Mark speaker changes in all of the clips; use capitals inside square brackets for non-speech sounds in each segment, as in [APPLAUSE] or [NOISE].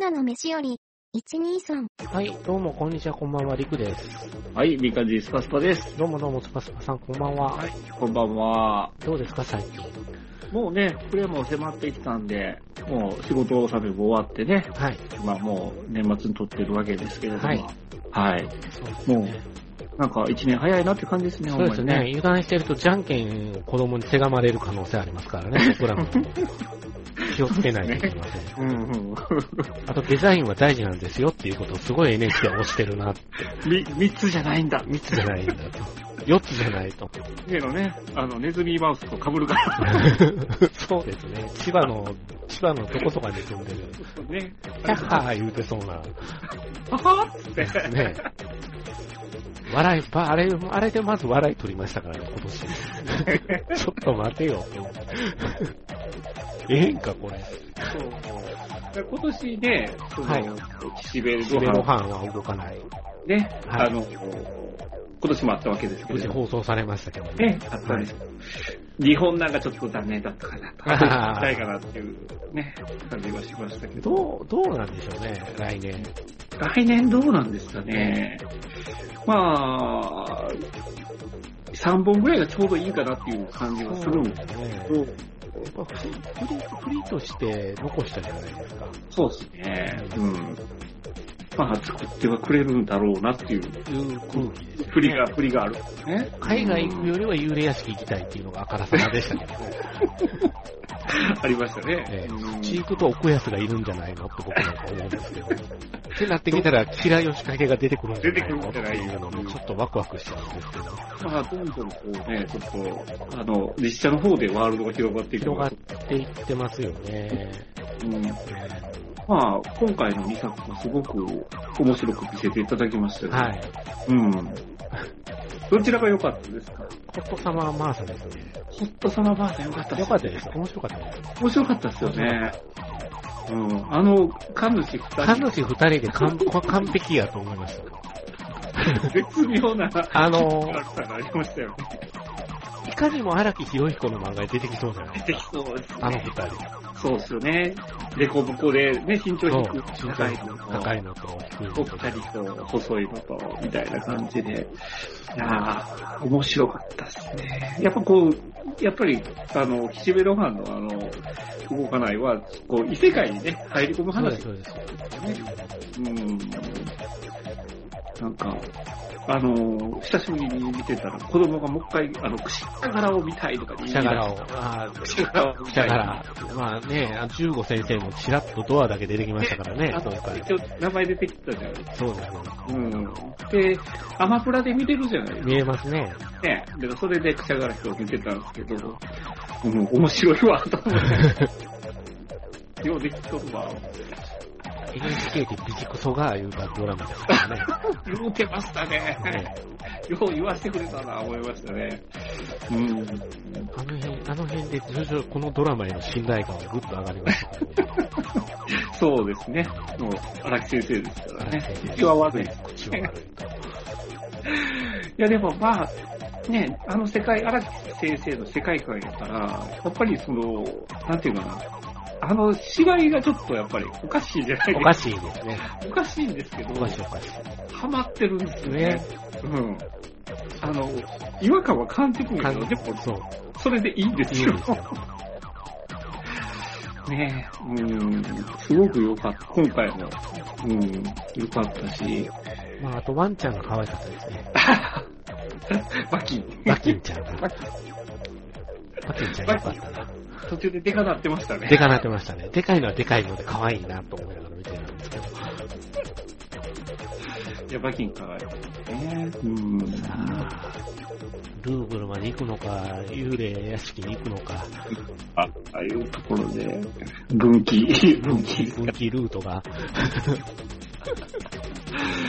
Speaker 1: らの飯より、123。
Speaker 2: はい、どうも、こんにちは、こんばんは、りくです。
Speaker 3: はい、みかんじスパスパです。
Speaker 2: どうもどうも、つぱすぱさん、こんばんは。
Speaker 3: こんばんは。
Speaker 2: どうですか、最近。
Speaker 3: もうね、プレーも迫ってきたんで、もう仕事納めも終わってね、
Speaker 2: はい、
Speaker 3: まあもう年末に撮ってるわけですけれども、
Speaker 2: は
Speaker 3: はいい。
Speaker 2: そうです
Speaker 3: もう
Speaker 2: ね。
Speaker 3: なんか一年早いなって感じですね、
Speaker 2: そうです
Speaker 3: ほんま
Speaker 2: ね。
Speaker 3: に
Speaker 2: 油断してると、じゃんけんを子供にせがまれる可能性ありますから [LAUGHS] ね、僕らも。気をつけないといけません。
Speaker 3: うんうん。 [LAUGHS]
Speaker 2: あと、デザインは大事なんですよっていうことをすごい NHK 押してるな。
Speaker 3: み、三つじゃないんだ。
Speaker 2: 3つじゃないんだと。4つじゃない [LAUGHS] と。
Speaker 3: 例のね、あの、ネズミマウスと被るから。
Speaker 2: そうですね。千葉の、千葉のどことかに住んでる。 [LAUGHS]
Speaker 3: ね。
Speaker 2: キャッハー言うてそうな。
Speaker 3: あはっつって。
Speaker 2: [LAUGHS] ねえ。笑い、ばあれ、あれでまず笑い取りましたからね、今年。 [LAUGHS] ちょっと待てよ、と思って。ええんか、これ。
Speaker 3: そうで今年ね、その、
Speaker 2: は
Speaker 3: はいい、岸辺
Speaker 2: ご
Speaker 3: 露
Speaker 2: 飯
Speaker 3: 伴
Speaker 2: は動かない。
Speaker 3: ね、
Speaker 2: はい
Speaker 3: あの、今年もあったわけですけ
Speaker 2: 無
Speaker 3: れ
Speaker 2: 事
Speaker 3: ど
Speaker 2: 放
Speaker 3: も、
Speaker 2: 送されましたけどね。
Speaker 3: ね、あったんですけど、日本なんかちょっと残念だったかな、 [LAUGHS] と
Speaker 2: あー
Speaker 3: たいかなっていうね、感じはしましたけど、
Speaker 2: どう、どうなんでしょうね、来年。
Speaker 3: 来年どうなんですかね。まあ、3本ぐらいがちょうどいいかなっていう感じはするんです
Speaker 2: すね
Speaker 3: け。ど、
Speaker 2: やっぱフリフリフリとして残したじゃないですか。
Speaker 3: そうですね。うん。まあ、作ってはくれるんだろうなっていう、
Speaker 2: いう空気です、ね。
Speaker 3: 振りが、振りがあるんですね。
Speaker 2: 海外行くよりは幽霊屋敷行きたいっていうのがあからさまでしたけどね。
Speaker 3: ありましたね。
Speaker 2: ええ
Speaker 3: うん
Speaker 2: 地域と奥安がいるんじゃないのって僕なんか思うんですけど。ってなってきたら、キラヨシカゲが出てくるんじゃないのっていうのもちょっとワクワクしてるんですけど、
Speaker 3: まあ、どんどんこうね、ちょっと、あの、実写の方でワールドが広がっていくの
Speaker 2: 広が
Speaker 3: が
Speaker 2: っ、ていってますよね。
Speaker 3: うん、まあ、今回の2作はすごく面白く見せていただきましたよ、。
Speaker 2: はいい。
Speaker 3: うん。どちらが良かったですか
Speaker 2: ホットサマーマーサですね。
Speaker 3: ホットサマーバージョン良かった
Speaker 2: よかったです。面白かったです。
Speaker 3: 面白かったですよね。うん。あの、神主二
Speaker 2: 彼
Speaker 3: 人、
Speaker 2: 女二人で完完璧やと思いました。
Speaker 3: 絶妙な、
Speaker 2: あの
Speaker 3: キャラクターがありましたよね。
Speaker 2: いかにも荒木博彦の漫画に出てきそうじゃない
Speaker 3: できそうです
Speaker 2: あの
Speaker 3: ね。
Speaker 2: 二人。
Speaker 3: そうですよね。でこぼこで、ね、身長
Speaker 2: そう
Speaker 3: 低く、
Speaker 2: 身長高いのと低いの
Speaker 3: お
Speaker 2: と。
Speaker 3: 二人と細いのと、みたいな感じで。いやー面白かったですね。やっぱこう、やっぱり、あの、岸辺露伴のあの、動かないは、こう、異世界にね、入り込む
Speaker 2: そう
Speaker 3: 話
Speaker 2: です、そうです。
Speaker 3: うん。なんか、あの、久しぶりに見てたら、子供がもう一回、あの、くしゃがらを見たいとか言い
Speaker 2: 記者
Speaker 3: 出して
Speaker 2: 柄を。ああ、
Speaker 3: くしゃがらを見
Speaker 2: だ
Speaker 3: た
Speaker 2: か
Speaker 3: い。
Speaker 2: ら、まあね、あの十五先生もちらっとドアだけ出てきましたからね、今
Speaker 3: あと
Speaker 2: 回、。
Speaker 3: 一応、名前出てきたじゃないですか。
Speaker 2: そうです
Speaker 3: うん。で、アマプラで見れるじゃないですか
Speaker 2: ね。見えますね。
Speaker 3: ね、だからそれでくしゃがら人を見てたんですけど、うん、面白いわ、と思って。ようできとるわ。
Speaker 2: NHK でビジクソがいうドラマですからね。
Speaker 3: ようけましたね。
Speaker 2: ね
Speaker 3: よう言わせてくれたな、思いましたね。うん。
Speaker 2: あの辺、あの辺で徐々にこのドラマへの信頼感がぐっと上がりましたからね。
Speaker 3: そうですね。もう、荒木先生ですからね。口は
Speaker 2: は
Speaker 3: 悪い。い
Speaker 2: 口は悪いと。
Speaker 3: や、でもまあ、ね、あの世界、荒木先生の世界観やから、やっぱりその、なんていうかな、あの芝居がちょっとやっぱりおかしいじゃない
Speaker 2: お
Speaker 3: で
Speaker 2: か
Speaker 3: す
Speaker 2: しいですね。
Speaker 3: か。おかしいんですけど、
Speaker 2: おかしいおかしい。
Speaker 3: ハマってるんですよ
Speaker 2: ね
Speaker 3: ね。うん。あの、違和感は感じるんや
Speaker 2: 感
Speaker 3: けど、
Speaker 2: じ
Speaker 3: でも、
Speaker 2: そう。
Speaker 3: それでいいんです
Speaker 2: いい
Speaker 3: よ
Speaker 2: で。すよ。
Speaker 3: ねうん。すごく良かった。今回も。うん。良かったし、
Speaker 2: まあ、あとワンちゃんが可愛かったですね。
Speaker 3: バキ、
Speaker 2: バキンちゃんが。
Speaker 3: バ
Speaker 2: バキンちゃんよかったな。
Speaker 3: 途中でデカなってましたね。
Speaker 2: でかなってましたね。でかいのはでかいので可愛いなと思いながら見てたんですけど。
Speaker 3: いや、バキンかわいかったね。うん。
Speaker 2: ルーブルまで行くのか、幽霊屋敷に行くのか、
Speaker 3: あ、ああいうところで、分岐、分岐。
Speaker 2: 分岐ルート [LAUGHS] が。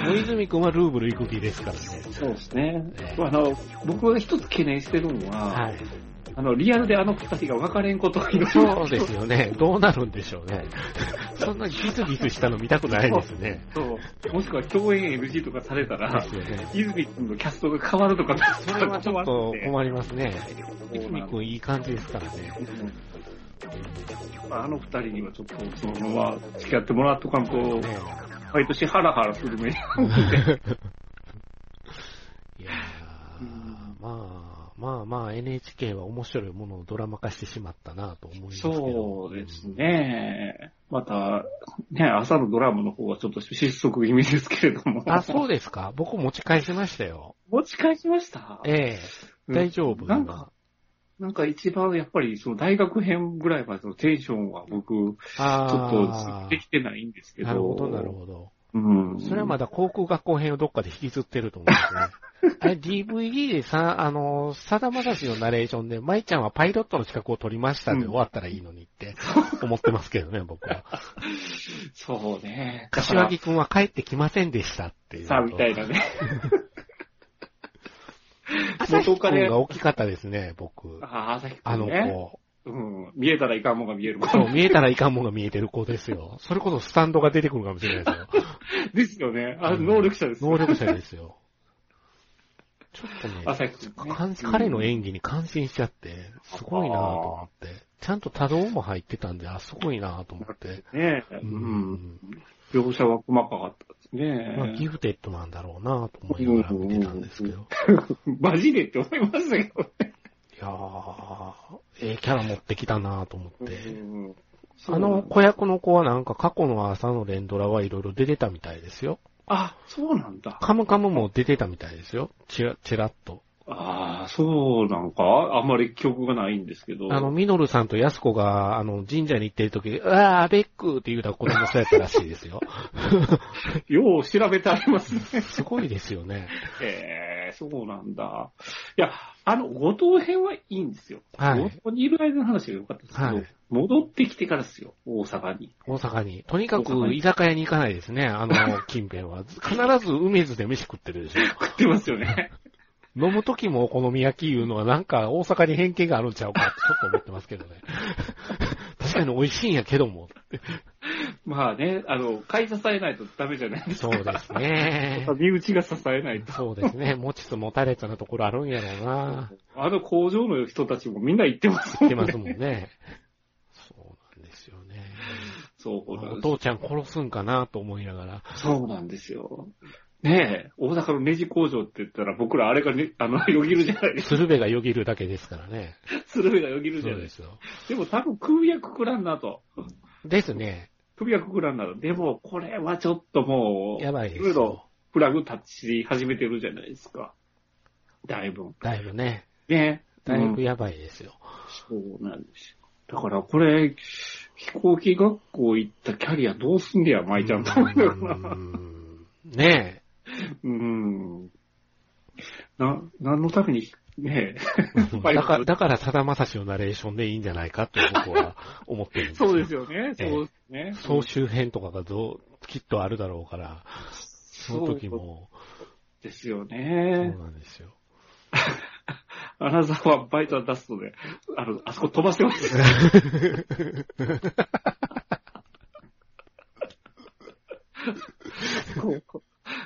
Speaker 2: 小泉くんはルーブル行く気ですからね。
Speaker 3: そうですね
Speaker 2: え。え
Speaker 3: あの、僕が一つ懸念してるのは、
Speaker 2: はい。
Speaker 3: あの、リアルであの二人が別れんことがいろいろ
Speaker 2: そうですよね。どうなるんでしょうね。そんなギスギスしたの見たくないですね。
Speaker 3: そう。もしくは共演 NG とかされた
Speaker 2: で
Speaker 3: ら、
Speaker 2: すよね。
Speaker 3: 泉君のキャストが変わるとか、
Speaker 2: それはちょっと
Speaker 3: 困るんで
Speaker 2: 困りますね。小
Speaker 3: そう
Speaker 2: 泉くんいい感じですからね。
Speaker 3: まあ、あの二人にはちょっとそのまま付き合ってもらっとかんと、
Speaker 2: ね
Speaker 3: 毎年ハラハラする目に遭
Speaker 2: い
Speaker 3: う
Speaker 2: やーまあ、まあまあ NHK は面白いものをドラマ化してしまったなと思いますけど。
Speaker 3: そうですね。また、ね、朝のドラマの方はちょっと失速気味ですけれども。
Speaker 2: あ、そうですか僕持ち返しましたよ。
Speaker 3: 持ち返しました
Speaker 2: ええ
Speaker 3: うん
Speaker 2: 大丈夫
Speaker 3: なんか、なんか一番やっぱりその大学編ぐらいまでのテンションは僕、ちょっ
Speaker 2: あ
Speaker 3: と
Speaker 2: あ
Speaker 3: できてないんですけど。
Speaker 2: なるほど、なるほど。
Speaker 3: うん。
Speaker 2: それはまだ航空学校編をどっかで引きずってると思うんですね。あれ、DVD でさ、あの、さだまさしのナレーションで、舞ちゃんはパイロットの資格を取りましたで終わったらいいのにって思ってますけどね、僕は。
Speaker 3: そうね。
Speaker 2: 柏木くんは帰ってきませんでしたっていう。
Speaker 3: さあ、みたいなね。
Speaker 2: 朝日くんが大きかったですね、僕。
Speaker 3: ああ、朝日
Speaker 2: あ
Speaker 3: 君
Speaker 2: の
Speaker 3: ね。
Speaker 2: 子。
Speaker 3: うん。見えたらいかんもんが見えるも
Speaker 2: そ
Speaker 3: ん。
Speaker 2: う、見えたらいかんもんが見えてる子です
Speaker 3: [LAUGHS]
Speaker 2: よ。それこそスタンドが出てくるかもしれないですよ。
Speaker 3: ですよね。あ、
Speaker 2: うん
Speaker 3: 能力者です。
Speaker 2: 能力者ですよ。ちょっとね、
Speaker 3: 朝日君ね、
Speaker 2: 感彼の演技に感心しちゃって、すごいなぁと思って。ちゃんと多動も入ってたんで、あ、すごいなぁと思って。
Speaker 3: 技。ねえ。
Speaker 2: う
Speaker 3: うん。
Speaker 2: ん。
Speaker 3: 描写は細かかったです
Speaker 2: まあ、ギ
Speaker 3: ね。
Speaker 2: フテッドなんだろうなぁと思いながら見てたんですけど。
Speaker 3: マジでって思いましたけどね。
Speaker 2: いやー、ええキャラ持ってきたなぁと思って。
Speaker 3: うん
Speaker 2: あの、子役の子はなんか過去の朝の連ドラはいろいろ出てたみたいですよ。
Speaker 3: あ、そうなんだ。
Speaker 2: カムカムも出てたみたいですよ。チラ、チラッと。
Speaker 3: ああ、そうなんか、あんまり記憶がないんですけど。
Speaker 2: あの、ミノルさんとヤスコが、あの、神社に行ってる時に、あー、アベックって言うた子供そうやったらしいです
Speaker 3: [LAUGHS]
Speaker 2: よ。
Speaker 3: よう調べてありますね。
Speaker 2: すごいですよね。
Speaker 3: ええそうなんだ。いや、あの、後藤編はいいんですよ。
Speaker 2: はい。
Speaker 3: ここにいる間の話が良かったですけど、
Speaker 2: はい
Speaker 3: 戻ってきてからですよ、大阪に。
Speaker 2: 大阪に。とにか
Speaker 3: 大阪
Speaker 2: く
Speaker 3: に
Speaker 2: 居酒屋に行かないですね、あ
Speaker 3: [LAUGHS]
Speaker 2: の、近辺は。必ず梅津で飯食ってるでしょ。
Speaker 3: 食ってますよね。 [LAUGHS]
Speaker 2: 飲む時もお好み焼きいうのはなんか大阪に偏見があるんちゃうかってちょっと思ってますけど
Speaker 3: [LAUGHS]
Speaker 2: ね。確かに美味しいんやけども。
Speaker 3: まあね、あの、買い支えないとダメじゃないです
Speaker 2: そ
Speaker 3: か。
Speaker 2: うですね。
Speaker 3: 身内が支えないと。
Speaker 2: そうですね。持ちつ持たれつなところあるんやろうな。
Speaker 3: あの工場の人たちもみんな行ってますも
Speaker 2: 言
Speaker 3: ん
Speaker 2: ってま
Speaker 3: ね。
Speaker 2: すもんね。そうなんですよね。
Speaker 3: そうなん
Speaker 2: お
Speaker 3: です
Speaker 2: 父ちゃん殺すんかなと思いながら。
Speaker 3: そうなんですよ。ねえ、大阪のネジ工場って言ったら僕らあれがね、あの、よぎるじゃないですか。
Speaker 2: 鶴瓶がよぎるだけですからね。
Speaker 3: 鶴瓶がよぎるじ
Speaker 2: そ
Speaker 3: ゃ
Speaker 2: う
Speaker 3: ないで
Speaker 2: です
Speaker 3: か。
Speaker 2: すよ。
Speaker 3: でも多分首はくくらんなと。
Speaker 2: ですね。
Speaker 3: 首はくくらんなと。でもこれはちょっともう、
Speaker 2: やばいで
Speaker 3: ろい
Speaker 2: すよ
Speaker 3: ろ。フラグ立ち始めてるじゃないですか。だいぶ。
Speaker 2: だいぶね。
Speaker 3: ね。
Speaker 2: だいぶ
Speaker 3: うん
Speaker 2: やばいですよ。
Speaker 3: そうなんですよ。だからこれ、飛行機学校行ったキャリアどうすんねや、舞ちゃんと思いながら。
Speaker 2: うーんね
Speaker 3: うん。な、何のために、ね
Speaker 2: え。だから、だから、さだまさしのナレーションでいいんじゃないかって僕は思ってるんですよ
Speaker 3: そうですよ [LAUGHS] ね。そうですね。
Speaker 2: 総集編とかがどう、きっとあるだろうから、その時も、
Speaker 3: そうですよ
Speaker 2: そう
Speaker 3: ね。
Speaker 2: なんですよ。
Speaker 3: アナザーはバイトは出すので、あの、あそこ飛ばしてました。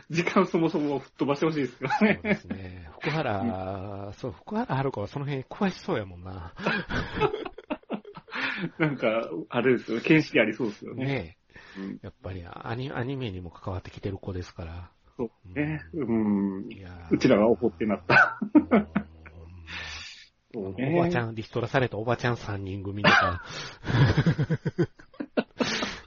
Speaker 3: 時間そもそも吹っ飛ばしてほしいですから
Speaker 2: そうで
Speaker 3: ね。
Speaker 2: すね。福原、そう、福原遥はその辺詳しそうやもんな。
Speaker 3: なんか、あれですよね。見識ありそうですよね。
Speaker 2: ね
Speaker 3: うん
Speaker 2: え。やっぱりアニ、アニメにも関わってきてる子ですから。
Speaker 3: そうね。うん。
Speaker 2: いやー
Speaker 3: うちらが怒ってなっ。た。
Speaker 2: もうほんま
Speaker 3: そうね
Speaker 2: おばちゃん、リストラされたおばちゃん3人組とか。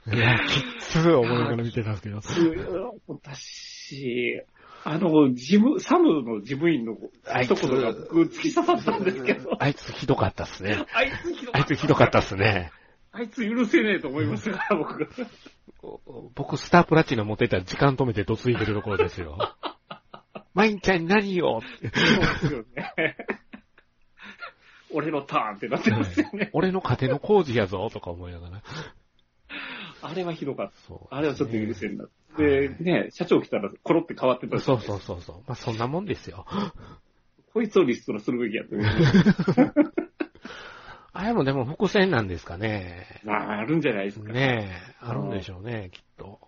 Speaker 2: [LAUGHS] いや、きつい思いながら見てたんですけど。
Speaker 3: 私、あの、事務、サムの事務員の
Speaker 2: あい
Speaker 3: 一
Speaker 2: つ
Speaker 3: 言が僕突き刺さったんですけど、
Speaker 2: あいつひどかったっすね。
Speaker 3: [LAUGHS] あいつひど
Speaker 2: あ
Speaker 3: か
Speaker 2: い
Speaker 3: っ
Speaker 2: つ
Speaker 3: た
Speaker 2: ひどかったっすね。
Speaker 3: あいつ許せねえと思いましたから、僕が。
Speaker 2: お僕、スタープラチナ持ってたら時間止めてどついてるところです
Speaker 3: [LAUGHS]
Speaker 2: よ。マインちゃん何よって
Speaker 3: そうですよね。俺のターンってなってますよね。
Speaker 2: 俺の家庭の工事やぞとか思いながら。
Speaker 3: あれはひどかった。
Speaker 2: そう
Speaker 3: あれはちょっと許せんな。
Speaker 2: はい
Speaker 3: で、ね、社長来たらコロって変わってた
Speaker 2: そうそうそうそう。まあ、そんなもんですよ。
Speaker 3: こいつをリストラするべきやって。 [LAUGHS]
Speaker 2: あれもでも伏線なんですかね。
Speaker 3: なあるんじゃないですか。
Speaker 2: ねえ、あるんでしょうね、きっと。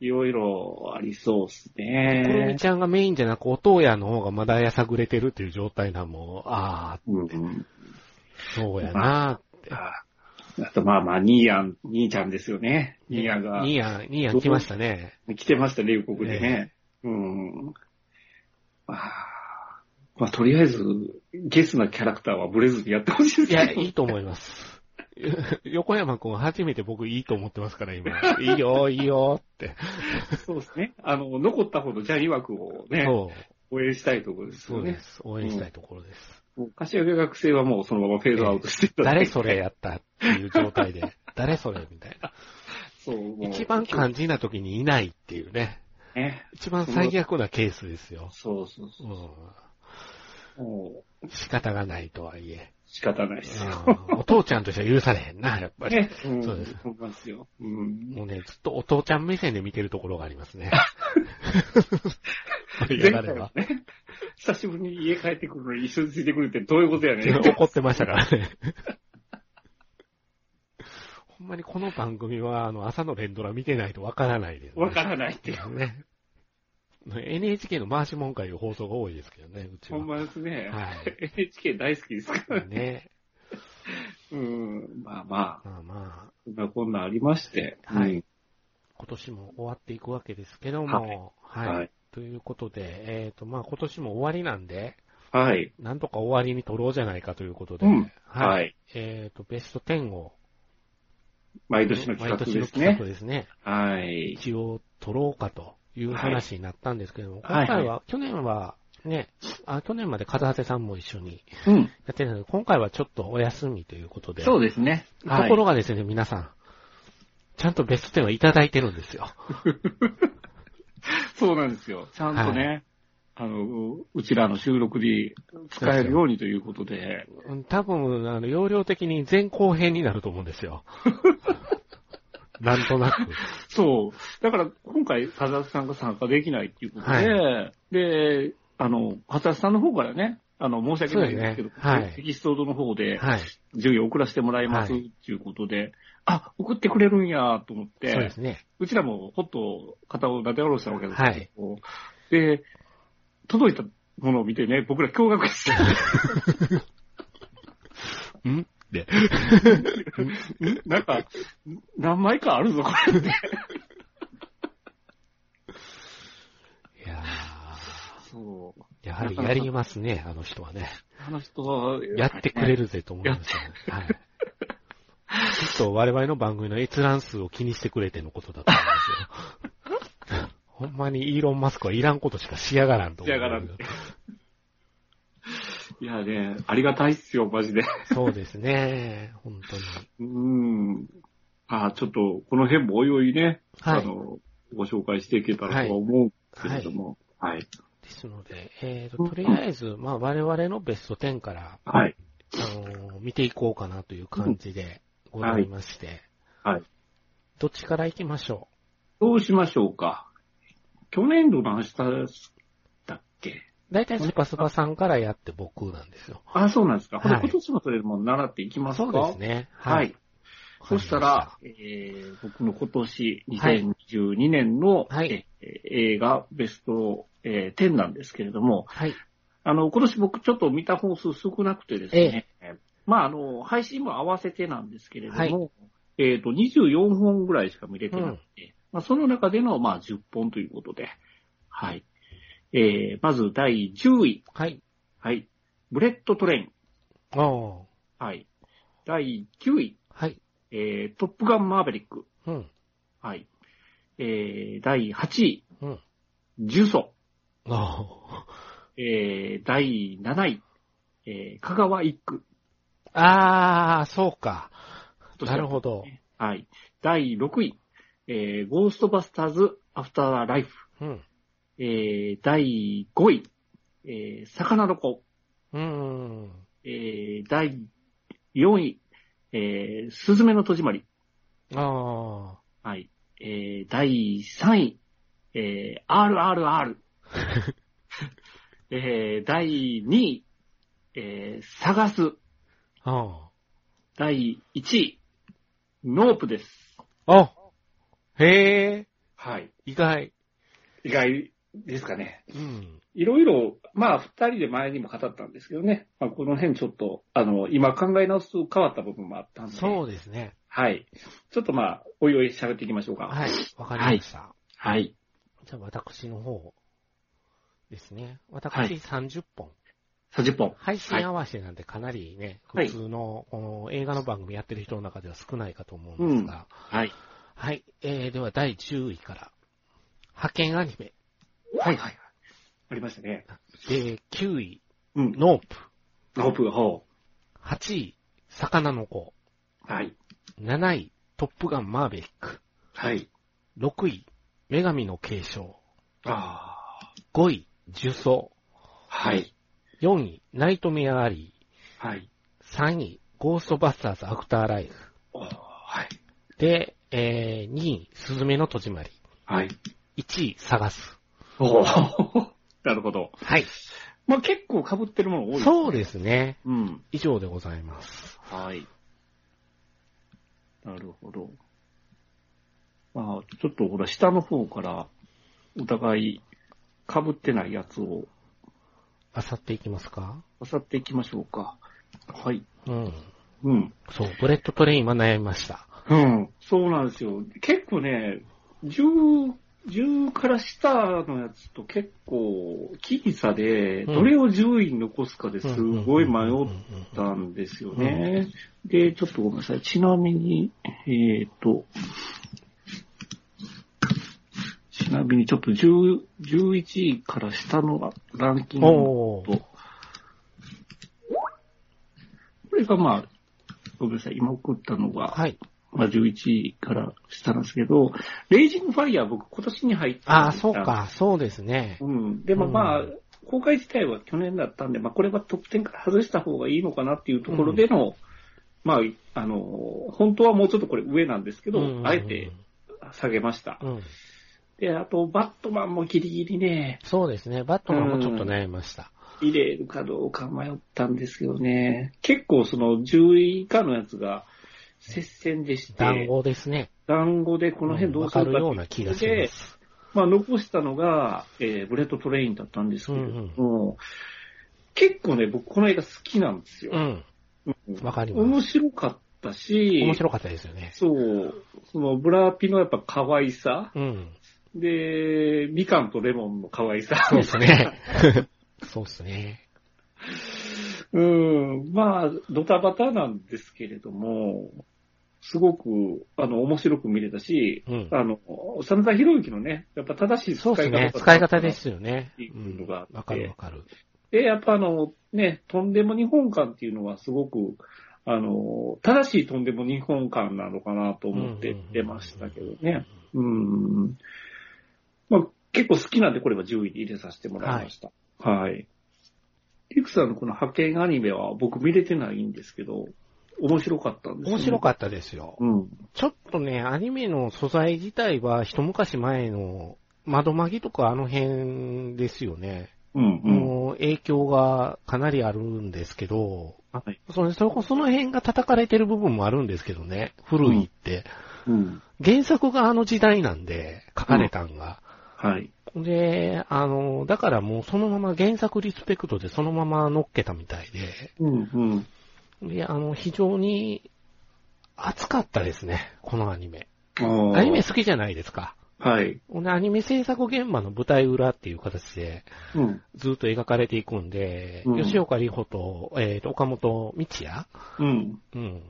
Speaker 3: いろいろありそうっす
Speaker 2: くるみ
Speaker 3: ね。
Speaker 2: ちゃんがメインじゃなく、お父やの方がまだやさぐれてるっていう状態なんもん、ああ、
Speaker 3: うんうん
Speaker 2: そうやな
Speaker 3: ああと、まあまあ、ニーヤン、ニーちゃんですよね。ニーヤンが
Speaker 2: ニーヤン、ニーヤン来ましたね。
Speaker 3: 来てましたね、予告でね。うん。まあ、まあ、とりあえず、ゲスなキャラクターはブレずにやってほしい
Speaker 2: い
Speaker 3: です
Speaker 2: や、
Speaker 3: けど。
Speaker 2: いいと思います。 [LAUGHS] 横山くん初めて僕いいと思ってますから、
Speaker 3: [LAUGHS]
Speaker 2: 今。いいよ、いいよって。
Speaker 3: そうですね。あの、残ったほどジャニ枠をね、
Speaker 2: そう。
Speaker 3: 応援したいところです
Speaker 2: そ
Speaker 3: よ
Speaker 2: う
Speaker 3: ね
Speaker 2: で。す。応援したいところです。
Speaker 3: もう柏木学生はもうそのままフェードアウトしていただい
Speaker 2: 誰
Speaker 3: て
Speaker 2: それやったっていう状態で。誰それみたいな。
Speaker 3: そう、もう
Speaker 2: 一番肝心な時にいないっていうね。
Speaker 3: ね。
Speaker 2: 一番最悪なケースですよ。
Speaker 3: そうそう
Speaker 2: う
Speaker 3: そ
Speaker 2: ん。
Speaker 3: う。もう、
Speaker 2: 仕方がないとはいえ。
Speaker 3: 仕方ないですよ。
Speaker 2: うんお父ちゃんとしては許されへんな、やっぱり。
Speaker 3: ね。ん
Speaker 2: そうです
Speaker 3: 思いますよ。うん。
Speaker 2: もうね、ずっとお父ちゃん目線で見てるところがありますね。これや
Speaker 3: 前
Speaker 2: られ
Speaker 3: 回は
Speaker 2: は。
Speaker 3: ね、久しぶりに家帰ってくるのに一緒についてくるってどういうことやねん。
Speaker 2: [LAUGHS] 怒ってましたからね。ほんまにこの番組は、あの、朝の連ドラ見てないとわからないです、ね。
Speaker 3: わからないっていう。
Speaker 2: ない。ね。NHK の回し文会の放送が多いですけどね、うち
Speaker 3: ほ
Speaker 2: は。
Speaker 3: んまですね。
Speaker 2: は
Speaker 3: NHK 大好きですから
Speaker 2: い。
Speaker 3: ね。
Speaker 2: ね。
Speaker 3: うん。まあまあ、
Speaker 2: まあまあ、
Speaker 3: そんなこんなんありまして。
Speaker 2: はい
Speaker 3: うん。
Speaker 2: 今年も終わっていくわけですけども、はい。
Speaker 3: はい。
Speaker 2: ということで、えっ、と、まあ今年も終わりなんで、
Speaker 3: はい。
Speaker 2: なんとか終わりに撮ろうじゃないかということで、
Speaker 3: うん
Speaker 2: はい。
Speaker 3: はい。
Speaker 2: えっ、と、ベスト10を、
Speaker 3: 毎年の企画です
Speaker 2: 毎年
Speaker 3: ね
Speaker 2: の企画。ですね。
Speaker 3: はい。
Speaker 2: 一応取ろうかという話になったんですけども、
Speaker 3: はい
Speaker 2: 今
Speaker 3: は
Speaker 2: 回
Speaker 3: い
Speaker 2: は、去年はね、あ、去年まで片ハさんも一緒に
Speaker 3: うん。
Speaker 2: やってたので、今回はちょっとお休みということで、
Speaker 3: そうですね。
Speaker 2: ところがですね、皆さん、ちゃんとベスト10はいただいてるんですよ。
Speaker 3: そうなんですよ。ちゃんとね、あの、うちらの収録に使えるようにということで、
Speaker 2: うん多分、あの、容量的に前後編になると思うんです
Speaker 3: [LAUGHS]
Speaker 2: よ。なんとなく。
Speaker 3: そう。だから、今回、風田さんが参加できないっていうことで、で、あの、風田さんの方からね、あの、申し訳ないんですけど、
Speaker 2: そうですねはい
Speaker 3: テキストの方で、
Speaker 2: はい。
Speaker 3: 授業送らせてもらいますっていうことで、あ、送ってくれるんやと思っ
Speaker 2: そうで
Speaker 3: て、
Speaker 2: すね。
Speaker 3: うちらもほっと肩をなで下ろしたわけです
Speaker 2: はい
Speaker 3: けど、で、届いたものを見てね、僕ら驚愕して、
Speaker 2: んで、
Speaker 3: [LAUGHS] なんか、何枚かあるぞ、これ。
Speaker 2: [LAUGHS] いや
Speaker 3: そう。
Speaker 2: ーやはりやりますね、あの人はね。
Speaker 3: あの人は、
Speaker 2: やってくれるぜと思いましたね。はい。きっと我々の番組の閲覧数を気にしてくれてのことだと思うん
Speaker 3: [LAUGHS]
Speaker 2: ですよ。ほんまにイーロン・マスクはいらんことしかしやがらんと思う。
Speaker 3: しやがらんっていやね、ありがたいっすよ、マジで。
Speaker 2: そうですね。本当に。
Speaker 3: うーん。あーちょっと、この辺もおいおいね、
Speaker 2: は
Speaker 3: あ
Speaker 2: い。
Speaker 3: の、ご紹介していけたらとは思うんですけれども。はい。
Speaker 2: ですので、えーと、とりあえず、まあ我々のベスト10から、
Speaker 3: はい。
Speaker 2: あのー見ていこうかなという感じでございまして。
Speaker 3: はいはい。
Speaker 2: どっちから行きましょ
Speaker 3: どうしましょうか。去年度の話だっけ
Speaker 2: う。だいたいスパスパさんからやって僕なんですよ。
Speaker 3: あ、そうなんですか。これ
Speaker 2: はい
Speaker 3: 今年もそれも習っていきますか
Speaker 2: そうです。ね。
Speaker 3: はい。。そしたら、えー僕の今年2022年の、
Speaker 2: はい
Speaker 3: えー映画ベスト、えー10なんですけれども、
Speaker 2: はい。
Speaker 3: あの、今年僕ちょっと見た本数少なくてですね、まあ、あの、配信も合わせてなんですけれども、
Speaker 2: はい
Speaker 3: えっ、と、24本ぐらいしか見れてなくて、まあ、その中での、まあ、10本ということで、はい。えー、まず第10位、
Speaker 2: はい。
Speaker 3: はい。ブレッドトレイン、
Speaker 2: ああ。
Speaker 3: はい。第9位、
Speaker 2: はい。
Speaker 3: えー、トップガンマーヴェリック、
Speaker 2: うん。
Speaker 3: はい。えー、第8位、
Speaker 2: うん。
Speaker 3: ジュソ、
Speaker 2: あ
Speaker 3: えー、第7位、えー、香川一区、
Speaker 2: あ。ああ、そうか。なるほど。
Speaker 3: はい。第6位、えー、ゴーストバスターズ・アフター・ライフ。
Speaker 2: うん。
Speaker 3: えー、第5位、えー、魚の子。
Speaker 2: うん。
Speaker 3: えー、第4位、えー、スズメの戸締まり。
Speaker 2: ああ。
Speaker 3: はい。えー、第3位、えー、RRR。えー、第2位、えー、探す。
Speaker 2: あ
Speaker 3: 第1位、ノープです。
Speaker 2: あ。あへえ。
Speaker 3: はい。
Speaker 2: 意外。
Speaker 3: 意外ですかね。
Speaker 2: うん。
Speaker 3: いろいろ、まあ、二人で前にも語ったんですけどね。まあ、この辺ちょっと、あの、今考え直すと変わった部分もあったんで。
Speaker 2: そうですね。
Speaker 3: はい。ちょっとまあ、おいおい喋っていきましょうか。
Speaker 2: はい。わかりました。
Speaker 3: はい。
Speaker 2: じゃあ私の方ですね。
Speaker 3: は
Speaker 2: 私
Speaker 3: い
Speaker 2: 30本。
Speaker 3: 30本。
Speaker 2: 配信合わせなんてかなりね、
Speaker 3: はい
Speaker 2: 普通のこの映画の番組やってる人の中では少ないかと思うんですが。
Speaker 3: はい。
Speaker 2: はい。えー、では第10位から。派遣アニメ。
Speaker 3: はいはい。ありましたね。
Speaker 2: で、9位、
Speaker 3: うん。
Speaker 2: ノープ。
Speaker 3: ホープがほ
Speaker 2: 8位、魚の子。
Speaker 3: う。はい。
Speaker 2: 7位、トップガンマーベリック。
Speaker 3: はい。
Speaker 2: 6位、女神の継承。
Speaker 3: あ
Speaker 2: 5位、呪詛。
Speaker 3: あ。はい。
Speaker 2: 4位、ナイトメアアリ
Speaker 3: はい。
Speaker 2: ー。3位、ゴーストバスターズアフターライフ。
Speaker 3: おーはい。
Speaker 2: で、えー、2位、スズメの戸締まり。
Speaker 3: はい。
Speaker 2: 1位、探す。
Speaker 3: おー [LAUGHS] なるほど。
Speaker 2: はい。
Speaker 3: まあ結構被ってるもの多い。う。
Speaker 2: そうですね。
Speaker 3: うん。
Speaker 2: 以上でございます。
Speaker 3: はい。なるほど。まあ、ちょっとほら、下の方から、お互い、被ってないやつを、
Speaker 2: あさっていきますか
Speaker 3: あさっていきましょうか。はい。
Speaker 2: うん。
Speaker 3: うん。
Speaker 2: そう、ブレッドトレインは悩みました。
Speaker 3: うん。そうなんですよ。結構ね、10、10から下のやつと結構、僅差で、
Speaker 2: うん
Speaker 3: どれを10位に残すかですごい
Speaker 2: うんうん
Speaker 3: 迷っ
Speaker 2: うんうん
Speaker 3: たんですよね。で、ちょっとごめんなさい。ちなみに、えっ、と、ちなみにちょっと10 11位から下のランキング
Speaker 2: おー
Speaker 3: と、これがまあ、ごめんなさい。今送ったのが、
Speaker 2: はい。
Speaker 3: まあ、11位からしたんですけど、レイジングファイヤー僕今年に入ってた
Speaker 2: あー、そう。か、そうですね。
Speaker 3: うん。でも
Speaker 2: うん
Speaker 3: まあ、公開自体は去年だったんで、まあこれはトップ10から外した方がいいのかなっていうところでの、まあ、あの、本当はもうちょっとこれ上なんですけど、
Speaker 2: うん
Speaker 3: あえて下げました。
Speaker 2: うん。
Speaker 3: で、あと、バットマンもギリギリね、
Speaker 2: そうですね。バットマンもちょっと悩みました。
Speaker 3: 入れるかどうか迷ったんですけどね、結構その10位以下のやつが接戦でして、
Speaker 2: 団子ですね。
Speaker 3: 団子でこの辺どうするか
Speaker 2: んわかるような
Speaker 3: って
Speaker 2: 気
Speaker 3: いう
Speaker 2: が
Speaker 3: こと
Speaker 2: し
Speaker 3: で
Speaker 2: ます。
Speaker 3: まあ、残したのが、えーブレッドトレインだったんですけれども、結構ね、僕この映画好きなんですよ
Speaker 2: う。ん。
Speaker 3: うん
Speaker 2: わかります
Speaker 3: 面白かったし、
Speaker 2: 面白かったですよね。
Speaker 3: そう、そのブラピのやっぱ可愛さ、
Speaker 2: うん。
Speaker 3: で、みかんとレモンの可愛さ。
Speaker 2: そうですね。 [LAUGHS] そうですね。
Speaker 3: [LAUGHS] うん、まあ、ドタバタなんですけれども、すごく、あの、面白く見れたし、
Speaker 2: うん。
Speaker 3: あの、真田広之のね、やっぱ正しい使
Speaker 2: そ
Speaker 3: い
Speaker 2: で
Speaker 3: う方
Speaker 2: す
Speaker 3: だ
Speaker 2: ね
Speaker 3: っ。た
Speaker 2: 使い方ですよね。
Speaker 3: っていうのがあって
Speaker 2: わかるわかる。
Speaker 3: で、やっぱあの、ね、とんでも日本館っていうのはすごく、あの、正しいとんでも日本館なのかなと思って出ましたけどね。うん。まあ、結構好きなんでこれは10位に入れさせてもらいました。はい。リクさんのこの派遣アニメは僕見れてないんですけど、面白かったんですよね
Speaker 2: 面白かったですよ。
Speaker 3: うん。
Speaker 2: ちょっとね、アニメの素材自体は一昔前の窓まぎとかあの辺ですよね。
Speaker 3: うん、うん。
Speaker 2: もう影響がかなりあるんですけど、あ
Speaker 3: はい
Speaker 2: それそれこその辺が叩かれてる部分もあるんですけどね、古いって。
Speaker 3: うん。
Speaker 2: 原作があの時代なんで、書かれたんが。
Speaker 3: はい。
Speaker 2: で、あの、だからもうそのまま原作リスペクトでそのまま乗っけたみたいで、
Speaker 3: うん、うん。
Speaker 2: で、あの、非常に熱かったですね、このアニメ。
Speaker 3: ああ
Speaker 2: アニメ好きじゃないですか。
Speaker 3: はい。
Speaker 2: ほんでアニメ制作現場の舞台裏っていう形で
Speaker 3: うん。
Speaker 2: ずっと描かれていくんで、
Speaker 3: うん
Speaker 2: 吉岡里帆と、えーと、岡本道也
Speaker 3: うん。
Speaker 2: うん。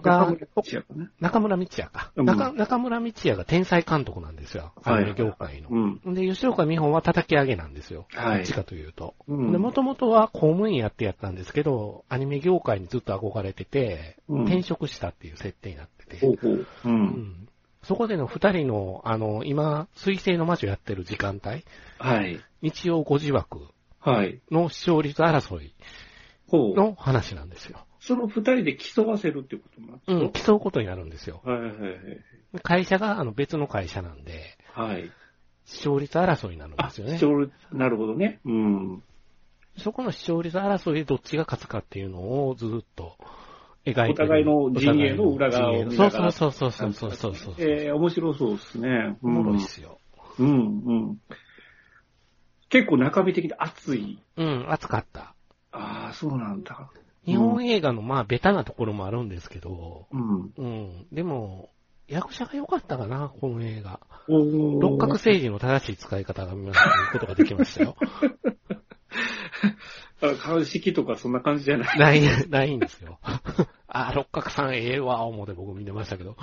Speaker 2: が、お
Speaker 3: 違うかな
Speaker 2: 中村道也か。
Speaker 3: うん
Speaker 2: 中中村道也が天才監督なんですよ。ア
Speaker 3: はい
Speaker 2: ニメ業界の。
Speaker 3: うん。
Speaker 2: で、吉岡美穂は叩き上げなんですよ。
Speaker 3: はい
Speaker 2: どっちかというと。
Speaker 3: うん
Speaker 2: で、もともとは公務員やってやったんですけど、アニメ業界にずっと憧れてて、
Speaker 3: うん
Speaker 2: 転職したっていう設定になってて。
Speaker 3: ほうほう。う。
Speaker 2: うんんそこでの二人の、あの、今、水星の魔女やってる時間帯、
Speaker 3: はい。
Speaker 2: 日曜5時枠
Speaker 3: はい。
Speaker 2: の視聴率争い
Speaker 3: ほう。
Speaker 2: の話なんですよ。
Speaker 3: その二人で競わせるってことになって
Speaker 2: うん、
Speaker 3: る
Speaker 2: 競うことになるんですよ。
Speaker 3: はいはいはい
Speaker 2: 会社が、あの、別の会社なんで、
Speaker 3: はい。はい。
Speaker 2: 視聴率争いになるん
Speaker 3: あ、
Speaker 2: ですよね
Speaker 3: 視。聴率なるほどね。うん。
Speaker 2: そこの視聴率争いでどっちが勝つかっていうのをずっと描いてる
Speaker 3: お互いの陣営の裏側を
Speaker 2: お互いの
Speaker 3: 見
Speaker 2: 陣営
Speaker 3: な
Speaker 2: の
Speaker 3: がら
Speaker 2: そうそうそうそうそうそうそう。
Speaker 3: えー、面白そうですね。
Speaker 2: おもろいっすよ。
Speaker 3: うん、うん。結構中身的に熱い。
Speaker 2: うん、熱かった。
Speaker 3: ああ、そうなんだ。
Speaker 2: 日本映画のまあ、ベタなところもあるんですけど、
Speaker 3: うん。
Speaker 2: うん。でも、役者が良かったかな、この映画。
Speaker 3: おー
Speaker 2: 六角星人の正しい使い方が見ますということができま
Speaker 3: [LAUGHS]
Speaker 2: したよ。
Speaker 3: あ鑑識とかそんな感じじゃない。 [LAUGHS]
Speaker 2: ない、ないんですよ。 [LAUGHS] あ、六角さんええわ、思って僕見てましたけど。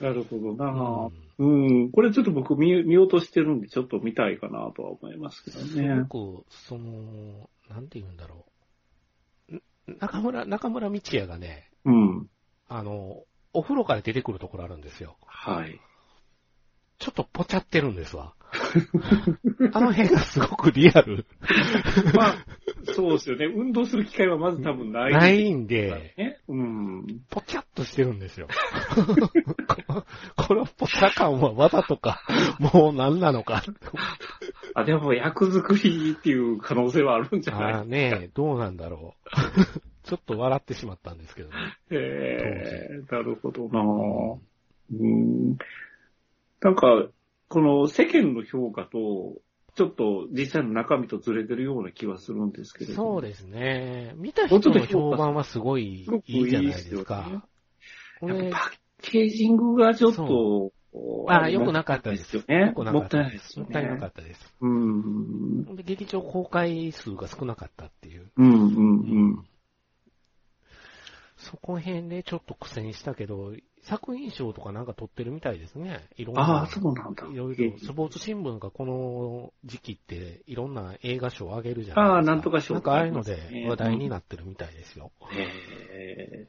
Speaker 3: なるほど
Speaker 2: う
Speaker 3: な、
Speaker 2: ん
Speaker 3: うん。これちょっと僕見見落としてるんで、ちょっと見たいかなとは思いますけど
Speaker 2: す
Speaker 3: ね。
Speaker 2: ごく、その、なんて言うんだろう。ん中村、中村道也がね、
Speaker 3: うん。
Speaker 2: あの、お風呂から出てくるところあるんですよ。
Speaker 3: はい。
Speaker 2: ちょっとぽちゃってるんですわ。あの辺がすごくリアル。
Speaker 3: [LAUGHS] まあ、そうですよね。運動する機会はまず多分ない。
Speaker 2: ないんで、
Speaker 3: ね。うん。
Speaker 2: ぽちゃっとしてるんですよ。 [LAUGHS] ここのぽちゃ感はわざとか、もう何なのか。
Speaker 3: あ、でも役作りっていう可能性はあるんじゃ
Speaker 2: あ
Speaker 3: な
Speaker 2: あ
Speaker 3: い
Speaker 2: ねえ、どうなんだろう。ちょっと笑ってしまったんですけどね。
Speaker 3: えー、なるほどなうん。なんか、この世間の評価と、ちょっと実際の中身とずれてるような気はするんですけれども。
Speaker 2: そうですね。見た人の評判はすごいいいじゃないですか。こ
Speaker 3: やっ
Speaker 2: れ、
Speaker 3: ぱパッケージングがちょっと
Speaker 2: そ、
Speaker 3: あ
Speaker 2: ああ、良くなかったです
Speaker 3: よ。ね
Speaker 2: 良。くな
Speaker 3: も
Speaker 2: か
Speaker 3: っ
Speaker 2: った
Speaker 3: い
Speaker 2: た
Speaker 3: ない
Speaker 2: で。
Speaker 3: ですす
Speaker 2: も
Speaker 3: よ
Speaker 2: っいな
Speaker 3: ね
Speaker 2: か。ったです。
Speaker 3: うん。
Speaker 2: で劇場公開数が少なかったっていう。
Speaker 3: うんうんうん。
Speaker 2: そこ辺でちょっと苦戦したけど、作品賞とかなんか取ってるみたいですね。いろんな。
Speaker 3: ああ、そうなんだ。
Speaker 2: いろいろ、スポーツ新聞がこの時期っていろんな映画賞をあげるじゃないですか。
Speaker 3: ああなんとか賞
Speaker 2: なんかああいうの
Speaker 3: あります
Speaker 2: で
Speaker 3: ね
Speaker 2: 話題になってるみたいですよ。
Speaker 3: えー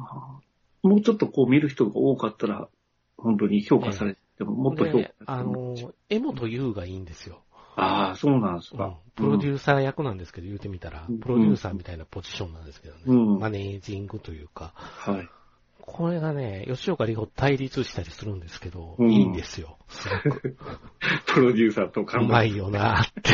Speaker 3: あーもうちょっとこう見る人が多かったら、本当に評価されても、もっと評価され
Speaker 2: で
Speaker 3: て、も
Speaker 2: あの、江本優がいいんですよ。
Speaker 3: ああ、そうなんです
Speaker 2: うん
Speaker 3: か。
Speaker 2: プロデューサー役なんですけど、言うてみたら
Speaker 3: うん、
Speaker 2: プロデューサーみたいなポジションなんですけどね。
Speaker 3: うん
Speaker 2: マネージングというか。
Speaker 3: はい。
Speaker 2: これがね、吉岡里帆と対立したりするんですけど、
Speaker 3: うん
Speaker 2: いいんですよ。すごく。
Speaker 3: プロデューサーと考
Speaker 2: うま
Speaker 3: え、
Speaker 2: いよなって。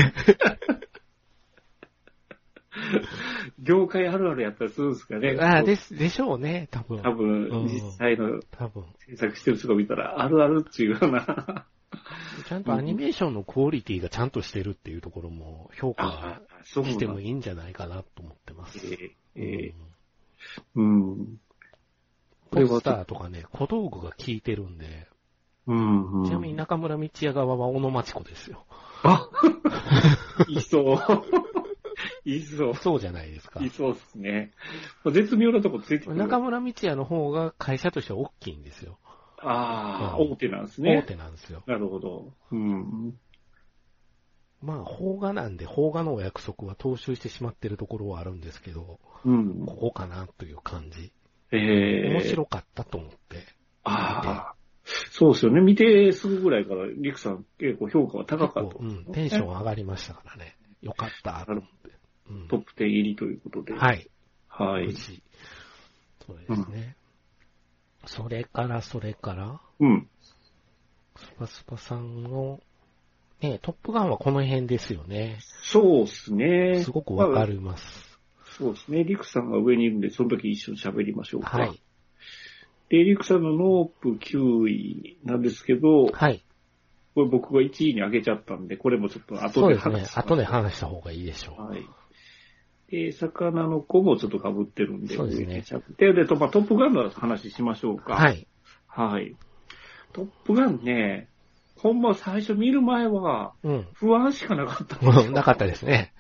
Speaker 3: 業界あるあるやったりするんですかね。。
Speaker 2: ああ、ですす、でしょうね、多分。
Speaker 3: 多
Speaker 2: う
Speaker 3: 分、
Speaker 2: ん
Speaker 3: 実際の
Speaker 2: 多分。
Speaker 3: 制作してる人が見たら、あるあるっていうような。
Speaker 2: ちゃんとアニメーションのクオリティがちゃんとしてるっていうところも評
Speaker 3: あ
Speaker 2: 価
Speaker 3: あ、そうなん
Speaker 2: し
Speaker 3: だ
Speaker 2: てもいいんじゃないかなと思ってます。
Speaker 3: えー
Speaker 2: うん
Speaker 3: えーうん。こ
Speaker 2: ポ
Speaker 3: れは
Speaker 2: スターとかね、小道具が効いてるんで、
Speaker 3: うん、うん。
Speaker 2: ちなみに中村道也側は小野町子ですよ。
Speaker 3: あいそう。 [LAUGHS] いそう。
Speaker 2: そうじゃないですか
Speaker 3: い。そうですね。もう絶妙なとこついてくる。
Speaker 2: 中村道也の方が会社としては大きいんですよ。
Speaker 3: ああ、
Speaker 2: うん
Speaker 3: 大手なんですね。
Speaker 2: 大手なんですよ。
Speaker 3: なるほど。うん。
Speaker 2: まあ、邦画なんで、邦画のお約束は踏襲してしまってるところはあるんですけど、
Speaker 3: うん
Speaker 2: こ。こかなという感じ。
Speaker 3: ええ
Speaker 2: 面白かったと思って。
Speaker 3: ああ。そうですよね。見てすぐぐらいから、リクさん結構評価は高かっ
Speaker 2: こ
Speaker 3: た
Speaker 2: う、うん、テンション上がりましたからね。よかった、と思って。うん
Speaker 3: トップ10入りということで。い。
Speaker 2: はい。
Speaker 3: は
Speaker 2: 無
Speaker 3: い。
Speaker 2: 事。そうですね。それから、それから、
Speaker 3: うん。
Speaker 2: スパスパさんの、ね、トップガンはこの辺ですよね。
Speaker 3: そうですね。
Speaker 2: すごくわか
Speaker 3: ま
Speaker 2: ります。
Speaker 3: あ。そうですね。リクさんが上にいるんで、その時一緒に喋りましょうか。
Speaker 2: はい。。
Speaker 3: で、リクさんのノープ9位なんですけど、
Speaker 2: はい。
Speaker 3: これ僕が1位に上げちゃったんで、これもちょっと
Speaker 2: そ
Speaker 3: 後
Speaker 2: う
Speaker 3: で
Speaker 2: ですね
Speaker 3: 話。します
Speaker 2: 後で話した方がいいでしょ
Speaker 3: はい。で、魚の子もちょっと被ってるんで、
Speaker 2: そうですね
Speaker 3: 上にちゃってで、とまあ、トップガンの話しましょう
Speaker 2: う。
Speaker 3: か。。
Speaker 2: はいい。
Speaker 3: はい。トップガンね、ほんま最初見る前は、
Speaker 2: うん。 [LAUGHS]
Speaker 3: 不安しかなかったんです
Speaker 2: もう
Speaker 3: よ。
Speaker 2: なかったですね。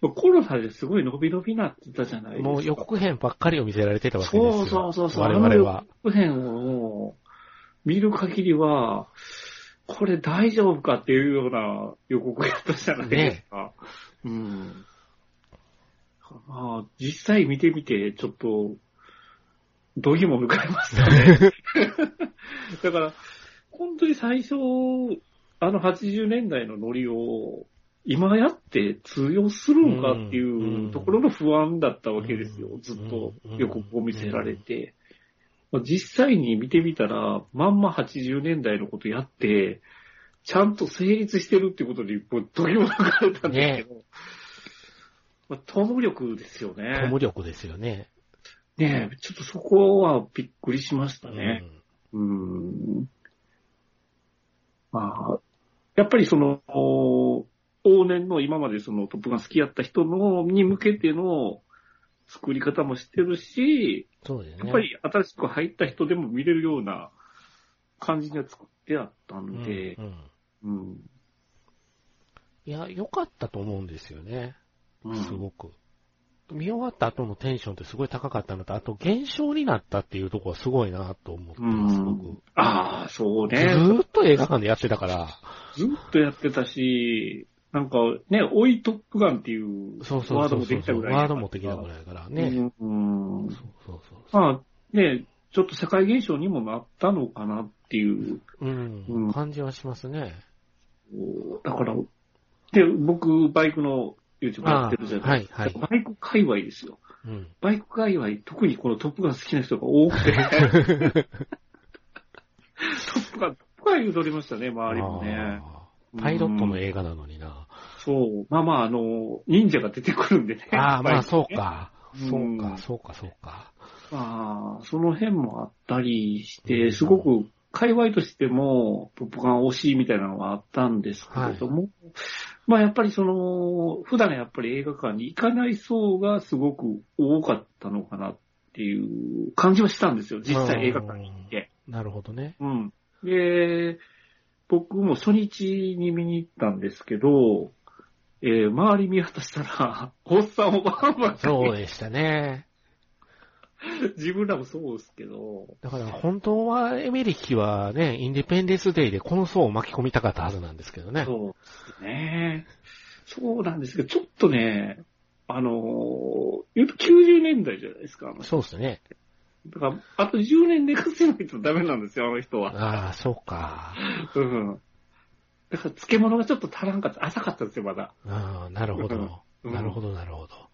Speaker 3: もうコロナですごい伸び伸びなってたじゃないですか。
Speaker 2: もう予告編ばっかりを見せられてたわけです
Speaker 3: そ
Speaker 2: よ。
Speaker 3: うそうそうそう。
Speaker 2: 我々
Speaker 3: あ
Speaker 2: は
Speaker 3: の。予告編をもう見る限りは、これ大丈夫かっていうような予告やったじゃないですか。うん。まあ、実際見てみて、ちょっと、度肝も抜かれましたね。だから、本当に最初、あの80年代のノリを、今やって通用するんかっていうところの不安だったわけですよ
Speaker 2: う。ん
Speaker 3: ずっと予告を見せられて。まあ実際に見てみたら、まんま80年代のことやって、ちゃんと成立してるってことに、もう、どぎも抜かれたんですけど、まあ、トム力ですよね。
Speaker 2: トム力ですよね。
Speaker 3: ねえ、ちょっとそこはびっくりしましたね。
Speaker 2: うん
Speaker 3: うん。まあ、やっぱりその、お往年の今までそのトップが好きやった人のに向けての作り方もしてるし、
Speaker 2: そうですね。
Speaker 3: やっぱり新しく入った人でも見れるような感じで作ってあった
Speaker 2: うんん、
Speaker 3: で
Speaker 2: う、ん。
Speaker 3: うん。
Speaker 2: いや、良かったと思うんですよね。
Speaker 3: うん
Speaker 2: すごく。見終わった後のテンションってすごい高かったのと、あと減少になったっていうところはすごいなと思ってます、
Speaker 3: うん
Speaker 2: 僕。
Speaker 3: ああ、そう
Speaker 2: ず
Speaker 3: ね。
Speaker 2: ーっと映画館でやってたから、
Speaker 3: ずっとやってたし、なんかね、追いトップガンっていう
Speaker 2: そうそ
Speaker 3: ワ
Speaker 2: うそ
Speaker 3: ード
Speaker 2: う
Speaker 3: も
Speaker 2: そ
Speaker 3: で
Speaker 2: う
Speaker 3: きたぐらい。
Speaker 2: ワードもできたぐらいだからね。
Speaker 3: うん。
Speaker 2: そうそうそう。
Speaker 3: まあ、ね、ちょっと社会現象にもなったのかなっていう。
Speaker 2: う、
Speaker 3: うんん
Speaker 2: 感じはしますね。
Speaker 3: だから、で、僕、バイクの YouTube や
Speaker 2: あ
Speaker 3: ってるじゃ
Speaker 2: あ、
Speaker 3: な
Speaker 2: はいい、はい。
Speaker 3: バイク界隈ですよ。
Speaker 2: うん。
Speaker 3: バイク界隈、特にこのトップガン好きな人が多くて。トップガン、トップガン言うとりましたね、周りもね。
Speaker 2: あーパイロットの映画なのにな。
Speaker 3: そう。まあまあ、あの、忍者が出てくるんでね。
Speaker 2: ああ、ま
Speaker 3: バ
Speaker 2: あ
Speaker 3: イクね
Speaker 2: そう。か。そう
Speaker 3: う
Speaker 2: か、
Speaker 3: ん
Speaker 2: そうか、そうか。
Speaker 3: まあ、その辺もあったりし
Speaker 2: う
Speaker 3: て、
Speaker 2: ん
Speaker 3: すごく、界隈としても、ポップガン推しみたいなのはあったんですけれども、まあやっぱりその、普段やっぱり映画館に行かない層がすごく多かったのかなっていう感じはしたんですよ、実際映画館に行って。
Speaker 2: なるほどね。
Speaker 3: うん。で、僕も初日に見に行ったんですけど、えー周り見渡したら、おっさんおばあばっかり
Speaker 2: そうでしたね。
Speaker 3: 自分らもそうですけど、
Speaker 2: だから本当はエメリキはね、インディペンデンスデイでこの層を巻き込みたかったはずなんですけど
Speaker 3: [LAUGHS]
Speaker 2: ね。
Speaker 3: そうですね。そうなんですけど、ちょっとね、あのー言うと90年代じゃないですか、あの人
Speaker 2: そうですね。
Speaker 3: だから、あと10年寝かせないとダメなんですよ、あの人は。
Speaker 2: ああ、そうか。
Speaker 3: うん。だから、漬物がちょっと足らんかった、浅かったんですよ、まだ。
Speaker 2: ああ、なるほど。
Speaker 3: うん
Speaker 2: なるほど、なるほど。 [LAUGHS]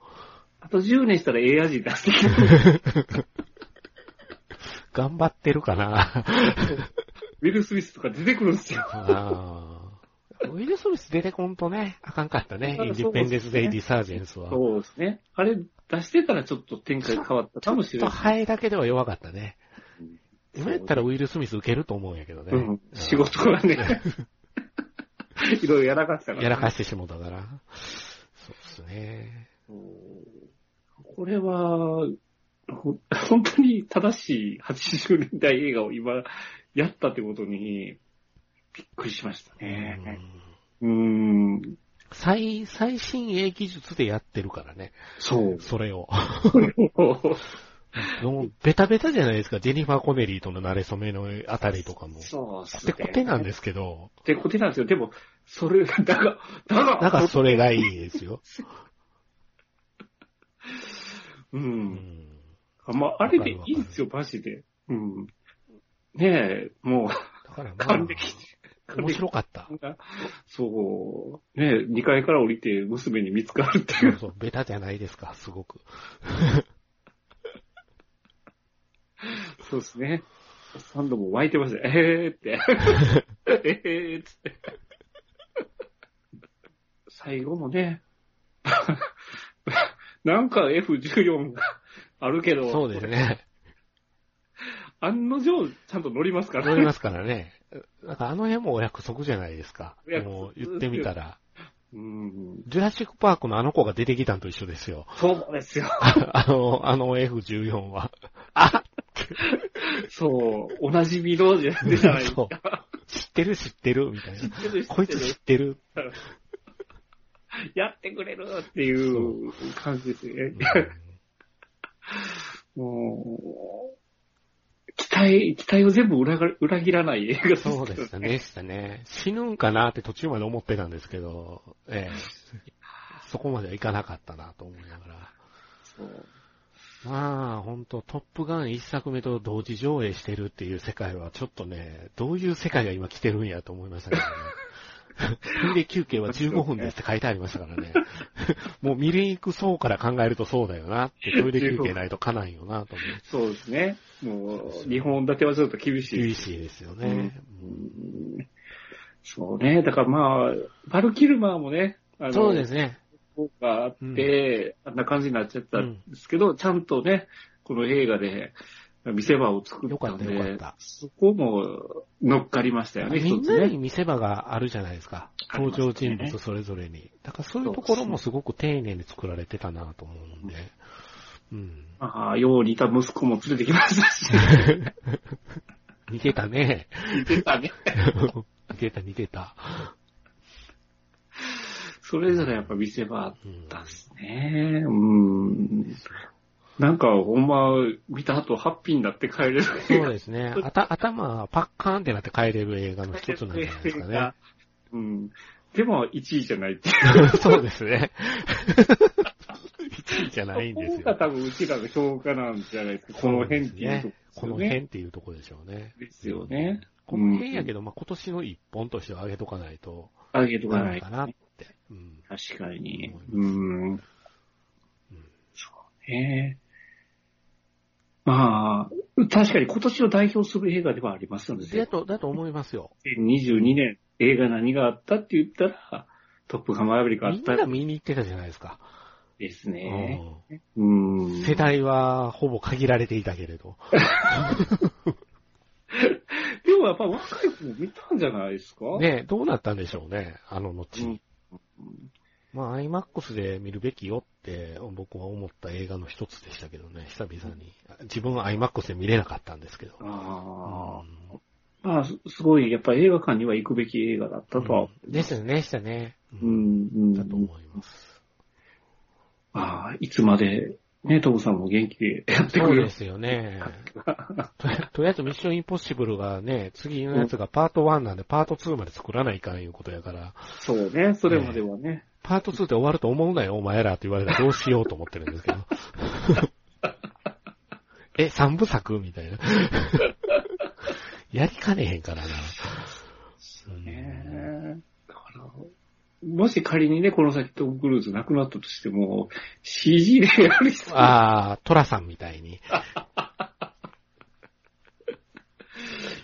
Speaker 3: あと10年したらええ味出してく [LAUGHS] る。
Speaker 2: 頑張ってるかな。
Speaker 3: ウィル・スミスとか出てくるんですよ。
Speaker 2: ああウィル・スミス出てこんとね、あかんかったね。インディペンデンス・デイ・ディ・サージェンスは。ち
Speaker 3: そうですね。あれ、出してたらちょっと展開変わったかもし
Speaker 2: ょっ
Speaker 3: れ
Speaker 2: と
Speaker 3: ない。
Speaker 2: ハエだけでは弱かったね。今やったら
Speaker 3: そ
Speaker 2: ウィル・スミス受けると思うんやけどね。
Speaker 3: ううん、仕事がね、いろいろ [LAUGHS] やらかしたから、
Speaker 2: やらかしてしもうたから。そうですね。
Speaker 3: これは、ほ本当に正しい80年代映画を今やったってことにびっくりしました
Speaker 2: う
Speaker 3: ね。
Speaker 2: ん
Speaker 3: うん。
Speaker 2: 最、最新鋭技術でやってるからね。
Speaker 3: そう。
Speaker 2: それを。 [LAUGHS]
Speaker 3: そ
Speaker 2: もうベタベタじゃないですか。ジェニファー・コネリーとの慣れ初めのあたりとかも。
Speaker 3: うです
Speaker 2: で、
Speaker 3: ね。。
Speaker 2: コテなんですすけど、
Speaker 3: で、コテなんですよ。でも、それ、だが、だが、
Speaker 2: なんかそれがいいですよ。う
Speaker 3: う。
Speaker 2: んん
Speaker 3: まあ、あれでいいんですよ、マジで。うん。ねえ、もう、
Speaker 2: だからま
Speaker 3: 還暦
Speaker 2: あ、。面白かった。
Speaker 3: [LAUGHS] そう。ねえ、2階から降りて娘に見つかるってい
Speaker 2: そう
Speaker 3: う。
Speaker 2: そう、ベタじゃないですか、すごく。
Speaker 3: そうですね。サンドも湧いてました。えーって。えーって。最後もね、なんか F14 があるけど、
Speaker 2: そうですね。
Speaker 3: 案の定ちゃんと乗りますから
Speaker 2: 乗りますからね。なんかあの辺もお約束じゃないですか。
Speaker 3: お約束
Speaker 2: もう言ってみたら。
Speaker 3: うん。
Speaker 2: ジュラシックパークのあの子が出てきたんと一緒ですよ。
Speaker 3: そうですよ。
Speaker 2: [LAUGHS] あの、あの F14 は。あ
Speaker 3: そう。おなじみのじゃないですか。 [LAUGHS]
Speaker 2: そう知ってる知ってるみたいな。
Speaker 3: 知ってる知
Speaker 2: こ
Speaker 3: っ
Speaker 2: い
Speaker 3: て
Speaker 2: つ
Speaker 3: る
Speaker 2: 知ってる。
Speaker 3: やってくれるっていう感じですね。もう、期待、期待を全部裏が裏切らない映画ですけど
Speaker 2: そうでしたね、でしたね。死ぬんかなって途中まで思ってたんですけど、ええ。そこまではいかなかったなと思いながら。
Speaker 3: そう
Speaker 2: まあ、ほんと、トップガン一作目と同時上映してるっていう世界は、ちょっとね、どういう世界が今来てるんやと思いましたけ
Speaker 3: [LAUGHS]
Speaker 2: どね。トイレ休憩は15分ですって書いてありましたからね。もう見に行く層から考えるとそうだよなって、トイレ休憩ないとかないよなと思う。
Speaker 3: そうですね。もう、日本立てはちょっと厳しい。
Speaker 2: 厳しいですよね。
Speaker 3: うんそうね。だからまあ、バルキルマーもね、あ
Speaker 2: うん
Speaker 3: の
Speaker 2: そうですね。
Speaker 3: 効果あって、あんな感じになっちゃったんですけど、ちゃんとね、この映画で、見せ場を作っ
Speaker 2: よ
Speaker 3: た
Speaker 2: か
Speaker 3: ん
Speaker 2: った
Speaker 3: で、
Speaker 2: よかった。
Speaker 3: そこも乗っかりましたよね、
Speaker 2: み
Speaker 3: 一
Speaker 2: ん
Speaker 3: つ
Speaker 2: なに
Speaker 3: ね。
Speaker 2: 見せ場があるじゃないですか。
Speaker 3: ありま
Speaker 2: 登
Speaker 3: すね
Speaker 2: 場人物それぞれに。だからそういうところもすごく丁寧に作られてたなと思うんで。うん。
Speaker 3: ああ、よう似た息子も連れてきまし
Speaker 2: [LAUGHS]
Speaker 3: たし、
Speaker 2: 似てたね。
Speaker 3: 似て
Speaker 2: [LAUGHS]
Speaker 3: たね。
Speaker 2: 似てた似てた。
Speaker 3: それぞれやっぱ見せ場あっ
Speaker 2: うん
Speaker 3: たですね。うん。なんか、ほんま、見た後、ハッピーになって帰れる。
Speaker 2: そうですね。あた、頭がパッカーンってなって帰れる映画の一つなんじゃないですか
Speaker 3: [LAUGHS]
Speaker 2: ね。
Speaker 3: うん。でも、1位じゃないっていう。
Speaker 2: そうですね。1位じゃないんです
Speaker 3: ここが
Speaker 2: よ。
Speaker 3: 多分、うちらの評価なんじゃないですか。この辺っていうと
Speaker 2: こ
Speaker 3: こ
Speaker 2: の
Speaker 3: ですよね。
Speaker 2: 辺っていうとこでしょうね。
Speaker 3: ですよね。
Speaker 2: この辺やけど、まあ、今年の一本としては上げとかないと、
Speaker 3: あげとか
Speaker 2: な
Speaker 3: ない
Speaker 2: の
Speaker 3: と
Speaker 2: か。なって。うん。
Speaker 3: 確かに
Speaker 2: 思い。
Speaker 3: う
Speaker 2: ます
Speaker 3: ん。そうね。まあ、確かに今年を代表する映画ではありますの
Speaker 2: だ
Speaker 3: で、
Speaker 2: と、だと思いますよ。
Speaker 3: 2022年映画何があったって言ったら、トップガンマーヴェリックあ
Speaker 2: み
Speaker 3: っ
Speaker 2: ん
Speaker 3: た
Speaker 2: な見に行ってたじゃないですか。
Speaker 3: ですね。う
Speaker 2: うん
Speaker 3: ん。
Speaker 2: 世代はほぼ限られていたけれど。
Speaker 3: でもやっぱ若い子も見たんじゃないですか。
Speaker 2: ねどうなったんでしょうね、あの後。
Speaker 3: うん
Speaker 2: まあ、IMAX で見るべきよって僕は思った映画の一つでしたけどね、久々に。自分は IMAX で見れなかったんですけど。
Speaker 3: ああ。
Speaker 2: うん
Speaker 3: まあ、すすごい、やっぱり映画館には行くべき映画だったとは。
Speaker 2: うんですよね、でしたね。
Speaker 3: う
Speaker 2: うん
Speaker 3: ん、うん。
Speaker 2: だと思います。
Speaker 3: ああ、いつまで、ね、トムさんも元気でやって
Speaker 2: そ
Speaker 3: く
Speaker 2: う
Speaker 3: れる
Speaker 2: ですよね。ととりあえずミッションインポッシブルがね、次のやつがパート1なんでパート2まで作らないかんいうことやから、
Speaker 3: そうね、それまではね。
Speaker 2: パート2で終わると思うなよ、お前らって言われたらどうしようと思ってるんですけど。 [LAUGHS] え、三部作みたいな。 [LAUGHS] やりかねへんからな。うん
Speaker 3: ねだからもし仮にね、この先トム・クルーズ亡くなったとしても、CG でやりそう。
Speaker 2: ああ、トラさんみたいに。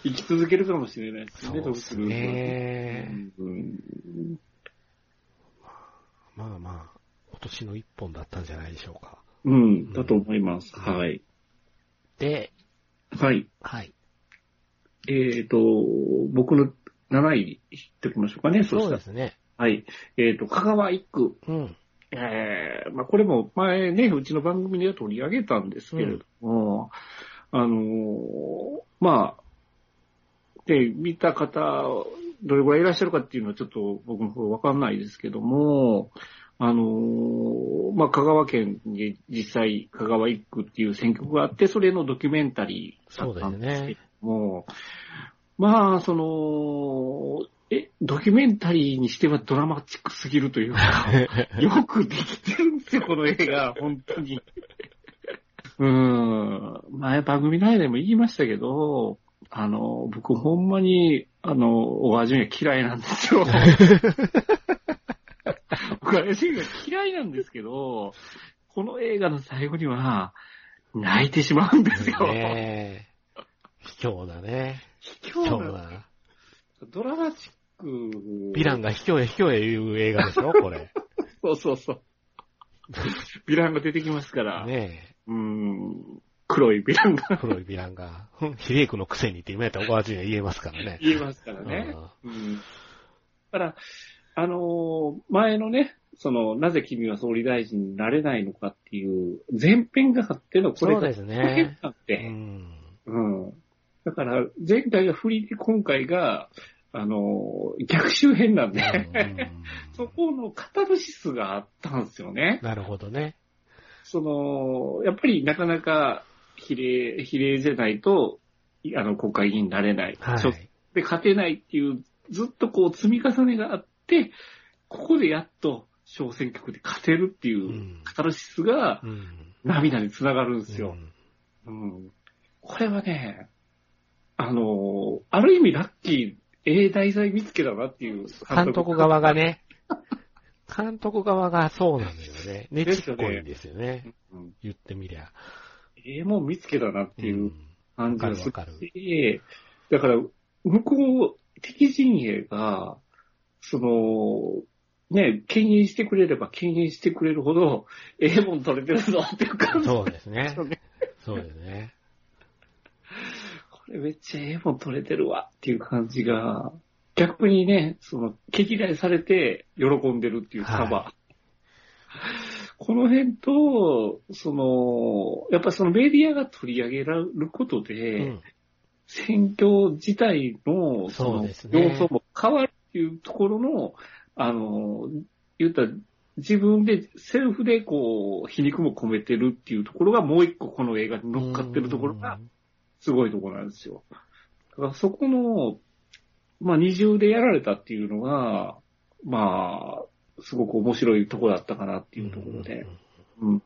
Speaker 3: 生き続けるかもしれないです
Speaker 2: そ
Speaker 3: ね、
Speaker 2: うですね。
Speaker 3: トム・クルーズはね。うん
Speaker 2: まあまあ、今年の一本だったんじゃないでしょうか。
Speaker 3: うん、だと思います。
Speaker 2: うん
Speaker 3: はい。
Speaker 2: で、
Speaker 3: はい。
Speaker 2: はい。
Speaker 3: えっ、と、僕の7位言っておきましょうかね、そし
Speaker 2: そう
Speaker 3: た
Speaker 2: で
Speaker 3: ら。
Speaker 2: すね。
Speaker 3: はい。えっ、と、香川一区。
Speaker 2: うん。
Speaker 3: ええまあ、これも前ね、うちの番組で取り上げたんですけれども、あのーまあ、で、見た方、どれぐらいいらっしゃるかっていうのはちょっと僕の方わかんないですけども、あのーまあ、香川県に実際、香川一区っていう選挙区があって、それのドキュメンタリーだ
Speaker 2: そう
Speaker 3: っ
Speaker 2: で
Speaker 3: た
Speaker 2: す
Speaker 3: んですけ
Speaker 2: ね
Speaker 3: れ。ども、まあ、その、え、ドキュメンタリーにしてはドラマチックすぎるというか、 [LAUGHS] よくできてるんですよ、この映 [LAUGHS] 画、本当に。うーん。前番組内でも言いましたけど、あの、僕ほんまに、あの、お味が嫌いなんです [LAUGHS] よ。僕は味が嫌いなんですけど、この映画の最後には、泣いてしまうんですよ。
Speaker 2: ねえ卑怯だね。
Speaker 3: 卑
Speaker 2: 卑
Speaker 3: 怯
Speaker 2: 怯
Speaker 3: な。
Speaker 2: だ。
Speaker 3: ドラマチック。ヴ
Speaker 2: ヴィランが卑怯へ卑怯へ言う映画でしょ、これ。
Speaker 3: そうそう [LAUGHS] そう。ヴィランが出てきますから。
Speaker 2: ね
Speaker 3: うーん黒いビランが
Speaker 2: え。黒いヴィランが、 [LAUGHS] ふんヒレイクのくせにって今やったらおばあちゃんに言えますからね。
Speaker 3: 言えますからね。
Speaker 2: う
Speaker 3: うん。だから、あのー前のね、その、なぜ君は総理大臣になれないのかっていう、前編があっての、
Speaker 2: ん
Speaker 3: これ
Speaker 2: そう
Speaker 3: が
Speaker 2: です
Speaker 3: 後編
Speaker 2: ね。
Speaker 3: なん
Speaker 2: う
Speaker 3: で、
Speaker 2: ん。
Speaker 3: うん。だから、前回が振りで、今回が、あのー逆襲編なん
Speaker 2: うんう
Speaker 3: で、
Speaker 2: ん
Speaker 3: そこのカタルシスがあったんですよね。
Speaker 2: なるほどね。
Speaker 3: その、やっぱりなかなか比例、比例じゃないと、あの、国会議員になれない。
Speaker 2: は
Speaker 3: ちょっと
Speaker 2: い。
Speaker 3: で勝てないっていう、ずっとこう積み重ねがあって、ここでやっと小選挙区で勝てるっていうう、
Speaker 2: ん
Speaker 3: カタルシスが
Speaker 2: うん。
Speaker 3: 涙につながるんです
Speaker 2: う
Speaker 3: よ。
Speaker 2: ん
Speaker 3: うんこれはね、あのーある意味ラッキー、ええ題材見つけだなっていう
Speaker 2: 監督側が。ね、監督側がそうなんだよね。ね
Speaker 3: です
Speaker 2: ち
Speaker 3: よ
Speaker 2: っ
Speaker 3: ね
Speaker 2: こいんですよね。
Speaker 3: うん
Speaker 2: 言ってみりゃ。
Speaker 3: ええもん見つけだなっていう感じがす
Speaker 2: わかるわか
Speaker 3: るし、だから、向こう、敵陣営が、その、ね、敬遠してくれれば敬遠してくれるほど、ええもん取れてるぞっていう
Speaker 2: う
Speaker 3: 感
Speaker 2: ん
Speaker 3: じ。
Speaker 2: そうですね
Speaker 3: そうね。
Speaker 2: そうですね。
Speaker 3: れめっちゃええもん撮れてるわっていう感じが、逆にね、その、毛嫌いされて喜んでるっていう幅。
Speaker 2: は
Speaker 3: この辺と、その、やっぱそのメディアが取り上げられること
Speaker 2: う
Speaker 3: で、
Speaker 2: ん。
Speaker 3: 選挙自体の、
Speaker 2: そう
Speaker 3: の
Speaker 2: ですね
Speaker 3: 様相も変わるっていうところの、あの、言ったら、自分で、セルフでこう、皮肉も込めてるっていうところが、もう一個この映画に乗っかってるところが、すごいところなんですよ。だからそこの、まあ、二重でやられたっていうのが、まあ、すごく面白いところだったかなって
Speaker 2: うん、
Speaker 3: いうところで。
Speaker 2: うん。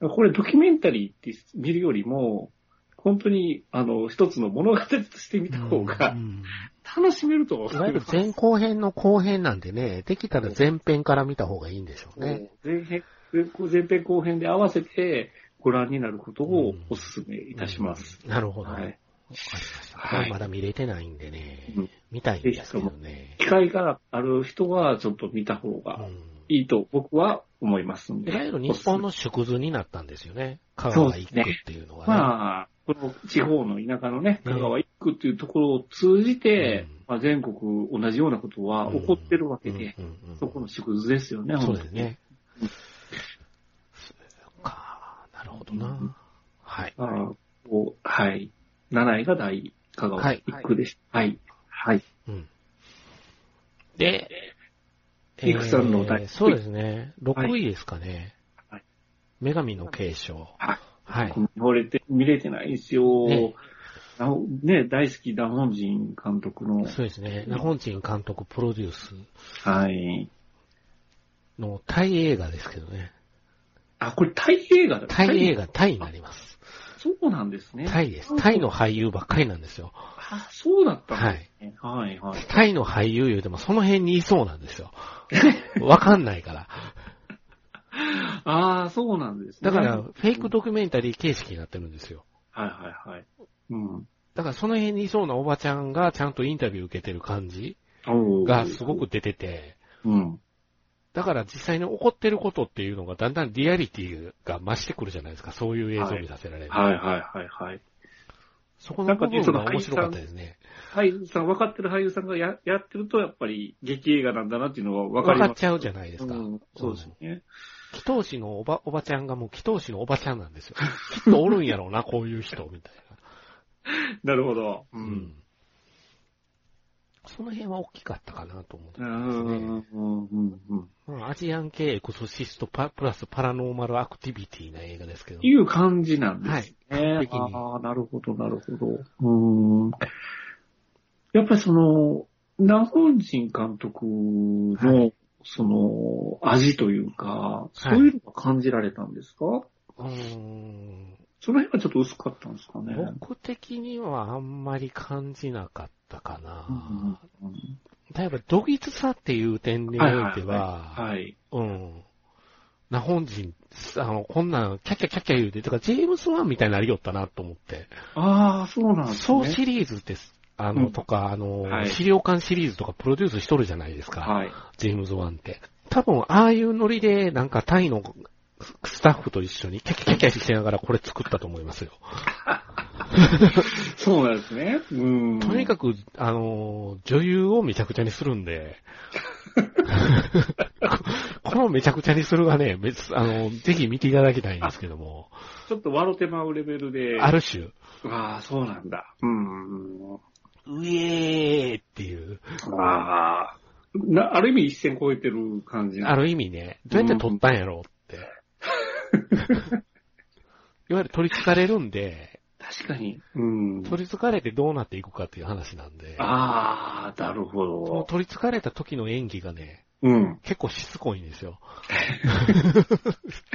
Speaker 3: うん。これドキュメンタリーって見るよりも、本当に、あの、一つの物語として見た方
Speaker 2: う
Speaker 3: が
Speaker 2: ん
Speaker 3: 楽しめると思う
Speaker 2: いわゆる前後編の後編なんでね、できたら前編から見た方がいいんでしょうね。
Speaker 3: 前編、前編後編で合わせてご覧になることをお勧めいたします。
Speaker 2: なるほど。わ
Speaker 3: は
Speaker 2: かり
Speaker 3: い。
Speaker 2: ました。
Speaker 3: はい
Speaker 2: これまだ見れてないんでね
Speaker 3: うん、
Speaker 2: 見たいんですけどね。
Speaker 3: 機会がある人はちょっと見た方が
Speaker 2: うん
Speaker 3: いいと僕は思いますん
Speaker 2: い
Speaker 3: で。
Speaker 2: わゆる日本の縮図になったんですよね。香川一区っていうの
Speaker 3: お
Speaker 2: は
Speaker 3: 勧
Speaker 2: ね。
Speaker 3: め。まあ、この地方の田舎のね、香川一区っていうところを通じて、
Speaker 2: うん
Speaker 3: まあ、全国同じようなことは起こってるわけで、
Speaker 2: うんうんうん
Speaker 3: そこの縮図ですよね、
Speaker 2: そう
Speaker 3: 本
Speaker 2: で
Speaker 3: 当
Speaker 2: す
Speaker 3: に。
Speaker 2: ね。そうか、なるほど
Speaker 3: う。
Speaker 2: なんはい。
Speaker 3: あのこうはい。7位が大香川一区でした。はい。はい。
Speaker 2: うん。で、
Speaker 3: いくつあるの第
Speaker 2: そうですね。
Speaker 3: は
Speaker 2: 6位ですかね
Speaker 3: はい。
Speaker 2: 女神の継承。
Speaker 3: はい。
Speaker 2: はい。
Speaker 3: これって見れてないんですよ。
Speaker 2: ね
Speaker 3: ねね、大好き、ダモンジン監督の。
Speaker 2: そうですね。ナホンチン監督プロデュース
Speaker 3: はい。
Speaker 2: のタイ映画ですけどね。
Speaker 3: あ、これタイ映画だ。
Speaker 2: タイ映。画、タイになります。
Speaker 3: そうなんですね。
Speaker 2: タイです。タイの俳優ばっかりなんですよ。
Speaker 3: あ、そうだったんですね。はい、はい。
Speaker 2: タイの俳優言うてもその辺にいそうなんです
Speaker 3: [LAUGHS]
Speaker 2: よ。わかんないから。
Speaker 3: ああ、そうなんです
Speaker 2: だ
Speaker 3: ね。
Speaker 2: から、
Speaker 3: は
Speaker 2: フェイクドキュメンタリー形式になってるんですよ。
Speaker 3: い、はい、はい。うん。
Speaker 2: だからその辺にいそうなおばちゃんがちゃんとインタビュー受けてる感じ
Speaker 3: おー
Speaker 2: がすごく。出てて、
Speaker 3: うん。
Speaker 2: だから実際に起こってることっていうのがだんだんリアリティが増してくるじゃないですか。そういう映像を見させられる。
Speaker 3: はい、はい、はい、はい。
Speaker 2: そこの部分が面白かったですね。
Speaker 3: 俳優さん、分かってる俳優さんがややってると、やっぱり劇映画なんだなっていうのは分
Speaker 2: 分
Speaker 3: か
Speaker 2: か
Speaker 3: ります。
Speaker 2: っちゃうじゃないですか。
Speaker 3: うんそうですよね。
Speaker 2: 祈祷師のおば、おばちゃんがもう祈祷師のおばちゃんなんですよ。きっとおるんや
Speaker 3: [LAUGHS]
Speaker 2: ろうな、こういう人、みたい
Speaker 3: なるほど。う。
Speaker 2: な。うんん。その辺は大きかったかなと思って
Speaker 3: う
Speaker 2: ますね
Speaker 3: ん。うんうん。
Speaker 2: まあアジアン系エクソシストパプラスパラノーマルアクティビティな映画ですけど。
Speaker 3: いう感じなんで
Speaker 2: は
Speaker 3: す
Speaker 2: い。
Speaker 3: ね。
Speaker 2: 完璧に
Speaker 3: ああ、なるほど、なるほど。うーん。やっぱりその、ナホンジン監督の、
Speaker 2: は
Speaker 3: その、味というか、そういうのが感じられたんですか、
Speaker 2: うーん。
Speaker 3: その辺はちょっと薄かったんですかね。
Speaker 2: 僕的にはあんまり感じなかったか
Speaker 3: うん
Speaker 2: な。
Speaker 3: うん
Speaker 2: 例えば、ドギツさっていう点にお
Speaker 3: はい
Speaker 2: い
Speaker 3: は
Speaker 2: て
Speaker 3: い
Speaker 2: は、
Speaker 3: はい。
Speaker 2: うん。な、本人、あの、こんなん、キャッキャキャッキャ言うて、とか、ジェームス・ワンみたいになりよったなと思って。
Speaker 3: ああ、そうなんです
Speaker 2: そう
Speaker 3: ね。
Speaker 2: シリーズです。あの、
Speaker 3: うん
Speaker 2: とか、あの、
Speaker 3: はい
Speaker 2: 資料館シリーズとかプロデュースしとるじゃないですか。
Speaker 3: はい。
Speaker 2: ジェームズ・ワンって。多分、ああいうノリで、なんかタイのスタッフと一緒に、キャッキャキャッキャしてながらこれ作ったと思いますよ。
Speaker 3: そうなんですね。うん。
Speaker 2: とに
Speaker 3: く。
Speaker 2: かく、あの、女優をめちゃくちゃにするん
Speaker 3: [LAUGHS]
Speaker 2: で、このめちゃくちゃにするがね、別、あの、ぜひ見ていただきたいんですけども。
Speaker 3: ちょっと笑ってまうレベルで。
Speaker 2: ある種、
Speaker 3: ああ、そうなんだ。うん。
Speaker 2: うえーっていう、
Speaker 3: ああ。な、ある意味一線超えてる感じ。
Speaker 2: ある意味ね、どうやって撮ったんやろう
Speaker 3: [LAUGHS]
Speaker 2: って。いわゆる取り憑かれるんで、
Speaker 3: 確かに。うん。
Speaker 2: 取り憑かれてどうなっていくかっていう話なんで、
Speaker 3: ああ、なる
Speaker 2: そ
Speaker 3: ほ
Speaker 2: の
Speaker 3: ど。
Speaker 2: 取り憑かれた時の演技がね、
Speaker 3: うん。
Speaker 2: 結構しつこいんです
Speaker 3: [LAUGHS]
Speaker 2: よ。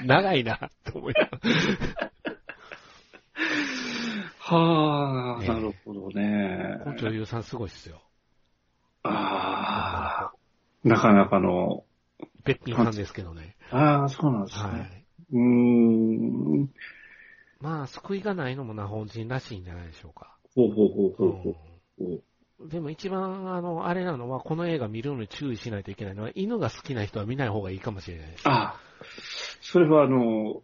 Speaker 2: 長いな、と思いながら
Speaker 3: はあ、
Speaker 2: ね
Speaker 3: なるほどね。
Speaker 2: この女優さんすごいっすよ。
Speaker 3: ああ、なかなかの。
Speaker 2: べっぴんさんですけどね。
Speaker 3: ああ、そうなんですね。
Speaker 2: はい。
Speaker 3: うーん。
Speaker 2: まあ、救いがないのもな本人らしいんじゃないでしょうか。
Speaker 3: ほうほうほ
Speaker 2: う
Speaker 3: うほうほうんほう。
Speaker 2: でも一番、あの、あれなのは、この映画見るのに注意しないといけないのは、犬が好きな人は見ない方がいいかもしれない
Speaker 3: [LAUGHS]
Speaker 2: です。
Speaker 3: ああ、 [LAUGHS] それはあの、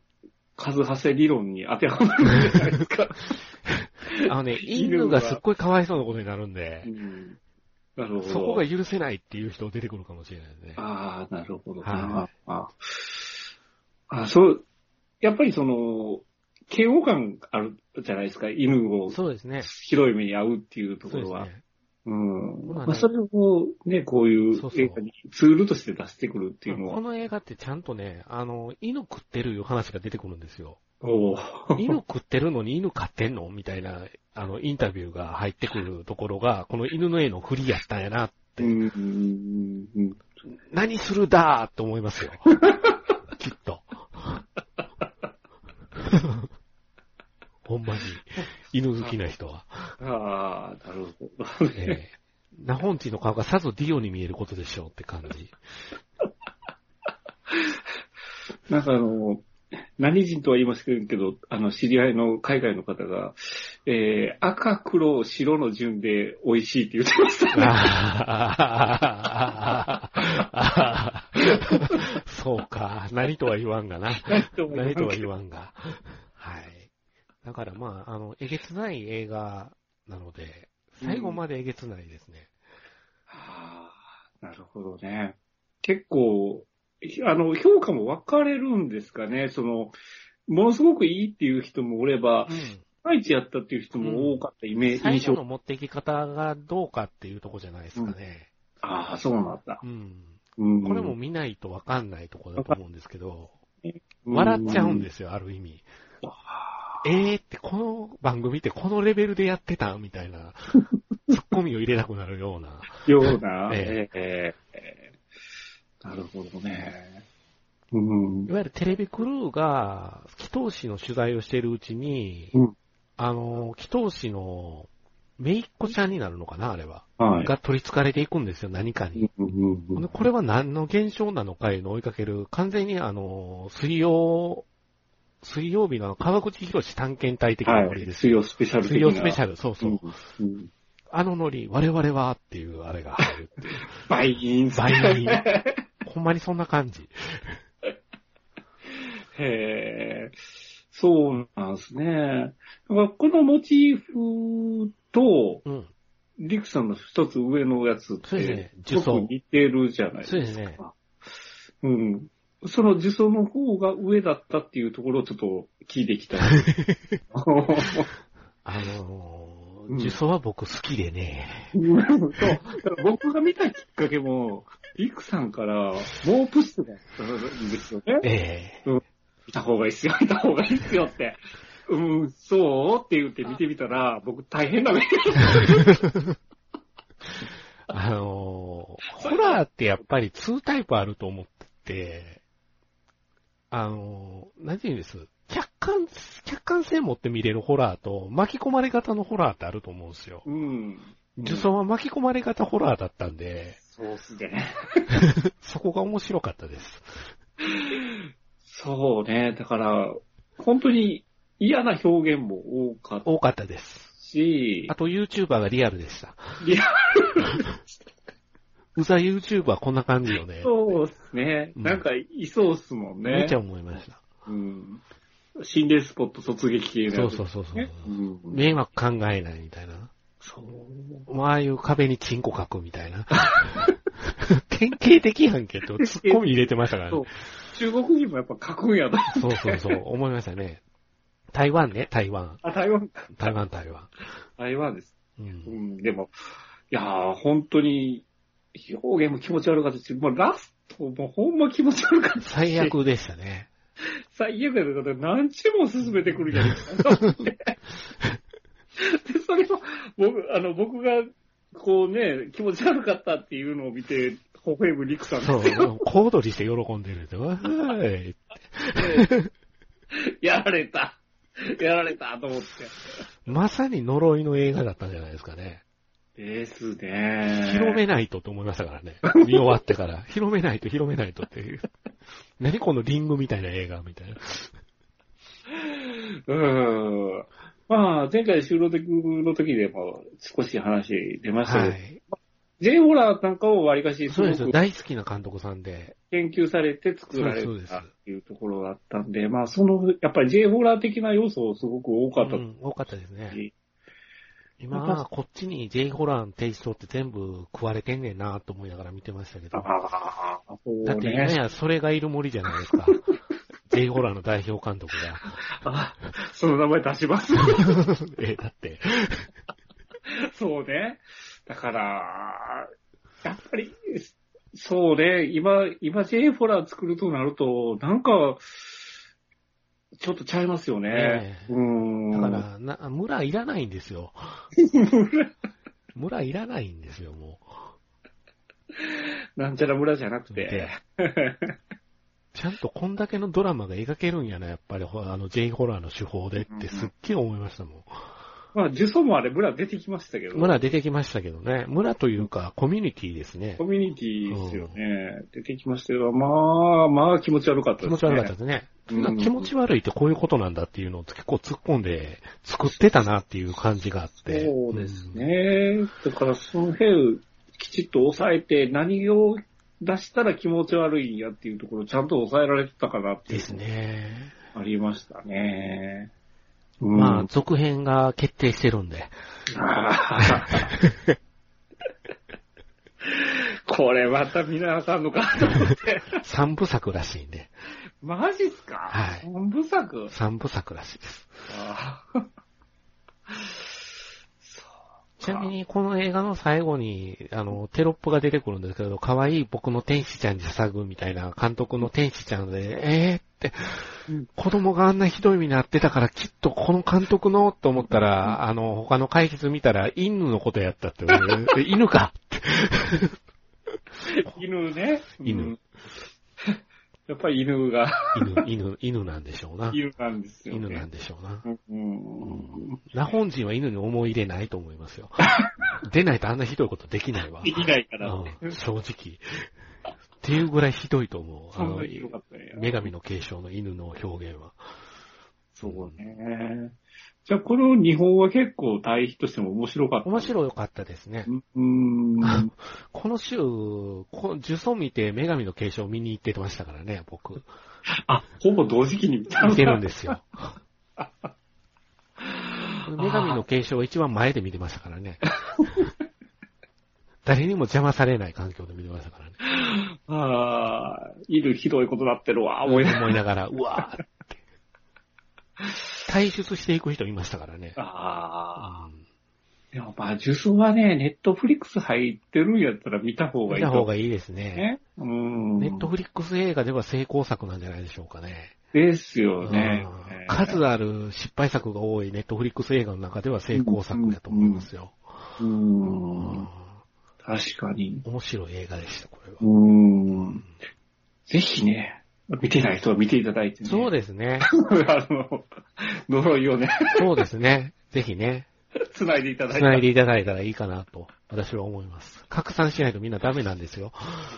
Speaker 3: 数派生理論に当てはまるんじゃないですか。
Speaker 2: あのね、犬がすっごいかわいそうなことになるんで
Speaker 3: う、んなるほど。
Speaker 2: そこが許せないっていう人出てくるかもしれないですね。
Speaker 3: ああ、なるほど
Speaker 2: は
Speaker 3: な。ああ、そう、やっぱりその、嫌悪感あるじゃないですか、犬を
Speaker 2: そうですね。
Speaker 3: 広い目に遭うっていうと
Speaker 2: そ
Speaker 3: こ
Speaker 2: うで
Speaker 3: ろ
Speaker 2: す
Speaker 3: は。
Speaker 2: ね。
Speaker 3: うん。
Speaker 2: まあね
Speaker 3: まあ、それをね、こういう
Speaker 2: そうそう
Speaker 3: 映画にツールとして出してくるっていうの
Speaker 2: こ
Speaker 3: は。
Speaker 2: の映画ってちゃんとね、あの、犬食ってるいう話が出てくるんですよ。
Speaker 3: おー
Speaker 2: 犬食ってるのに犬飼ってんのみたいな、あの、インタビューが入ってくるところが、この犬の絵のフリやったんやな、
Speaker 3: うんうんうん
Speaker 2: 何するだーって思いますよ。きっと。 [LAUGHS] ほんまに、犬好きな人は。
Speaker 3: ああ、なるほど。 [LAUGHS]
Speaker 2: ええナホンチの顔がさぞディオに見えることでしょうって感じ。 [LAUGHS]
Speaker 3: なんかあの、何人とは言いませんけど、あの、知り合いの海外の方が、えー、赤、黒、白の順で美味しいって言ってましたね。
Speaker 2: そうか。何とは言わんがな。何とは言わんが。はい。だからまあ、あの、えげつない映画なので、最後までえげつないですね。
Speaker 3: はあなるほどね。結構、あの、評価も分かれるんですかね。その、ものすごくいいっていう人もおれば、毎日やったっていう人も多かったイメージ、
Speaker 2: 最
Speaker 3: 印
Speaker 2: 初
Speaker 3: 象。
Speaker 2: の持っていき方がどうかっていうとこじゃないですかね。
Speaker 3: ああ、そうなんだ。
Speaker 2: うん。
Speaker 3: うん、
Speaker 2: これも見ないとわかんないとこだと思うんですけど、
Speaker 3: うん
Speaker 2: 笑っちゃうんですよ、ある意味。えーって、この番組ってこのレベルでやってたみたいな、ツッコミを入れなくなるような。、
Speaker 3: ような
Speaker 2: え
Speaker 3: ええええなるほどね。うん
Speaker 2: い。わゆるテレビクルーが、紀藤氏の取材をしているうちに、
Speaker 3: うん
Speaker 2: あの、紀藤氏の、めいっ子ちゃんになるのかな、あれは。
Speaker 3: はい。
Speaker 2: が取り憑かれていくんですよ、何かに。
Speaker 3: うんうんうん
Speaker 2: でこれは何の現象なのかいうのを追いかける、完全にあの、水曜、水曜日のあの川口博士探検隊的なノ
Speaker 3: は
Speaker 2: リ
Speaker 3: い。
Speaker 2: です
Speaker 3: 水
Speaker 2: よ。
Speaker 3: 曜スペシャル的
Speaker 2: 水
Speaker 3: な
Speaker 2: 曜スペシャル、そうそう。
Speaker 3: うんうん
Speaker 2: あのノリ、我々はっていうあれが入
Speaker 3: [LAUGHS]
Speaker 2: るっていう。
Speaker 3: バイインス
Speaker 2: 倍に。ほんまにそんな感じ。
Speaker 3: へえ、そうなんですね。だからこのモチーフと、
Speaker 2: うん。
Speaker 3: リクさんの一つ上のやつっ
Speaker 2: そうですね
Speaker 3: て、
Speaker 2: 樹層
Speaker 3: よく似てるじゃないです
Speaker 2: そ
Speaker 3: か。
Speaker 2: うですね。
Speaker 3: うん。その樹層の方が上だったっていうところをちょっと聞いていきたい。
Speaker 2: [LAUGHS] あの
Speaker 3: う
Speaker 2: ー、
Speaker 3: ん
Speaker 2: 呪詛は僕好きでね。
Speaker 3: そう。僕が見たきっかけも、リクさんから、もうプッシュだったんですよね。
Speaker 2: ええ
Speaker 3: 見た方がいいっすよ、見た方がいいっすよって。うん、そうって言って見てみたら、僕大変な目に
Speaker 2: あのー、ホラーってやっぱり2タイプあると思ってて、あのー、何て言うんです客観、客観性持って見れるホラーと巻き込まれ方のホラーってあると思うんですよ。
Speaker 3: うん。
Speaker 2: 呪詛は巻き込まれ方ホラーだったんで、
Speaker 3: そうっすね。
Speaker 2: そこが面白かったです。
Speaker 3: そうね。だから、本当に嫌な表現も多かった
Speaker 2: 多かったです。
Speaker 3: し
Speaker 2: あ、と YouTuber がリアルでした。
Speaker 3: リア
Speaker 2: [LAUGHS] うざ YouTuber こんな感じよね。
Speaker 3: そうっすね。
Speaker 2: うん
Speaker 3: なんか、いそうっすもん
Speaker 2: め
Speaker 3: ね
Speaker 2: っち。ゃ思いました。
Speaker 3: うん。心霊スポット突撃系の
Speaker 2: そ
Speaker 3: や
Speaker 2: う
Speaker 3: つ
Speaker 2: そうそうそう。
Speaker 3: ね。うん
Speaker 2: 迷惑考えないみたいな。
Speaker 3: そう。
Speaker 2: ああいう壁にチンコ書くみたいな。典型的やんけと、ツッコミ入れてましたからね
Speaker 3: そ。う。中国人もやっぱ書くんやな。
Speaker 2: そうそうそう、思いましたね。台湾ね、台湾。
Speaker 3: あ、 [LAUGHS] 台湾か。
Speaker 2: 台湾、台湾。
Speaker 3: 台湾です。
Speaker 2: う。
Speaker 3: うんん、でも、いやー、本当に、表現も気持ち悪かったし、もうラストもほんま気持ち悪かったし。
Speaker 2: 最。悪でしたね。
Speaker 3: 最悪やけど、何ちゅうも進めてくるじゃないで
Speaker 2: [LAUGHS]
Speaker 3: すか。で、それを、僕、あの、僕が、こうね、気持ち悪かったっていうのを見て、微笑むリクさんが
Speaker 2: そう、小躍りして喜んでるって。わーい。
Speaker 3: やられた。やられたと思って。
Speaker 2: まさに呪いの映画だったんじゃないですかね。
Speaker 3: ですね。
Speaker 2: 広めないとと思いましたからね。見終わってから。広めないと、広めないとっていう。何このリングみたいな映画みたいな。
Speaker 3: うん。まあ、前回収録の時でも少し話出ましたけ
Speaker 2: は
Speaker 3: ど、
Speaker 2: い。
Speaker 3: J ホラーなんかをわりかしす
Speaker 2: そう
Speaker 3: ご
Speaker 2: ですよ。
Speaker 3: く
Speaker 2: 大好きな監督さんで。
Speaker 3: 研究されて作られ
Speaker 2: そうです
Speaker 3: たっていうところだったんで、まあその、やっぱり J ホラー的な要素すごく多か
Speaker 2: う
Speaker 3: った
Speaker 2: ん、多かったですね。
Speaker 3: し、
Speaker 2: 今、こっちに J ホラーのテイストって全部食われてんねんなと思いながら見てましたけど。
Speaker 3: ああ、そう
Speaker 2: だって今
Speaker 3: ね。
Speaker 2: やそれがいる森じゃないですか。J ホラーの代表監督が。
Speaker 3: あその名前出します。 [LAUGHS]
Speaker 2: え、だって。
Speaker 3: そうね。だから、やっぱり、そうね、今、今 J フォラー作るとなると、なんか、ちょっとちゃいますよね。
Speaker 2: ええ
Speaker 3: うん。
Speaker 2: だから、な、村いらないんですよ。村いらないんですよ、も
Speaker 3: なんちゃら村じゃなく
Speaker 2: う。
Speaker 3: て
Speaker 2: で。ちゃんとこんだけのドラマが描けるんやな、やっぱり、ほあの、J ホラーの手法でってすっげえ思いましたも
Speaker 3: まあ、呪詛もあれ、村出てきましたけど。
Speaker 2: ん。村出てきましたけどね。村というか、コミュニティですね
Speaker 3: コ。ミュニティですよね。出てきましたけど、まあ、まあ気持ち悪かった
Speaker 2: 気
Speaker 3: ですね。
Speaker 2: 持ち悪かったですね。
Speaker 3: うん
Speaker 2: 気持ち悪いってこういうことなんだっていうのを結構突っ込んで作ってたなっていう感じがあって。
Speaker 3: そうですね。だからその辺をきちっと抑えて、何を出したら気持ち悪いんやっていうところをちゃんと抑えられてたかなっ
Speaker 2: うん。
Speaker 3: てい
Speaker 2: で
Speaker 3: う
Speaker 2: す
Speaker 3: のが
Speaker 2: ね。
Speaker 3: ありましたね。うん
Speaker 2: まあ、続編が決定してるんで。
Speaker 3: あー [LAUGHS] これまた皆さんのかと思って。
Speaker 2: 三部作らしいんで。
Speaker 3: マジっすか
Speaker 2: はい
Speaker 3: 本部作
Speaker 2: 三部作らしいです。
Speaker 3: あーそうか
Speaker 2: ちなみに、この映画の最後に、あの、テロップが出てくるんですけど、可愛い僕の天使ちゃんに捧ぐみたいな監督の天使ちゃんで、えーって
Speaker 3: うん、
Speaker 2: 子供があんなひどい目になってたから、きっとこの監督の、と思ったら、あの、他の解説見たら、犬のことやったって言わ
Speaker 3: [LAUGHS]
Speaker 2: れて犬か
Speaker 3: 犬ね。
Speaker 2: 犬
Speaker 3: うん。やっぱり犬が、
Speaker 2: 犬、
Speaker 3: [LAUGHS]
Speaker 2: 犬、犬なんでしょうな。
Speaker 3: 犬なんですよね。
Speaker 2: 犬なんでしょうな。
Speaker 3: うん。
Speaker 2: 日本人は犬に思い入れないと思います
Speaker 3: [LAUGHS]
Speaker 2: よ。出ないとあんなひどいことできないわ。
Speaker 3: できないからね。
Speaker 2: うん、正直。っていうぐらいひどいと思う。
Speaker 3: そ
Speaker 2: あ
Speaker 3: ん
Speaker 2: の
Speaker 3: な、に良かったんや。
Speaker 2: 女神の継承の犬の表現は。
Speaker 3: そうね。じゃあ、この日本は結構対比としても面白かった。
Speaker 2: 面白かったですね。
Speaker 3: うん。
Speaker 2: この週、こ呪詛見て女神の継承見に行ってましたからね、僕。
Speaker 3: あ、ほぼ同時期に見た
Speaker 2: 見てるん
Speaker 3: で。
Speaker 2: です
Speaker 3: [LAUGHS]
Speaker 2: よ。女神の継承は一番前で見てました
Speaker 3: [LAUGHS]
Speaker 2: からね。誰にも邪魔されない環境で見てましたからね。
Speaker 3: ああ、犬ひどいことなってるわ、思
Speaker 2: 思
Speaker 3: い
Speaker 2: い
Speaker 3: ながら。
Speaker 2: ながら、うわーって。退出していく人いましたからね。
Speaker 3: ああ。
Speaker 2: うん
Speaker 3: でもまあ、呪詛はね、ネットフリックス入ってるんやったら見た方がい
Speaker 2: 見た
Speaker 3: い。
Speaker 2: 方がいいですね。
Speaker 3: ね。うん。
Speaker 2: ネットフリックス映画では成功作なんじゃないでしょうかね。
Speaker 3: ですよね
Speaker 2: うん。数ある失敗作が多いネットフリックス映画の中では成功作だと思いますよ。
Speaker 3: う
Speaker 2: うんん
Speaker 3: 確かに。
Speaker 2: 面白い映画でした、これは
Speaker 3: う。ん。ぜひね、見てない人は見ていただいてね。
Speaker 2: そう
Speaker 3: で
Speaker 2: です [LAUGHS] ね。
Speaker 3: す。 [LAUGHS] あの、呪いをね、 [LAUGHS]
Speaker 2: そうですね。ぜひね、
Speaker 3: 繋いでいただいた
Speaker 2: 繋いでいただいたらいいかなと、私は思います。拡散しないとみんなダメなんですよ。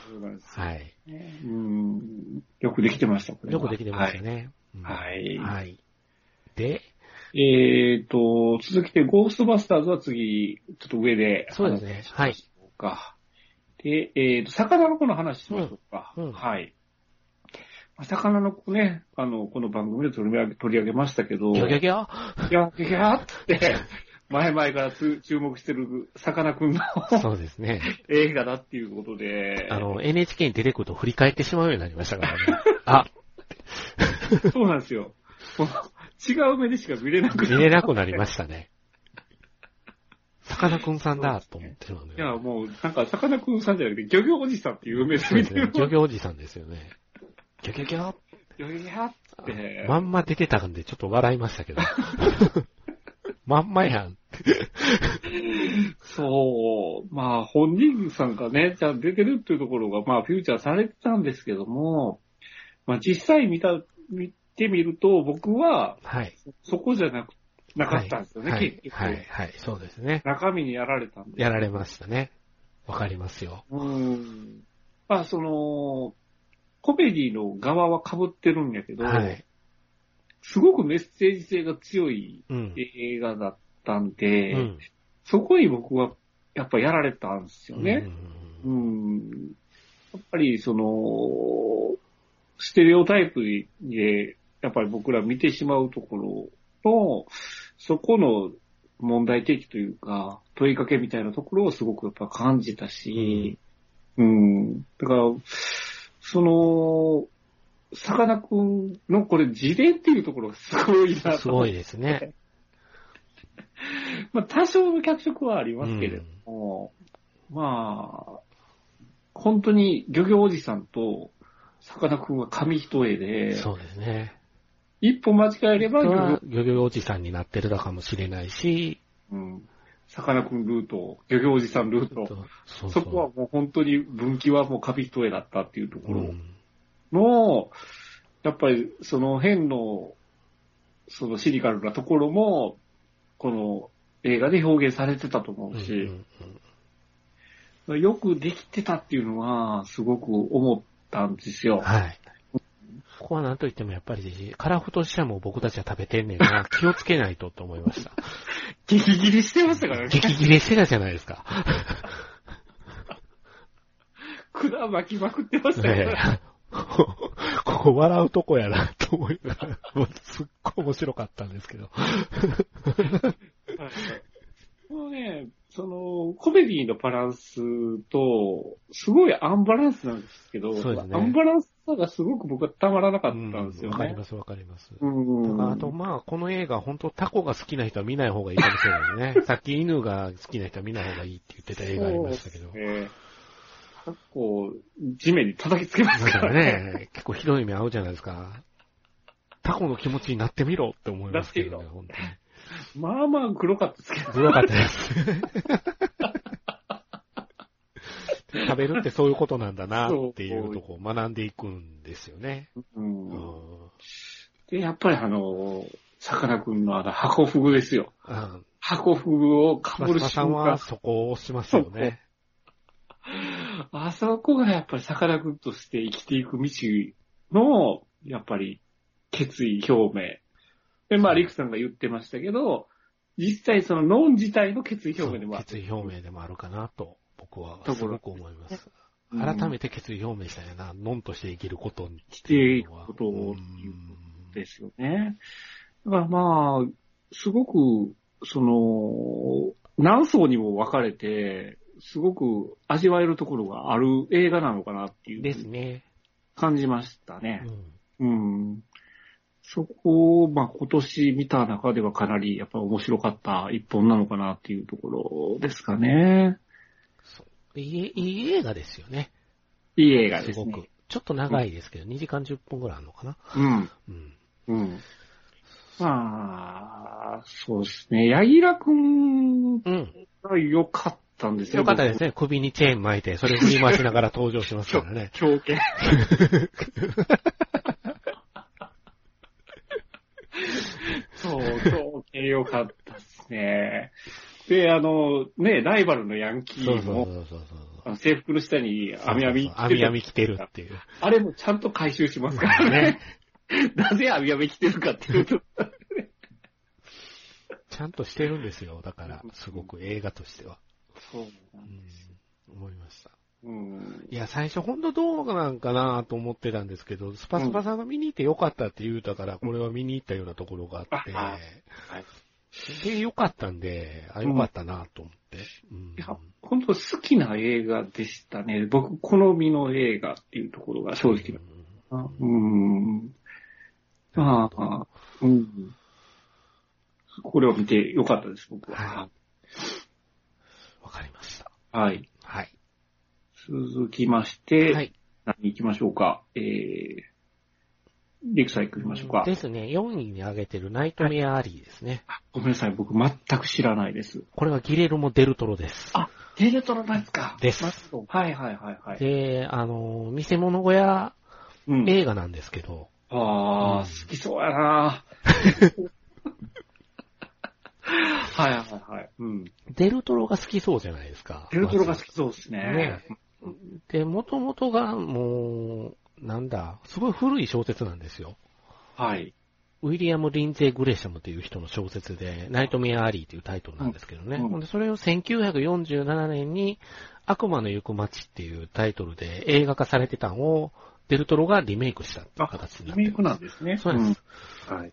Speaker 3: そうなんですよ
Speaker 2: はい。
Speaker 3: ねうん。よくできてました、これ
Speaker 2: よ
Speaker 3: は
Speaker 2: くできてました。ね。
Speaker 3: はい
Speaker 2: うん
Speaker 3: は
Speaker 2: はい。で、
Speaker 3: い。えーと、続きて、ゴーストバスターズは次、ちょっと上で。
Speaker 2: そうですねはい
Speaker 3: 話しましょうか。で、えーと、魚の子の話しましょうか。
Speaker 2: うんうん
Speaker 3: はい。まあ魚の子ね、あの、この番組で取り上げ取り上げましたけど。
Speaker 2: ギョギョギ [LAUGHS] ョ
Speaker 3: いや、いやって、前々からつ注目してるさかなクンの
Speaker 2: そうですね。
Speaker 3: 映画だっていうことで、
Speaker 2: あの、NHK に出てくると振り返ってしまうようになりました [LAUGHS] からね。あ、
Speaker 3: そうなんですよ。もう違う目でしか見れなく
Speaker 2: 見
Speaker 3: て。
Speaker 2: れなくなりましたね。さかなクンさんだと思ってるので。
Speaker 3: いや、もう、なんか、さかなクンさんじゃなくて、漁業おじさんっていう目で
Speaker 2: そう
Speaker 3: 見
Speaker 2: です
Speaker 3: て
Speaker 2: ね
Speaker 3: る。。
Speaker 2: 漁業おじさんですよね。ギョギョギョ
Speaker 3: 漁業って、
Speaker 2: まんま出てたんでちょっと笑いましたけど。まんまやん。
Speaker 3: そう、まあ、本人さんがね、じゃあ出てるっていうところが、まあ、フューチャーされてたんですけども、まあ、実際見た、見てみると、僕は、
Speaker 2: はい。
Speaker 3: そこじゃなく、なかったんですよね、
Speaker 2: はい
Speaker 3: 結局。
Speaker 2: はい。はい。そうですね。
Speaker 3: 中身にやられたんで。
Speaker 2: やられましたね。わかりますよ。
Speaker 3: うん。まあ、その、コメディの側は被ってるんやけど、
Speaker 2: はい。
Speaker 3: すごくメッセージ性が強い
Speaker 2: うん。
Speaker 3: 映画だったんで、
Speaker 2: うん
Speaker 3: そこに僕はやっぱやられたんですよね。
Speaker 2: う
Speaker 3: うんん。やっぱり、その、ステレオタイプで、やっぱり僕ら見てしまうところの、そこの、問題提起というか、問いかけみたいなところをすごくやっぱ感じたし、うん。だから、その、さかなクンのこれ事例っていうところがすごいなと。
Speaker 2: すごいですね。
Speaker 3: まあ、多少の脚色はありますけれども、まあ、本当に漁業おじさんと、さかなクンは紙一重で、
Speaker 2: そうですね。
Speaker 3: 一歩間違えれば
Speaker 2: 人
Speaker 3: 漁
Speaker 2: は漁
Speaker 3: 業、
Speaker 2: 業おじさんになってるのかもしれないし、
Speaker 3: うん、さかなクンルート、漁業おじさんルー
Speaker 2: そ
Speaker 3: ト、
Speaker 2: う
Speaker 3: そこはもう本当に分岐はもう紙一重だったっていうとこ
Speaker 2: う
Speaker 3: ろ
Speaker 2: ん
Speaker 3: の、やっぱりその辺の、そのシニカルなところも、この映画で表現されてたと思
Speaker 2: うん
Speaker 3: うし、
Speaker 2: うん
Speaker 3: よくできてたっていうのは、すごく思ったんです
Speaker 2: うん
Speaker 3: よ。
Speaker 2: はい。ここはなんといってもやっぱり、カラフトシャムを僕たちは食べてんねん [LAUGHS] な。気をつけないとと思いました。
Speaker 3: ギリギリしてましたからね。
Speaker 2: 激切れしてたじゃないですか。
Speaker 3: 管巻きまくってました
Speaker 2: ね
Speaker 3: よ。
Speaker 2: えここ笑うとこやなと思いながら、もうすっごい面白かったんですけど。
Speaker 3: もうね、その、コメディのバランスと、すごいアンバランスなんですけど、
Speaker 2: そうですね
Speaker 3: アンバランスさがすごく僕はたまらなかったんです
Speaker 2: う
Speaker 3: よ
Speaker 2: んわかり
Speaker 3: ね。
Speaker 2: ますわかります。
Speaker 3: うん。
Speaker 2: だからあと、まあ、この映画、本当タコが好きな人は見ない方がいいかもしれない
Speaker 3: [LAUGHS]
Speaker 2: ね。さっき犬が好きな人は見ない方がいいって言ってた映画ありましたけど。
Speaker 3: えー、こう、地面に叩きつけます
Speaker 2: だ
Speaker 3: か
Speaker 2: からら
Speaker 3: ね。
Speaker 2: ね、結構ひどい目合うじゃないですか。タコの気持ちになってみろって思いますけどね、
Speaker 3: なってみろ
Speaker 2: 本当に。
Speaker 3: まあまあ黒かったですけど。
Speaker 2: ずるかったです。食べるってそういうことなんだなっていうとこを学んでいくんですよね。
Speaker 3: う。
Speaker 2: うんん
Speaker 3: で、やっぱりあの、さかなクンのあの、箱フグですよ。
Speaker 2: あ
Speaker 3: 箱フグをか
Speaker 2: 松
Speaker 3: ぶる
Speaker 2: 島さ
Speaker 3: 瞬
Speaker 2: んは
Speaker 3: 間。
Speaker 2: そこを押しますよね。
Speaker 3: あそこがやっぱり魚くんとして生きていく道の、やっぱり決意表明。で、まあ、リクさんが言ってましたけど、実際そのノン自体の決意表明でもあ
Speaker 2: 決意表明でもあるかなと、僕は
Speaker 3: と
Speaker 2: す
Speaker 3: ころ
Speaker 2: ごく思います。
Speaker 3: うん
Speaker 2: 改めて決意表明したんやな、ノンとして生きることに。
Speaker 3: 生きていくことを
Speaker 2: うん
Speaker 3: ですよね。だからまあ、すごく、その、何層にも分かれて、すごく味わえるところがある映画なのかなっていう
Speaker 2: ですね。
Speaker 3: 感じましたね
Speaker 2: う。ん
Speaker 3: うん。そこを、まあ、今年見た中ではかなり、やっぱ面白かった一本なのかなっていうところですかね。
Speaker 2: そういいいい映画ですよね。
Speaker 3: いい映画
Speaker 2: す
Speaker 3: です
Speaker 2: ご
Speaker 3: ね。
Speaker 2: く。ちょっと長いですけど、2時間10分ぐらいあるのかな。
Speaker 3: うん。
Speaker 2: うん。
Speaker 3: うん。まあ、そうですね。柳楽くん
Speaker 2: うん。
Speaker 3: が良かったんですよ。
Speaker 2: よかったですね。首にチェーン巻いて、それを振り回しながら登場しますから
Speaker 3: [LAUGHS]
Speaker 2: ね。
Speaker 3: 狂犬。
Speaker 2: [LAUGHS]
Speaker 3: そう、狂犬良かったですね。で、あの、ね、ライバルのヤンキ
Speaker 2: そう
Speaker 3: ー
Speaker 2: そう
Speaker 3: も、
Speaker 2: そうそうそう。
Speaker 3: あの制服の下に
Speaker 2: そ
Speaker 3: 網網
Speaker 2: うそうそう網網着てるっていう。
Speaker 3: あれもちゃんと回収しますから
Speaker 2: ね。
Speaker 3: ね。なぜ網網着てるかっていうと。
Speaker 2: ちゃんとしてるんですよ。だから、すごく映画としては。
Speaker 3: そうな
Speaker 2: うんん
Speaker 3: ですよ。
Speaker 2: 思いました。
Speaker 3: うん
Speaker 2: いや、最初ほんとどうなんかなと思ってたんですけど、スパスパさんが見に行ってよかったって言うたから、これは見に行ったようなところがあって、
Speaker 3: あはい
Speaker 2: で、よかったんで、あ、よかったなと思って。うん
Speaker 3: いや、本当好きな映画でしたね。僕、好みの映画っていうところが正直なあうん。まあ、うん。これを見てよかったです、僕は
Speaker 2: は。わかりました。
Speaker 3: はい。
Speaker 2: はい。
Speaker 3: 続きまして、
Speaker 2: はい。
Speaker 3: 何行きましょうか。えー、リクさん行きましょうか。
Speaker 2: ですね、4位に挙げてるナイトメアアリーですね。
Speaker 3: あごめんなさい、僕全く知らないです。
Speaker 2: これはギレルモ・デルトロです。
Speaker 3: あ、デルトロナイツか。
Speaker 2: です
Speaker 3: マストはいはいはいはい。
Speaker 2: で、あの、見せ物小屋
Speaker 3: うん、
Speaker 2: 映画なんですけど、
Speaker 3: ああ、
Speaker 2: うん
Speaker 3: 好きそうやなはいはいはい。うん。
Speaker 2: デルトロが好きそうじゃないですか。
Speaker 3: デルトロが好きそうですね。
Speaker 2: ねで、元々がもう、なんだ、すごい古い小説なんですよ。
Speaker 3: はい。
Speaker 2: ウィリアム・リンゼー・グレシャムという人の小説で、ナイトメア・アリーというタイトルなんですけどね。
Speaker 3: うんうん
Speaker 2: ほんでそれを1947年に、悪魔の行く街っていうタイトルで映画化されてたのを、デルトロがリメイクしたっていう形に
Speaker 3: リ
Speaker 2: なって
Speaker 3: メ
Speaker 2: る
Speaker 3: イクなんですね。
Speaker 2: そうです。
Speaker 3: うん。はい。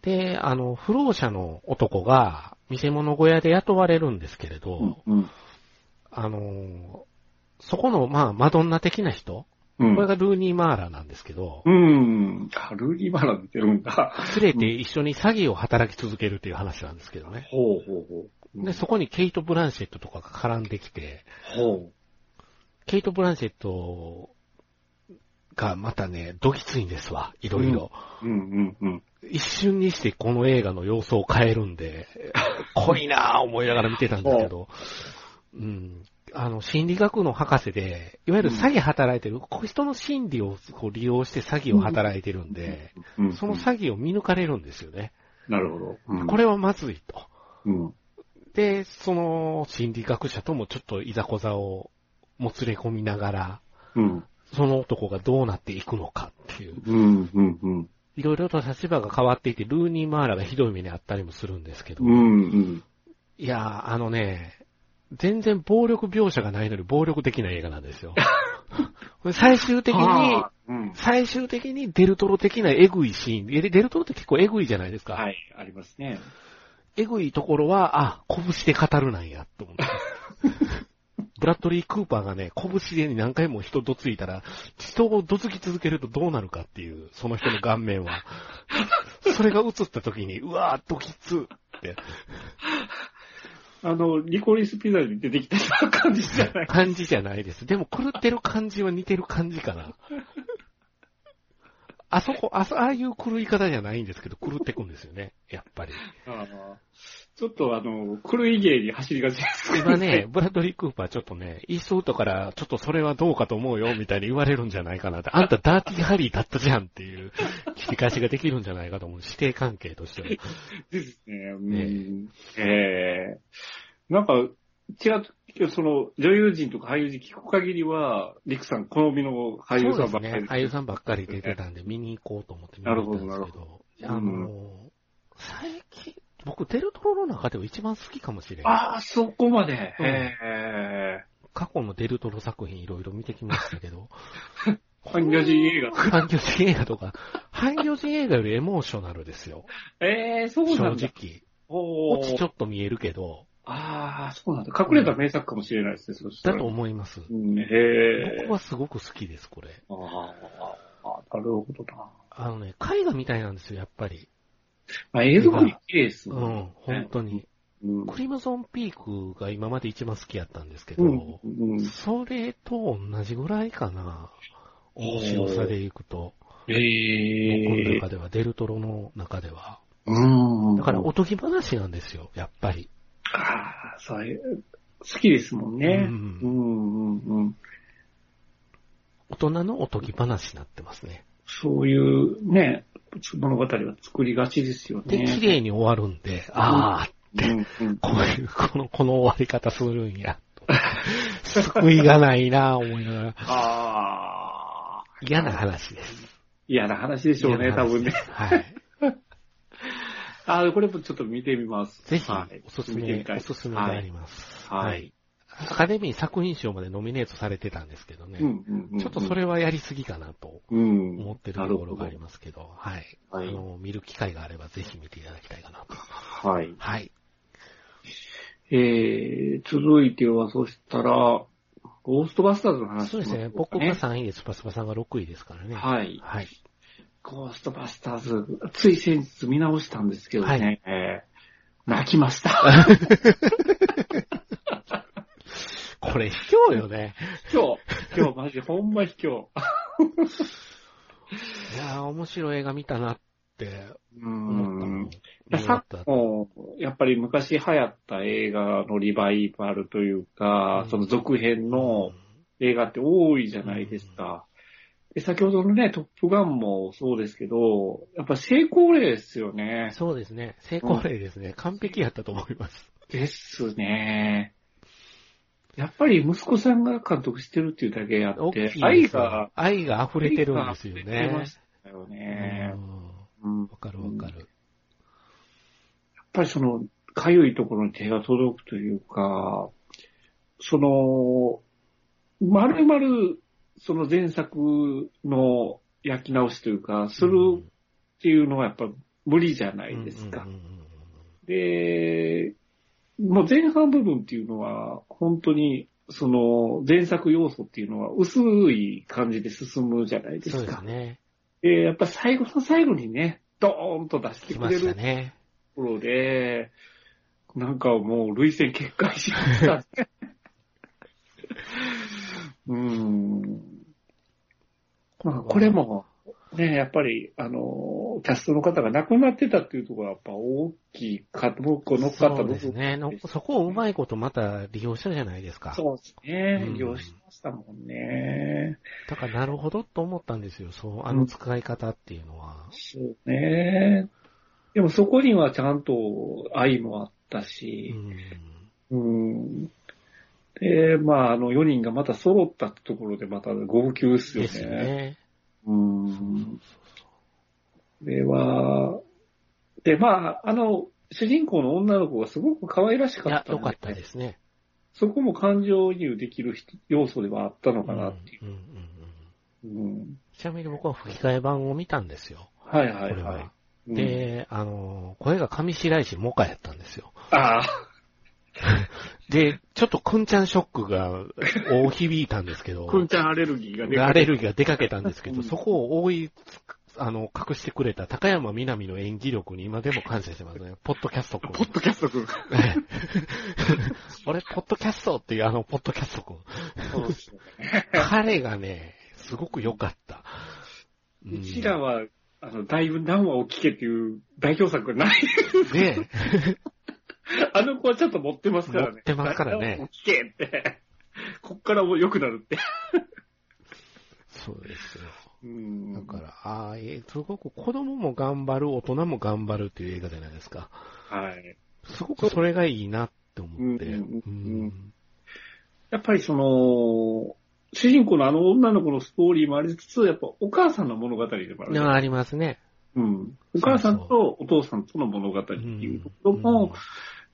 Speaker 2: で、あの、不老者の男が、見せ物小屋で雇われるんですけれど、
Speaker 3: うん。
Speaker 2: あの、そこの、まあ、マドンナ的な人、
Speaker 3: うん。
Speaker 2: これがルーニー・マーラなんですけど、
Speaker 3: うん。あルーギーバラ見てるんだ。
Speaker 2: 連れて一緒に詐欺を働き続けるっていう話なんですけどね。
Speaker 3: ほうほうほう。
Speaker 2: で、そこにケイト・ブランシェットとかが絡んできて、
Speaker 3: ほ
Speaker 2: ケイト・ブランシェットがまたね、どぎついんですわ、いろいろ。
Speaker 3: う。うんうんうん。
Speaker 2: 一瞬にしてこの映画の様相を変えるん
Speaker 3: [LAUGHS]
Speaker 2: で、濃いなぁ思いながら見てたんですけど、うん。あの、心理学の博士で、いわゆる詐欺働いてる、こう人の心理をこう利用して詐欺を働いてるんで、
Speaker 3: うん
Speaker 2: その詐欺を見抜かれるんですよね。
Speaker 3: なるほど。うん
Speaker 2: これはまずいと。
Speaker 3: うん。
Speaker 2: で、その心理学者ともちょっといざこざをもつれ込みながら、
Speaker 3: うん。
Speaker 2: その男がどうなっていくのかっていう。
Speaker 3: うんうんうん。
Speaker 2: いろいろと立場が変わっていて、ルーニー・マーラがひどい目にあったりもするんですけど、
Speaker 3: うんうん。
Speaker 2: いやー、あのね、全然暴力描写がないのに暴力的な映画なんです
Speaker 3: [LAUGHS]
Speaker 2: よ。これ最終的に
Speaker 3: あ、あうん。
Speaker 2: 最終的にデルトロ的なエグいシーン、デデルトロって結構エグいじゃないですか。
Speaker 3: はい、ありますね。
Speaker 2: エグいところは、あ、拳で語るなんや、と思って。ブラッドリー・クーパーがね、拳で何回も人どついたら、人をどつき続けるとどうなるかっていう、その人の顔面は。それが映った時に、うわー、ドキツって
Speaker 3: あの、リコリスピザに出てきたような感じじゃない。
Speaker 2: 感じじゃないです。でも狂ってる感じは似てる感じかな。あそこ、あそ、ああいう狂い方じゃないんですけど、狂ってくんですよね、やっぱり。
Speaker 3: ああちょっとあの、狂い芸に走りがちです
Speaker 2: 今 [LAUGHS] ね、ブラッドリー・クーパーちょっとね、イーストウッドからちょっとそれはどうかと思うよ、みたいに言われるんじゃないかなって、あんたダーティーハリーだったじゃんっていう、聞き返しができるんじゃないかと思う、指定関係としては。
Speaker 3: ですね。うん。ええなんか、違う、その、女優陣とか俳優陣聞く限りは、リクさん好みの [LAUGHS] 俳優さんばっかり
Speaker 2: そうですね。俳優さんばっかり出てたんで、見に行こうと思って見に行ったんですけど、
Speaker 3: なる
Speaker 2: あ
Speaker 3: ほどなる
Speaker 2: の、最近、僕、デルトロの中では一番好きかもしれない。
Speaker 3: ああ、そこまで。へ
Speaker 2: うん
Speaker 3: え
Speaker 2: 過去のデルトロ作品いろいろ見てきましたけ
Speaker 3: [LAUGHS]
Speaker 2: ど、
Speaker 3: 半魚人映画。
Speaker 2: 半魚人映画とか、半魚人映画よりエモーショナルですよ。
Speaker 3: ええそう
Speaker 2: 正
Speaker 3: なんだ。
Speaker 2: 直。
Speaker 3: お
Speaker 2: 落ちちょ
Speaker 3: ー
Speaker 2: っと見えるけど、
Speaker 3: ああ、そうなんだ。隠れた名作かもしれないですね、そした
Speaker 2: だ
Speaker 3: ら
Speaker 2: と。思います。
Speaker 3: うん、へ
Speaker 2: 僕
Speaker 3: え
Speaker 2: はすごく好きです、これ。
Speaker 3: ああ、なるほどな。
Speaker 2: あのね、絵画みたいなんですよ、やっぱり。
Speaker 3: まあ、映像も綺麗です
Speaker 2: う
Speaker 3: もんね。
Speaker 2: ん、本当に。
Speaker 3: うん。
Speaker 2: クリムゾンピークが今まで一番好きやったんですけど、
Speaker 3: うん。うん
Speaker 2: それと同じぐらいかな。面白さでいくと、僕の
Speaker 3: ええ
Speaker 2: 中では、デルトロの中では。
Speaker 3: うん。
Speaker 2: だから、おとぎ話なんですよ、やっぱり。
Speaker 3: ああ、そういう、好きですもんね。
Speaker 2: う
Speaker 3: うんん、うん、うん。
Speaker 2: 大人のおとぎ話になってますね。
Speaker 3: そういうね、物語は作りがちですよ
Speaker 2: で、
Speaker 3: ね。
Speaker 2: 綺麗に終わるんで、ああ、
Speaker 3: うん、うん。
Speaker 2: こういう、この、この終わり方するんや。救いがないなぁ、思いながら。
Speaker 3: ああ、
Speaker 2: 嫌な話です。
Speaker 3: 嫌な話でしょうね、
Speaker 2: 嫌な
Speaker 3: 多
Speaker 2: 話
Speaker 3: 分
Speaker 2: で
Speaker 3: ね
Speaker 2: す。はい。
Speaker 3: ああ、これもちょっと見てみます。
Speaker 2: ぜひ
Speaker 3: はい、
Speaker 2: おすす
Speaker 3: 見てみ
Speaker 2: め、
Speaker 3: たい
Speaker 2: おすすめがあります。
Speaker 3: はい
Speaker 2: は
Speaker 3: はい
Speaker 2: い。アカデミー作品賞までノミネートされてたんですけどね。
Speaker 3: うんうんうん、
Speaker 2: ちょっとそれはやりすぎかなと
Speaker 3: うん、
Speaker 2: 思ってるところがありますけど、はい。あ
Speaker 3: はい
Speaker 2: の、見る機会があればぜひ見ていただきたいかなと。
Speaker 3: す。はい。
Speaker 2: はい。
Speaker 3: えー、続いては、そしたら、ゴーストバスターズの話
Speaker 2: そうですね。
Speaker 3: しましょ
Speaker 2: 僕
Speaker 3: うか
Speaker 2: が3位で、スパスパさんが6位ですからね。い。
Speaker 3: はい。
Speaker 2: はい。
Speaker 3: ゴーストバスターズ、つい先日見直したんですけどね、
Speaker 2: は
Speaker 3: えー泣き
Speaker 2: [LAUGHS]
Speaker 3: ました。
Speaker 2: これ卑怯よね。
Speaker 3: 今日、今日マジ、ほんま卑怯。
Speaker 2: いやー、面白い映画見たなって
Speaker 3: う
Speaker 2: 思ったの
Speaker 3: ん。
Speaker 2: 見終わ
Speaker 3: さ
Speaker 2: った後
Speaker 3: もう、やっぱり昔流行った映画のリバイバルというか、
Speaker 2: うん
Speaker 3: その続編の映画って多いじゃないですか。で先ほどのね、トップガンもそうですけど、やっぱ成功例ですよね。
Speaker 2: そうですね。成功例ですね。完璧やったと思います。
Speaker 3: ですね。やっぱり息子さんが監督してるっていうだけあ
Speaker 2: 大
Speaker 3: っ
Speaker 2: きいで
Speaker 3: て
Speaker 2: す、よ
Speaker 3: 愛が、
Speaker 2: 愛が溢れてるんですよ
Speaker 3: 愛が溢れて
Speaker 2: ね
Speaker 3: ま。したよ
Speaker 2: う
Speaker 3: ね。
Speaker 2: ん
Speaker 3: うん
Speaker 2: わかるわかる。
Speaker 3: やっぱりその、かゆいところに手が届くというか、その、まるまる、その前作の焼き直しというか、するっていうのはやっぱ無理じゃないですか。で、もう前半部分っていうのは、本当に、その前作要素っていうのは薄い感じで進むじゃないで
Speaker 2: そう
Speaker 3: す
Speaker 2: です
Speaker 3: か。
Speaker 2: ね。
Speaker 3: でやっぱ最後の最後にね、ドーンと出して
Speaker 2: 来
Speaker 3: く
Speaker 2: ま
Speaker 3: れ
Speaker 2: した
Speaker 3: ると
Speaker 2: ね。
Speaker 3: ころで、なんかもう累戦決壊しました
Speaker 2: [LAUGHS]
Speaker 3: ね。うーん。まあこれも、ね、やっぱり、あの、キャストの方が亡くなってたっていうところはやっぱ大きいか、僕乗っかった
Speaker 2: そう
Speaker 3: 部分
Speaker 2: ですね。のそこをうまいことまた利用したじゃないですか。
Speaker 3: そうですね
Speaker 2: う。ん
Speaker 3: 利用しましたもんね。
Speaker 2: だからなるほどと思ったんですよ。そう、あ
Speaker 3: う
Speaker 2: の
Speaker 3: ん
Speaker 2: 使い方っていうのは。
Speaker 3: そうね。でもそこにはちゃんと愛もあった
Speaker 2: う
Speaker 3: し、
Speaker 2: ん。
Speaker 3: うん。で、まあ、あの、4人がまた揃ったってところでまた号泣ですよ
Speaker 2: で
Speaker 3: ね。
Speaker 2: すよね。
Speaker 3: うん。では、で、まあ、あの、主人公の女の子がすごく可愛らし
Speaker 2: い
Speaker 3: か
Speaker 2: や
Speaker 3: っ、た
Speaker 2: 良
Speaker 3: ん
Speaker 2: かったですね。
Speaker 3: そこも感情移入できる人要素ではあったの
Speaker 2: う
Speaker 3: か
Speaker 2: んうんう
Speaker 3: なんっていう。
Speaker 2: うん
Speaker 3: うん。
Speaker 2: ちなみに僕は吹き替え版を見たんですよ。
Speaker 3: はいは
Speaker 2: こ
Speaker 3: い
Speaker 2: れ
Speaker 3: は。。
Speaker 2: はいで、あの、声が上白石萌歌やったんですよ。
Speaker 3: ああ、
Speaker 2: で、ちょっとくんちゃんショックが大響いたんですけど、
Speaker 3: [LAUGHS] [LAUGHS] くんちゃんアレルギーが出
Speaker 2: アレルギーが出かけたんですけ
Speaker 3: う
Speaker 2: ど、
Speaker 3: ん
Speaker 2: そこを覆いつく、あの、隠してくれた高山みなみの演技力に今でも感謝して
Speaker 3: [LAUGHS]
Speaker 2: ますね。ポッドキャスト君。
Speaker 3: ポ
Speaker 2: [LAUGHS]
Speaker 3: ッドキャスト君。
Speaker 2: ええ俺、ポッドキャストっていうあの、ポッドキャスト君。
Speaker 3: そうですね。
Speaker 2: 彼がね、すごく良かった。ん
Speaker 3: うちらは、あの、だいぶ何話を聞けっていう代表作がない。
Speaker 2: ね
Speaker 3: [LAUGHS] あの子はちょっと持ってますからね。
Speaker 2: 持ってます
Speaker 3: [LAUGHS]
Speaker 2: からね
Speaker 3: 何話を聞けって。こっからもう良くな
Speaker 2: [LAUGHS]
Speaker 3: るって。
Speaker 2: そうですよ。
Speaker 3: うん。
Speaker 2: だから、ああ、えすごく子供も頑張る、大人も頑張るっていう映画じゃないですか。
Speaker 3: はい。
Speaker 2: すごくそれがいいなって思って。
Speaker 3: うんうんうん
Speaker 2: うん
Speaker 3: やっぱりその、主人公のあの女の子のストーリーもありつつ、やっぱお母さんの物語でもある
Speaker 2: い
Speaker 3: ね、
Speaker 2: やありますね。
Speaker 3: うん。お母さんとお父さんとの物語っていうところも、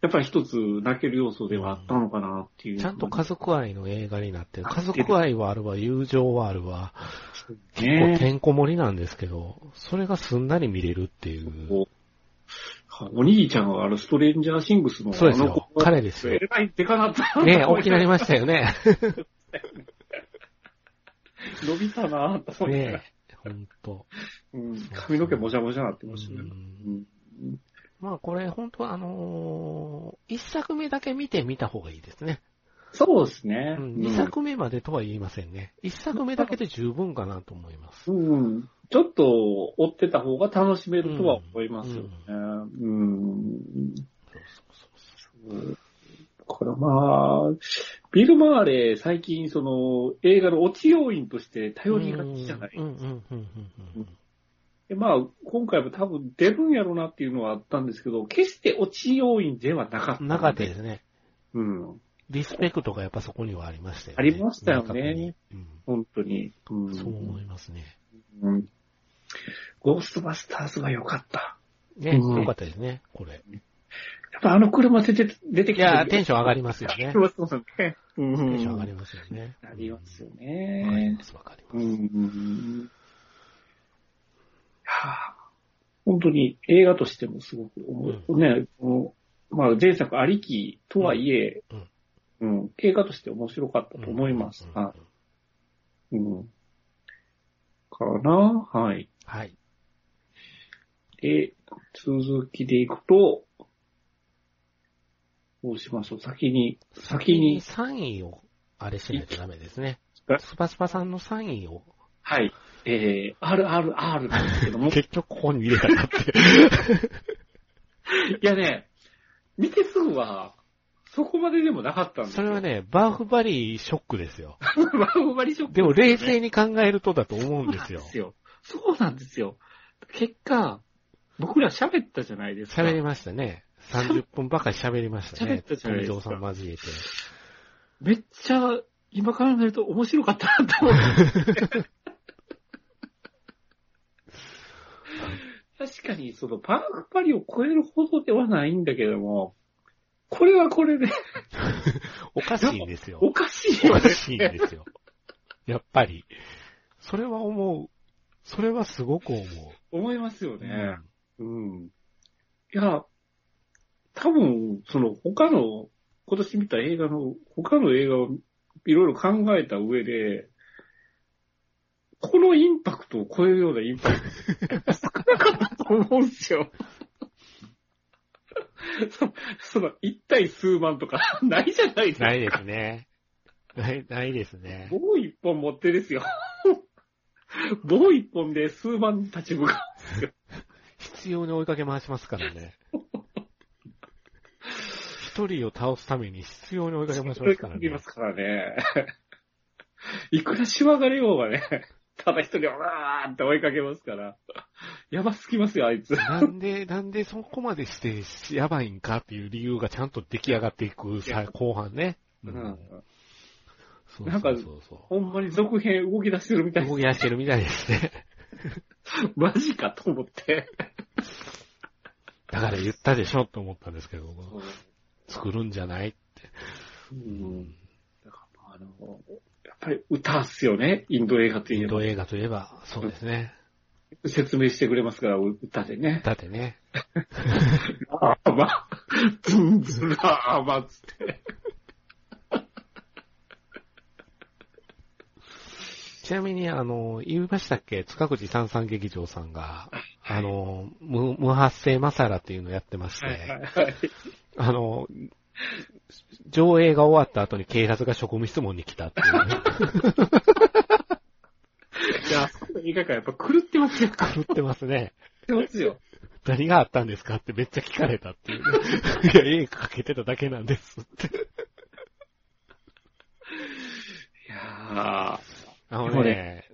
Speaker 3: やっぱり一つ泣ける要素ではあったのかなっていう。
Speaker 2: ちゃんと家族愛の映画になってる。
Speaker 3: なって
Speaker 2: 家
Speaker 3: る
Speaker 2: 族愛はあるわ、友情はあるわ。結構
Speaker 3: ね
Speaker 2: てんこ盛りなんですけど、それがすんなり見れるっていう。
Speaker 3: こうお兄ちゃんはあのストレンジャーシングスの
Speaker 2: そうです
Speaker 3: あの
Speaker 2: よ
Speaker 3: 子。が
Speaker 2: 彼です
Speaker 3: え
Speaker 2: よ。
Speaker 3: らいでかなった。
Speaker 2: ね大きなりましたよね。
Speaker 3: 伸びたなと思って、
Speaker 2: ねほんと。
Speaker 3: うん。髪の毛もじゃもじゃなってまし
Speaker 2: う
Speaker 3: たね。
Speaker 2: ん
Speaker 3: うん
Speaker 2: まあこれほんとあのー一作目だけ見てみた方がいいですね。
Speaker 3: そうです
Speaker 2: う
Speaker 3: ね。
Speaker 2: ん二、作目までとは言いませんね。一作目だけで十分かなと思います。
Speaker 3: うん。ちょっと追ってた方が楽しめるとは思いますよね。うん。
Speaker 2: そうそうそうそ
Speaker 3: うんこれまあ、ビル・マーレ、最近その映画のオチ要因として
Speaker 2: う。
Speaker 3: 頼りがちじゃない。
Speaker 2: うんうんうんうんうんうん。
Speaker 3: でまあ、今回も多分出るんやろうなっていうのはあったんですけど、決してオチ要因ではなかった。
Speaker 2: なかったですね。
Speaker 3: うん。
Speaker 2: リスペクトがやっぱそこにはありましたよね。
Speaker 3: ありましたよね
Speaker 2: 明確にう
Speaker 3: 本当に。うん
Speaker 2: ん、そう思いますね。
Speaker 3: うんゴーストバスターズは良かった。
Speaker 2: ね、
Speaker 3: うん
Speaker 2: よかったですね、これ。
Speaker 3: やっぱあの車出て、出て
Speaker 2: い
Speaker 3: きて
Speaker 2: や、テンション上がりますよね。
Speaker 3: そうですね。テ
Speaker 2: テンション上が
Speaker 3: ま
Speaker 2: りますよね。
Speaker 3: す。あります
Speaker 2: う
Speaker 3: よ
Speaker 2: んわかり
Speaker 3: ね
Speaker 2: ま。す、わかり
Speaker 3: う
Speaker 2: ます。
Speaker 3: ん。はあ、本当に映画としてもすごく思う、ね、このまあ前作ありきとはいえ、うん、映画として面白かったと思います
Speaker 2: うん。
Speaker 3: は、いうん。かなはい。
Speaker 2: はい。
Speaker 3: で、続きでいくと、どうしましょう。先に、先に、
Speaker 2: 3位を、あれしないとダメですね
Speaker 3: え。
Speaker 2: スパスパさんの3位を、
Speaker 3: はい。えー、RRR なんです
Speaker 2: [LAUGHS]
Speaker 3: けども、
Speaker 2: 結局ここに入れたかって。
Speaker 3: いやね、見てすぐは、そこまででもなかったんです
Speaker 2: そ
Speaker 3: よ。
Speaker 2: れはね、バーフバリーショックですよ。
Speaker 3: [LAUGHS] バーフバリショック
Speaker 2: でも冷静に考えるとだと思うん
Speaker 3: そう
Speaker 2: で
Speaker 3: なん
Speaker 2: すよ
Speaker 3: で。すよ。そうなんですよ。結果、僕ら喋ったじゃないですか。
Speaker 2: 喋りましたね。30分ばかり喋りました
Speaker 3: 喋
Speaker 2: ね。
Speaker 3: ったじゃないですか
Speaker 2: 富蔵さん交えて。
Speaker 3: めっちゃ、今から見ると面白かったなと思って。 [LAUGHS] 確かに、その、パークパリを超えるほどではないんだけども、これはこれで、
Speaker 2: おかしいんですよ。
Speaker 3: おかしい
Speaker 2: お
Speaker 3: よ
Speaker 2: か
Speaker 3: ね。
Speaker 2: しいんですよ。やっぱり。それは思う。それはすごく思う。
Speaker 3: 思いますよね。
Speaker 2: うん
Speaker 3: うん。いや、多分、その他の、今年見た映画の、他の映画をいろいろ考えた上で、このインパクトを超えるようなインパクト、少なかったと思うんですよ。そ [LAUGHS] その、一体数万とか、ないじゃないですか。
Speaker 2: ないですね。ない、ないですね。
Speaker 3: 棒一本持ってですよ。棒一本で数万立ち向か
Speaker 2: 必要に追いかけ回しますからね。一人を倒すために必要に追いかけ回しますから
Speaker 3: い
Speaker 2: ね
Speaker 3: ま。すからね。いくらしわがれようがね、ただ一人をわーって追いかけますから。やばすぎますよ、あいつ。
Speaker 2: なんで、なんでそこまでしてやばいんかっていう理由がちゃんと出来上がっていく
Speaker 3: いや
Speaker 2: さ、後半ね。う
Speaker 3: うん
Speaker 2: ん。そう
Speaker 3: な
Speaker 2: そ
Speaker 3: んか
Speaker 2: うそうそう。
Speaker 3: ほんまに続編動き出してるみたい
Speaker 2: 動き出してるみたいですね。
Speaker 3: マジかと思って。
Speaker 2: [LAUGHS] だから言ったでしょと思ったんですけど、作るんじゃない
Speaker 3: うん。だからあの、やっぱり歌っすよね、インド映画って
Speaker 2: イ
Speaker 3: い
Speaker 2: ン
Speaker 3: うの
Speaker 2: ド映画といえば、そうですね。
Speaker 3: 説明してくれますから、歌でね。
Speaker 2: だってね、
Speaker 3: あーま、ズンズラーまつって。
Speaker 2: ちなみに、あの、言いましたっけ塚口三三劇場さんが、あの、無無発生マサラっていうのをやってまして、
Speaker 3: はい
Speaker 2: あの、上映が終わった後に警察が職務質問に来たって [LAUGHS] いう、ね、
Speaker 3: いや、あそこの映画館やっぱ狂ってますよ。狂っ
Speaker 2: 狂ってますね。
Speaker 3: てますよ。
Speaker 2: 何があったんですかってめっちゃ聞かれたっていう、ね。いや、映画かけてただけなんですって。
Speaker 3: いや
Speaker 2: あの
Speaker 3: こ
Speaker 2: ね
Speaker 3: れ、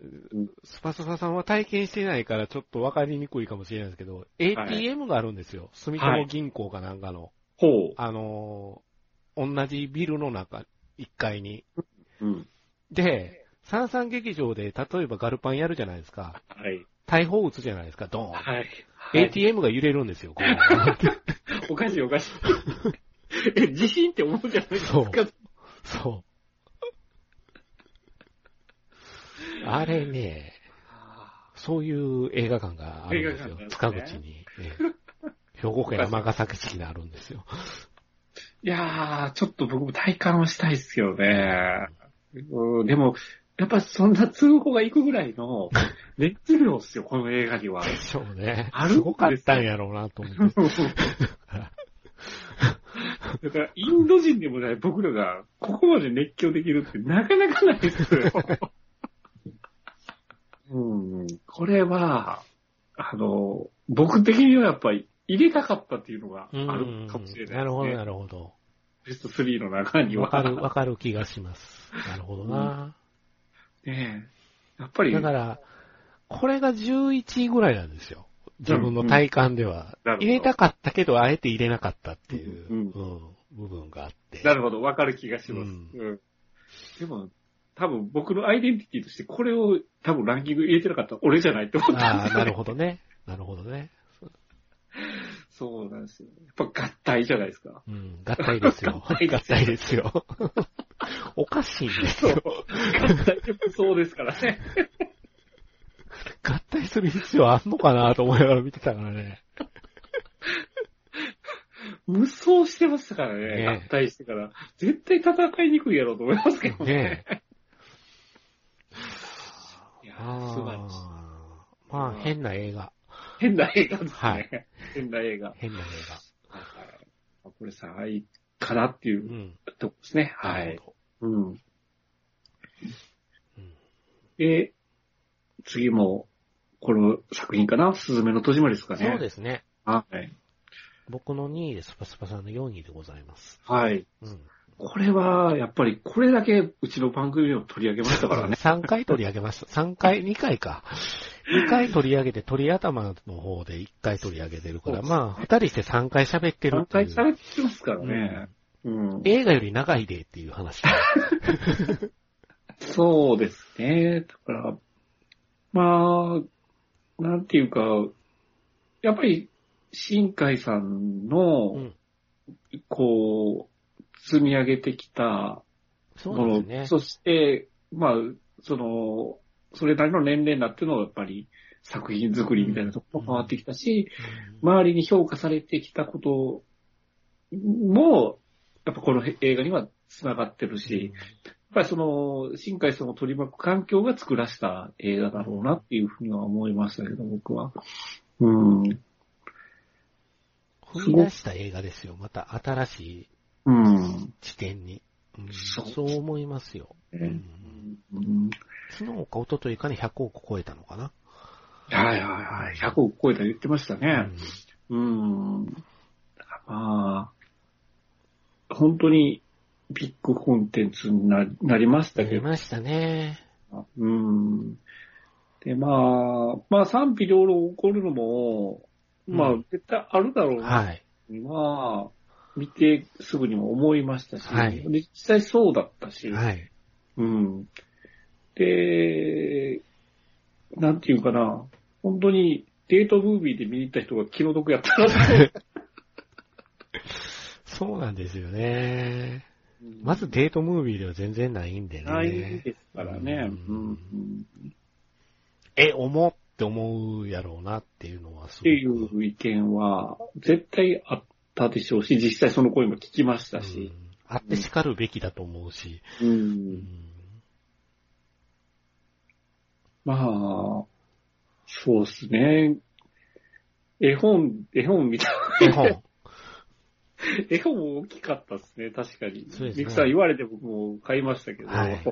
Speaker 2: スパスパさんは体験してないからちょっとわかりにくいかもしれないですけど、ATM があるんですよ。住友銀行かなんかの。
Speaker 3: ほ
Speaker 2: あのー同じビルの中、1階に。
Speaker 3: う。うん。
Speaker 2: で、三三劇場で、例えばガルパンやるじゃないですか。
Speaker 3: はい。
Speaker 2: 大砲撃つじゃないですか、ドーン。
Speaker 3: はい。
Speaker 2: ATM が揺れるんですよ、こ
Speaker 3: [LAUGHS]
Speaker 2: う
Speaker 3: おかしいおか [LAUGHS] しい。え、地震って思うじゃないです
Speaker 2: そう
Speaker 3: か。
Speaker 2: そう。あれね、
Speaker 3: あ
Speaker 2: そういう映画館があるんですよ
Speaker 3: 映、画
Speaker 2: 塚
Speaker 3: 館なんで
Speaker 2: 口
Speaker 3: す
Speaker 2: に。ええ兵庫県尼崎市にあるんです
Speaker 3: [LAUGHS]
Speaker 2: よ。
Speaker 3: ーいやー、ちょっと僕も体感をしたいですよね。うん、でも、やっぱそんな通報が行くぐらい [LAUGHS] の熱量っすよ、この映画には。
Speaker 2: そうね。
Speaker 3: あるんですよ
Speaker 2: すごかったんやろうなと思って。
Speaker 3: だから、インド人でもない僕らが、ここまで熱狂できるってなかなかないですよ。うん、これは、あの、僕的にはやっぱり入れたかったっていうのが [LAUGHS] あるかもしれないです、ね。
Speaker 2: なるほど、なるほど。
Speaker 3: ベスト3の中には。
Speaker 2: わかる、わかる気がします。なるほどな。
Speaker 3: ねえやっぱり、
Speaker 2: だから、これが11位ぐらいなんですよ。自分の体感では。
Speaker 3: うんうん
Speaker 2: 入れたかったけど、あえて入れなかったっていう、
Speaker 3: うん
Speaker 2: うん部分があって。
Speaker 3: なるほど、わかる気がします。
Speaker 2: うん
Speaker 3: うんでも、多分僕のアイデンティティとしてこれを多分ランキング入れてなかったら俺じゃないと思ったん
Speaker 2: あ
Speaker 3: で
Speaker 2: あ、
Speaker 3: すよ
Speaker 2: なるほどね。なるほどね。
Speaker 3: そうなんですよ。やっぱ合体じゃないですか。
Speaker 2: うん。合体ですよ。
Speaker 3: [LAUGHS] 合体
Speaker 2: 合体ですよ。 [LAUGHS] おかしいんですよ。
Speaker 3: 合体ってそうですからね。
Speaker 2: 合体する必要あんのかなと思いながら見てたからね。
Speaker 3: 無双してましたからね、
Speaker 2: ねえ
Speaker 3: 合体してから。絶対戦いにくいやろうと思いますけどね。
Speaker 2: ねえ。
Speaker 3: いや
Speaker 2: あ
Speaker 3: ー素晴らしい。
Speaker 2: あ。まあ、変な映画。
Speaker 3: 変な映画ですね。
Speaker 2: はい
Speaker 3: 変な映画。はい
Speaker 2: 変な映
Speaker 3: はいこれさ、愛かなってい
Speaker 2: 画。う。
Speaker 3: うんとこですね。は
Speaker 2: なる
Speaker 3: い。
Speaker 2: ほど。
Speaker 3: うん
Speaker 2: うん。
Speaker 3: で、次も、この作品かなすずめの戸締まりですかね。。
Speaker 2: そうですすね。
Speaker 3: はい。
Speaker 2: 僕の2位でスパスパさんの4位でございます。
Speaker 3: はい。
Speaker 2: うん。
Speaker 3: これは、やっぱり、これだけうちの番組を取り上げましたからね。
Speaker 2: 3回取り上げました。3回、2回か。2回取り上げて、鳥頭の方で1回取り上げてるから、
Speaker 3: そうですね
Speaker 2: まあ、2人して3回喋ってる
Speaker 3: 何
Speaker 2: っていう。
Speaker 3: 回されてますからね。うん。
Speaker 2: 映画より長いでっていう
Speaker 3: [LAUGHS]
Speaker 2: 話。
Speaker 3: そうですね。だから、まあ、なんていうか、やっぱり、新海さんの、
Speaker 2: うん
Speaker 3: こう、積み上げてきた
Speaker 2: そ
Speaker 3: もの、
Speaker 2: うですね。
Speaker 3: そして、まあ、その、それなりの年齢になってのをやっぱり作品作りみたいなところも変わってきたし、周りに評価されてきたことも、やっぱこの映画には繋がってるし、やっぱりその、新海さんを取り巻く環境が作らした映画だろうなっていうふうには思いましたけど、僕は。うん。
Speaker 2: 踏み出した映画ですよ。また新しい
Speaker 3: うん。
Speaker 2: 地点に。うん
Speaker 3: そう
Speaker 2: そう思いますよ。う
Speaker 3: うんん
Speaker 2: 昨日か一昨日かに100億超えたのかな。
Speaker 3: はいはいはい。100億超えた言ってましたね。
Speaker 2: うん
Speaker 3: うん。まあ、本当にビッグコンテンツにななりました
Speaker 2: 出
Speaker 3: けど、
Speaker 2: ましたね。
Speaker 3: うん。で、まあ、まあ賛否両論起こるのも、まあ
Speaker 2: うん
Speaker 3: 絶対あるだろうな、
Speaker 2: はい。
Speaker 3: まあ、見てすぐにも思いましたし、
Speaker 2: はい
Speaker 3: で実際そうだったし、
Speaker 2: はい。
Speaker 3: うん。で、なんていうかな、本当にデートムービーで見に行った人が気の毒やったなって
Speaker 2: そうなんですよね。 [LAUGHS] まずデートムービーでは全然ないんでね。
Speaker 3: ないですからね。う
Speaker 2: うんんえ、思って思うやろうなっていうのはすご
Speaker 3: っ
Speaker 2: く
Speaker 3: ていう意見は、絶対あったでしょうし、実際その声も聞きました
Speaker 2: う。
Speaker 3: し
Speaker 2: んあって叱るべきだと思うし。
Speaker 3: うん
Speaker 2: うん
Speaker 3: まあ、そうですね。絵本、絵本みたい
Speaker 2: 絵本。
Speaker 3: な、絵本も大きかったですね、確かに。
Speaker 2: そうですね
Speaker 3: ミクさん言われて僕も買いましたけど、
Speaker 2: はい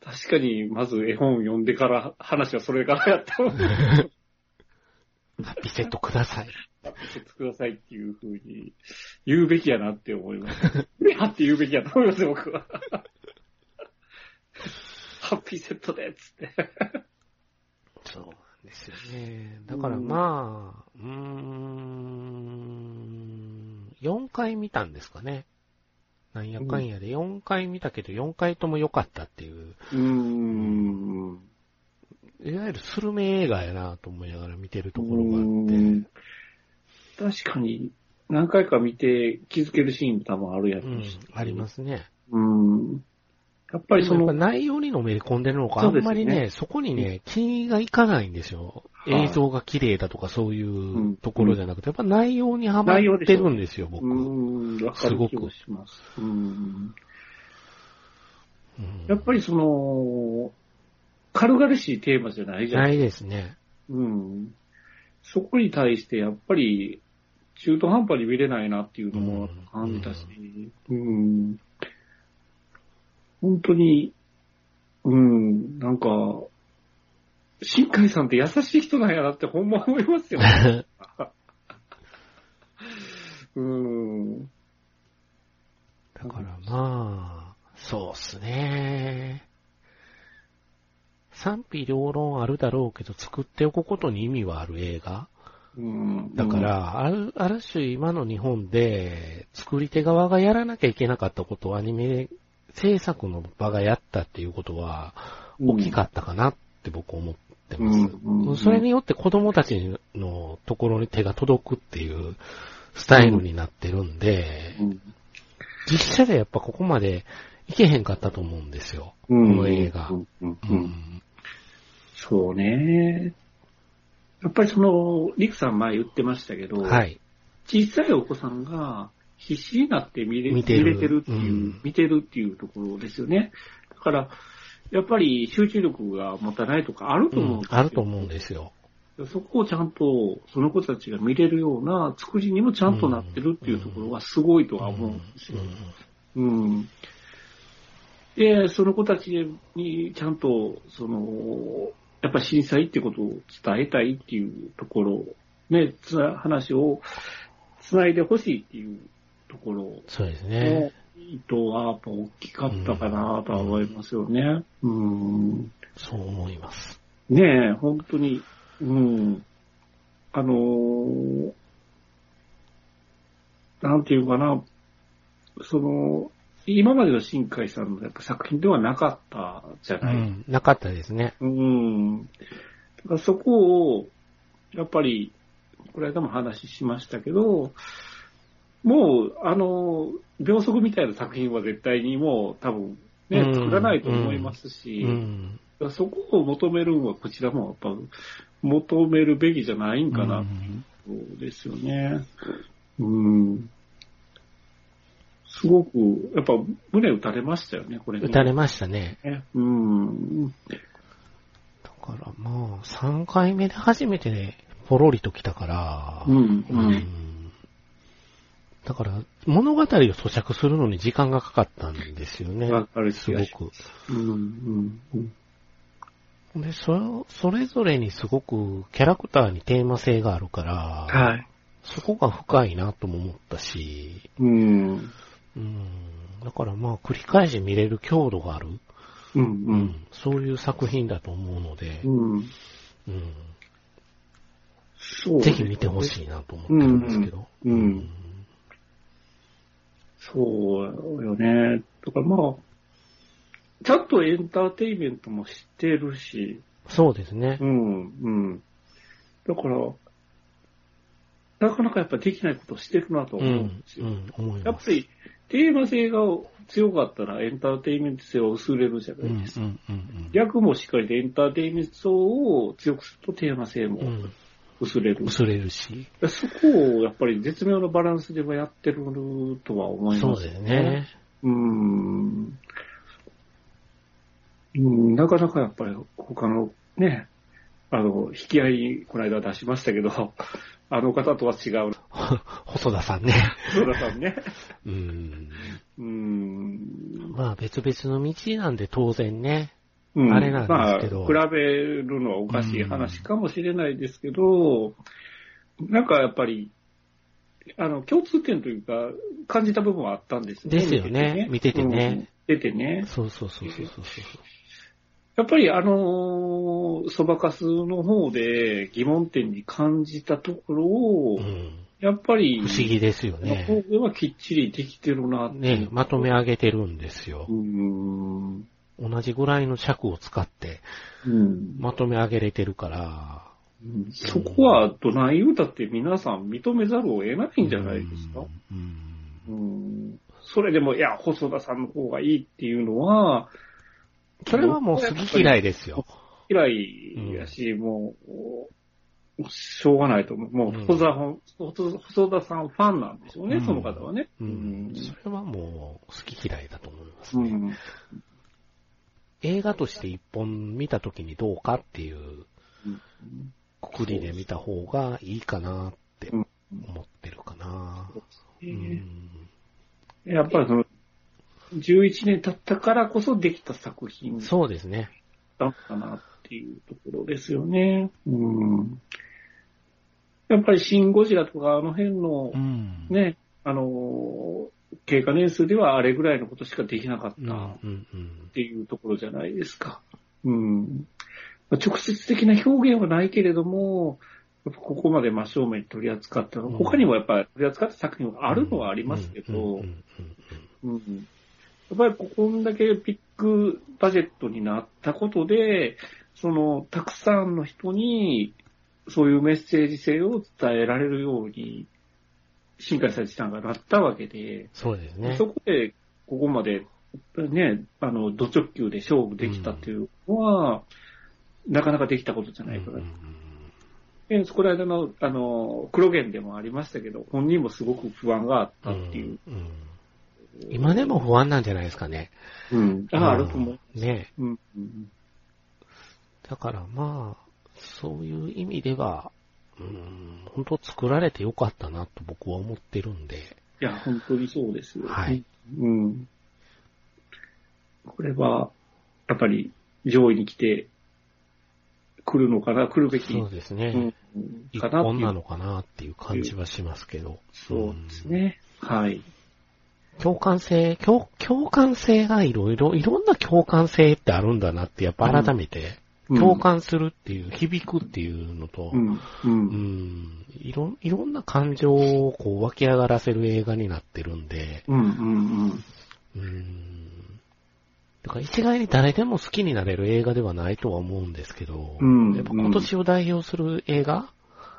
Speaker 3: 確かにまず絵本読んでから、話はそれからやったので、
Speaker 2: ハッピーセットください。
Speaker 3: ちょっとくださいっていうふうに言うべきやなって思います。いやって言うべきやと思います、僕は。 [LAUGHS] ハッピーセットでっつって。
Speaker 2: そうなんですよね。だから
Speaker 3: うん
Speaker 2: まあ、うーん、4回見たんですかね。なんやかんやで4回見たけど、4回とも良かったっていう、
Speaker 3: うーん。
Speaker 2: いわゆるスルメ映画やなと思いながら見てると
Speaker 3: と
Speaker 2: ころがあって、
Speaker 3: 確かに、何回か見て気づけるシーン多分あるや
Speaker 2: うん
Speaker 3: ろし。、
Speaker 2: ありますね。
Speaker 3: うん。やっぱ
Speaker 2: や
Speaker 3: り
Speaker 2: っ
Speaker 3: そ
Speaker 2: ぱ
Speaker 3: の、
Speaker 2: 内容にのめり込んでるのか、
Speaker 3: そ
Speaker 2: あ
Speaker 3: うで
Speaker 2: ん
Speaker 3: すよ
Speaker 2: ま
Speaker 3: ね
Speaker 2: りね、そこにね、気がいかないんですよ。
Speaker 3: はい
Speaker 2: 映像が綺麗だとかそういうんうところじゃなくて、やっぱ内容にハマってるんですよ、僕。
Speaker 3: うーん、わか
Speaker 2: す
Speaker 3: る
Speaker 2: ご
Speaker 3: 気
Speaker 2: く
Speaker 3: もします。うん。
Speaker 2: うん
Speaker 3: やっぱりその、軽々しいテーマじゃないじゃない
Speaker 2: ないですね。
Speaker 3: うん。そこに対して、やっぱり、中途半端に見れないなっていうのも感じたし、うん。本当に、うん、なんか、新海さんって優しい人なんやなってほんま思います [LAUGHS] よね。うん。
Speaker 2: [LAUGHS] だからまあ、そうっすね。賛否両論あるだろうけど、作っておくことに意味はある映画。
Speaker 3: うん。
Speaker 2: だか、ら、ある、ある種今の日本で、作り手側がやらなきゃいけなかったことをアニメ制作の場がやったっていうことは、大きかったかなって僕思って
Speaker 3: う
Speaker 2: ます。
Speaker 3: ん。
Speaker 2: それによって子供たちのところに手が届くっていうスタイルになってるんで、
Speaker 3: うん、
Speaker 2: 実写でやっぱここまでいけへんかったと思うんですよ。
Speaker 3: うん、
Speaker 2: この映画
Speaker 3: うんうん
Speaker 2: う
Speaker 3: うん
Speaker 2: ん。
Speaker 3: そうね。やっぱりその、リクさん前言ってましたけど、
Speaker 2: はい。
Speaker 3: 小さいお子さんが必死になって見れ
Speaker 2: 見てる
Speaker 3: 見れてるっていう、
Speaker 2: うん
Speaker 3: 見てるっていうところですよね。だから、やっぱり集中力が持たないとかあると
Speaker 2: う
Speaker 3: 思うん
Speaker 2: ん
Speaker 3: ですよ、
Speaker 2: あると思うんですよ。
Speaker 3: そこをちゃんと、その子たちが見れるような作りにもちゃんとなってるっていうところがすごいとは思うんですよ。うん。で、その子たちにちゃんと、その、やっぱ震災ってことを伝えたいっていうところ、ね、つな話を繋いでほしいっていうところ
Speaker 2: そうです
Speaker 3: の
Speaker 2: ね。
Speaker 3: 意図はやっぱ大きかったかなとは思いますよね。うん。
Speaker 2: そう思います。
Speaker 3: ねえ、本当に、うん。あのーなんていうかな、その、今までの新海さんのやっぱ作品ではなかったじゃ
Speaker 2: う
Speaker 3: ない。
Speaker 2: ん。なかったですね。
Speaker 3: うん。だからそこを、やっぱり、この間も話しましたけど、もう、あの、秒速みたいな作品は絶対にもう多分ね、
Speaker 2: うん
Speaker 3: 作らないと思いますし、
Speaker 2: うん。
Speaker 3: からそこを求めるのは、こちらもやっぱ、求めるべきじゃないんかな、
Speaker 4: うん
Speaker 3: そうですよね。うん。すごく、やっぱ、胸打たれましたよね、これね
Speaker 2: 打たれましたね。
Speaker 3: ね。うん。
Speaker 2: だからまあ、3回目で初めてね、ポロリと来たから、
Speaker 3: うん、う。
Speaker 2: うんんだから、物語を咀嚼するのに時間がかかったんですよね。
Speaker 3: わかる
Speaker 2: す
Speaker 3: 気
Speaker 2: ご
Speaker 3: がし
Speaker 2: く。
Speaker 3: うん、うん、うん。
Speaker 2: で、そ、それぞれにすごくキャラクターにテーマ性があるから、
Speaker 3: はい。
Speaker 2: そこが深いなとも思ったし、
Speaker 3: うん。うん、
Speaker 2: うん。だからまあ、繰り返し見れる強度がある、う
Speaker 3: うん。
Speaker 2: そういう作品だと思うので、
Speaker 3: うん。
Speaker 2: うん。
Speaker 3: そう。
Speaker 2: ぜひ見てほ
Speaker 3: い。
Speaker 2: しいなと思ってるんですけど。
Speaker 3: うんうんうんそうよね。とか、まあ、ちゃんとエンターテインメントもしてるし、
Speaker 2: そうですね
Speaker 3: う。ん、うん。だから、なかなかやっぱできないことをしてるなと
Speaker 2: う
Speaker 3: 思うん
Speaker 2: ん
Speaker 3: で。す
Speaker 2: う
Speaker 3: よ。
Speaker 2: ん。思い
Speaker 3: や
Speaker 2: ま
Speaker 3: っ
Speaker 2: す。
Speaker 3: ぱり、テーマ性が強かったらエンターテインメント性は薄れるじゃ
Speaker 2: う。
Speaker 3: な
Speaker 2: う
Speaker 3: んい
Speaker 2: ん
Speaker 3: ですか。
Speaker 2: うん。うん。
Speaker 3: 逆もしっかりでエンターテインメント性を強くするとテーマ性
Speaker 2: う
Speaker 3: も
Speaker 2: ん。
Speaker 3: 薄れる。
Speaker 2: 薄れるし。
Speaker 3: そこをやっぱり絶妙なバランスではやってるとは思い
Speaker 2: そ
Speaker 3: ま
Speaker 2: う
Speaker 3: す
Speaker 2: だよね。 [LAUGHS]
Speaker 3: うーんうんなかなかやっぱり他のね、あの、引き合いにこの間出しましたけど、 [LAUGHS] あの方とは違う、
Speaker 2: 細田さんね。
Speaker 3: 黒田さんね。 [LAUGHS]
Speaker 2: うん。
Speaker 3: うーん。
Speaker 2: まあ別々の道なんで当然ね。
Speaker 3: うん
Speaker 2: あれなんですけど
Speaker 3: まあ、比べるのはおかしい話かもしれないですけど、なんかやっぱり、あの、共通点というか、感じた部分はあったんですね。
Speaker 2: ですよね見ててね。
Speaker 3: うん見ててね。
Speaker 2: そうそうそうそうそうそう。
Speaker 3: やっぱりあのーそばかすの方で疑問点に感じたところを、
Speaker 2: うん。
Speaker 3: やっぱり、
Speaker 2: 不思議ですよね。
Speaker 3: この方はきっちりできてるなっていう
Speaker 2: ね、まとめ上げてるんですよ
Speaker 3: うー。ん。
Speaker 2: 同じぐらいの尺を使って、
Speaker 3: うん。
Speaker 2: まとめ上げれてるから。
Speaker 3: そこはどない言うたって皆さん認めざるを得ないんじゃないですか。
Speaker 2: うんうん
Speaker 3: うん。それでも、いや、細田さんの方がいいっていうのは、
Speaker 2: それはもう好き嫌いですよ。
Speaker 3: 嫌いやし、もう、しょうがないと思う。もう、細田,、細田さんファンなんでしょうね、
Speaker 2: うん
Speaker 3: その方はね。
Speaker 2: うん。それはもう好き嫌いだと思います
Speaker 3: う
Speaker 2: ね。
Speaker 3: ん。
Speaker 2: 映画として一本見た時にどうかっていうくくりで見た方がいいかなって
Speaker 3: うん
Speaker 2: 思ってるかな。うん
Speaker 3: やっぱりその、11年経ったからこそできた作品
Speaker 2: そうですね。
Speaker 3: だったなっていうところですよね。うん。やっぱりシン・ゴジラとかあの辺の
Speaker 4: うん
Speaker 3: ね、あのー、経過年数ではあれぐらいのことしかできなかっ
Speaker 2: うん
Speaker 3: た
Speaker 2: う
Speaker 3: っ
Speaker 2: んうん
Speaker 3: ていうところじゃないですか。うん。まあ直接的な表現はないけれども、やっぱここまで真正面に取り扱ったの、
Speaker 2: うん
Speaker 3: 他にもやっぱり取り扱った作品はあるのはありますけ
Speaker 2: うんう
Speaker 3: ど
Speaker 2: んう、んうん
Speaker 3: うんやっぱりここんだけビッグバジェットになったことで、その、たくさんの人に、そういうメッセージ性を伝えられるように、新海さん自体がなったわけで、
Speaker 2: そうですね。
Speaker 3: そこで、ここまで、ね、あの、土直球で勝負できたっていうのは、なかなかできたことじゃないから、
Speaker 2: うんうん
Speaker 3: でこの間の、あの、黒源でもありましたけど、本人もすごく不安があった
Speaker 2: う。
Speaker 3: っていうん
Speaker 2: うん今でも不安なんじゃないですかね。
Speaker 3: うん。ああると思う。
Speaker 2: うんね
Speaker 3: うんうん
Speaker 2: だからまあ、そういう意味では、うん、本当作られてよかったなと僕は思ってるんで、
Speaker 3: いや、本当にそうですよ。
Speaker 2: はい。
Speaker 3: うん。これは、やっぱり上位に来て来るのかな、来るべき、
Speaker 2: そうですね。
Speaker 3: うん
Speaker 2: 一
Speaker 3: かなって
Speaker 2: 本
Speaker 3: い
Speaker 2: な
Speaker 3: う。
Speaker 2: のかなっていう感じはしますけど。
Speaker 3: そうですね。はい。
Speaker 2: うん。共感性、共共感性がいろいろ、いろんな共感性ってあるんだなって、やっぱ改めて、共感するっていう、響くっていうのと、
Speaker 3: うん。う。
Speaker 2: うんん、いろ、いろんな感情をこう湧き上がらせる映画になってるんで、
Speaker 3: うん。うん。
Speaker 2: うん。だから一概に誰でも好きになれる映画ではないとは思うんですけど、
Speaker 3: うん
Speaker 2: やっぱ今年を代表する映画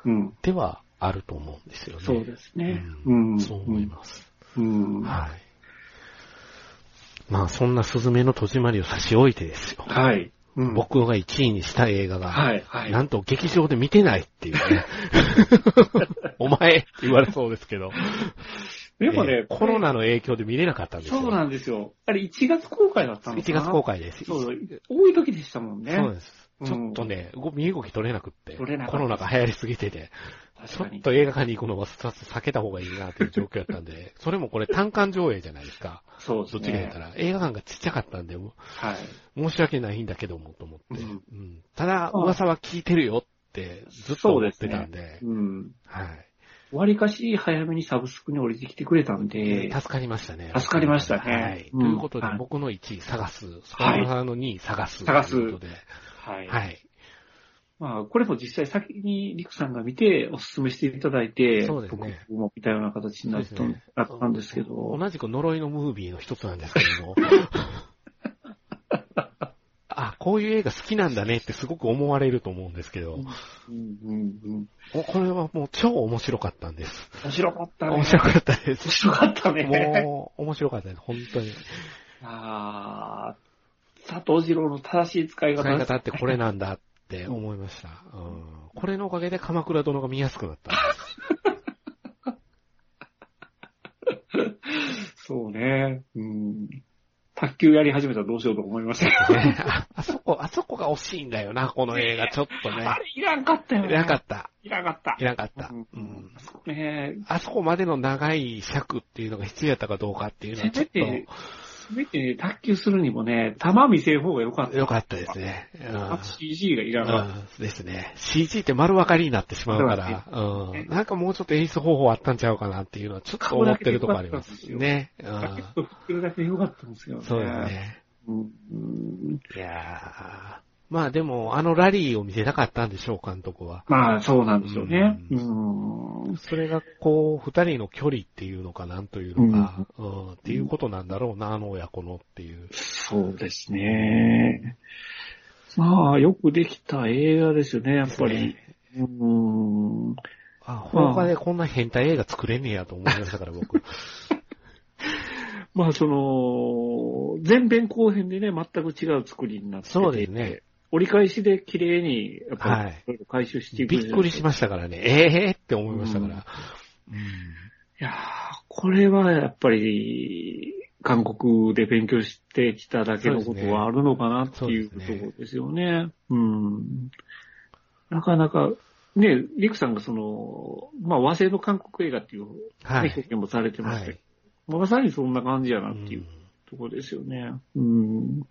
Speaker 3: うん。うん。
Speaker 2: ではあると思うんですよね。
Speaker 3: そうですね。
Speaker 2: う。
Speaker 3: うんん。
Speaker 2: そう思います。
Speaker 3: す。うん。は
Speaker 2: はい。まあ、そんなスズメの戸締まりを差し置いてですよ。
Speaker 3: い。うん。
Speaker 2: 僕が1位にした映画が、
Speaker 3: はい、はい。
Speaker 2: なんと劇場で見てないっていう
Speaker 3: [LAUGHS]
Speaker 2: ね。お前って言われそうですけど。
Speaker 3: でもね
Speaker 2: え、ーコロナの影響で見れなかったんですよ。
Speaker 3: そうなんですよ。あれ1月公開だったのか
Speaker 2: 1
Speaker 3: な
Speaker 2: 月公開です。
Speaker 3: そう、多い時でしたもんね。
Speaker 2: そうです。
Speaker 3: うん
Speaker 2: ちょっとね、ご身動き取れなくって。
Speaker 3: 取れなかった
Speaker 2: コロナが流行りすぎてて。
Speaker 3: 確
Speaker 2: ちょ
Speaker 3: か
Speaker 2: っ
Speaker 3: に。
Speaker 2: と映画館に行くのはさ避けた方がいいなという状況だったん
Speaker 3: [LAUGHS]
Speaker 2: で、それもこれ単館上映じゃないですか。
Speaker 3: そうです
Speaker 2: ど
Speaker 3: ね。
Speaker 2: っちか言ったら。映画館がちっちゃかったんで、も
Speaker 3: はい。
Speaker 2: 申し訳ないんだけども、と思って。
Speaker 3: うん
Speaker 2: うんただ、噂は聞いてるよって、ずっと思ってたんで。
Speaker 3: うん。
Speaker 2: はい。
Speaker 3: わりかし早めにサブスクに降りてきてくれたんで、
Speaker 2: 助かりましたね。
Speaker 3: 助かりましたね
Speaker 2: はい。
Speaker 3: うん
Speaker 2: ということで
Speaker 3: は、い
Speaker 2: 僕の1位探す。スパルさんの2位探す。
Speaker 3: 探す
Speaker 2: ということで。
Speaker 3: はい。
Speaker 2: はい。
Speaker 3: まあ、これも実際先にリクさんが見てお勧めしていただいて、
Speaker 2: そうですね
Speaker 3: 僕も見たような形になった,、
Speaker 2: そうですね
Speaker 3: なったんですけど、
Speaker 2: 同じく呪いのムービーの一つなんですけ
Speaker 3: [LAUGHS]
Speaker 2: ども。あ、こういう映画好きなんだねってすごく思われると思うんですけど、
Speaker 3: うんうんうん、
Speaker 2: おこれはもう超面白かったんです。
Speaker 3: 面白かったね。
Speaker 2: 面白かったで
Speaker 3: 面
Speaker 2: す。
Speaker 3: 白かった [LAUGHS] ね。
Speaker 2: もう、面白かったです。本当に。
Speaker 3: ああ、佐藤二郎の正しい使い方
Speaker 2: 使い方ってこれなんだって思いました。うん、これのおかげで鎌倉殿が見やすくなったんです。
Speaker 3: そうね。うん。卓球やり始めたらどうしようと思いましたけど。
Speaker 2: ね、ああそこ、あそこが惜しいんだよな、この映画、ちょっとね
Speaker 3: あ。れ、いらんかったよね。
Speaker 2: いらなかった。
Speaker 3: いらんかった。
Speaker 2: いらなかった。う
Speaker 3: うん
Speaker 2: ん。
Speaker 3: ね
Speaker 2: あそこまでの長い尺っていうのが必要やったかどうかってい
Speaker 3: え、
Speaker 2: うの
Speaker 3: せ
Speaker 2: はちょ
Speaker 3: め
Speaker 2: っと
Speaker 3: て、せめて卓球するにもね、球見せる方が良かった。
Speaker 2: 良かったですね。うん
Speaker 3: あと CG がいら
Speaker 2: う
Speaker 3: なかっ
Speaker 2: ん、ですね。CG って丸分かりになってしまうから、
Speaker 3: う
Speaker 2: う
Speaker 3: ですね
Speaker 2: ん。なんかもうちょっと演出方法あったんちゃうかなっていうのはちょっと思ってるとこありますね。う
Speaker 3: た。
Speaker 2: ん
Speaker 3: 結。構振ってるだけで良かったんですよね。
Speaker 2: そうだ。ね。
Speaker 3: うん。うん
Speaker 2: いやーまあでも、あのラリーを見せたかったんでしょう、監督は。
Speaker 3: まあ、そうなんでしょうね。
Speaker 2: う
Speaker 3: うん。
Speaker 2: それが、こう、二人の距離っていうのかなんというのか、うん、っていうことなんだろうな、あの親子のっていう。
Speaker 3: そうですね。まあ、よくできた映画ですよね、やっぱり。うん。
Speaker 2: あ、他でこんな変態映画作れねえやと思いましたから、僕。
Speaker 3: まあ、その、前編後編でね、全く違う作りになってて
Speaker 2: [LAUGHS] そうですね。
Speaker 3: 折り返しで綺麗に、やっぱ
Speaker 2: は
Speaker 3: り
Speaker 2: い、
Speaker 3: いろいろ回収していく、
Speaker 2: びっくりし
Speaker 3: ま
Speaker 2: ましたからね。ええー、って思いましたから。
Speaker 3: す。いやーこれはやっぱり、韓国で勉強してきただけの
Speaker 2: そう
Speaker 3: こ
Speaker 2: ですね
Speaker 3: とはあるのかなっていう
Speaker 2: そ
Speaker 3: と
Speaker 2: うですね
Speaker 3: ころですよね。うん。なかなか、ね、リクさんがその、まあ和製の韓国映画っていう、ね
Speaker 2: は
Speaker 3: 表
Speaker 2: い。
Speaker 3: 現もされてま
Speaker 2: は
Speaker 3: したけ
Speaker 2: い。
Speaker 3: ど、まさにそんな感じやな
Speaker 2: う
Speaker 3: っていうんところですよね。うん。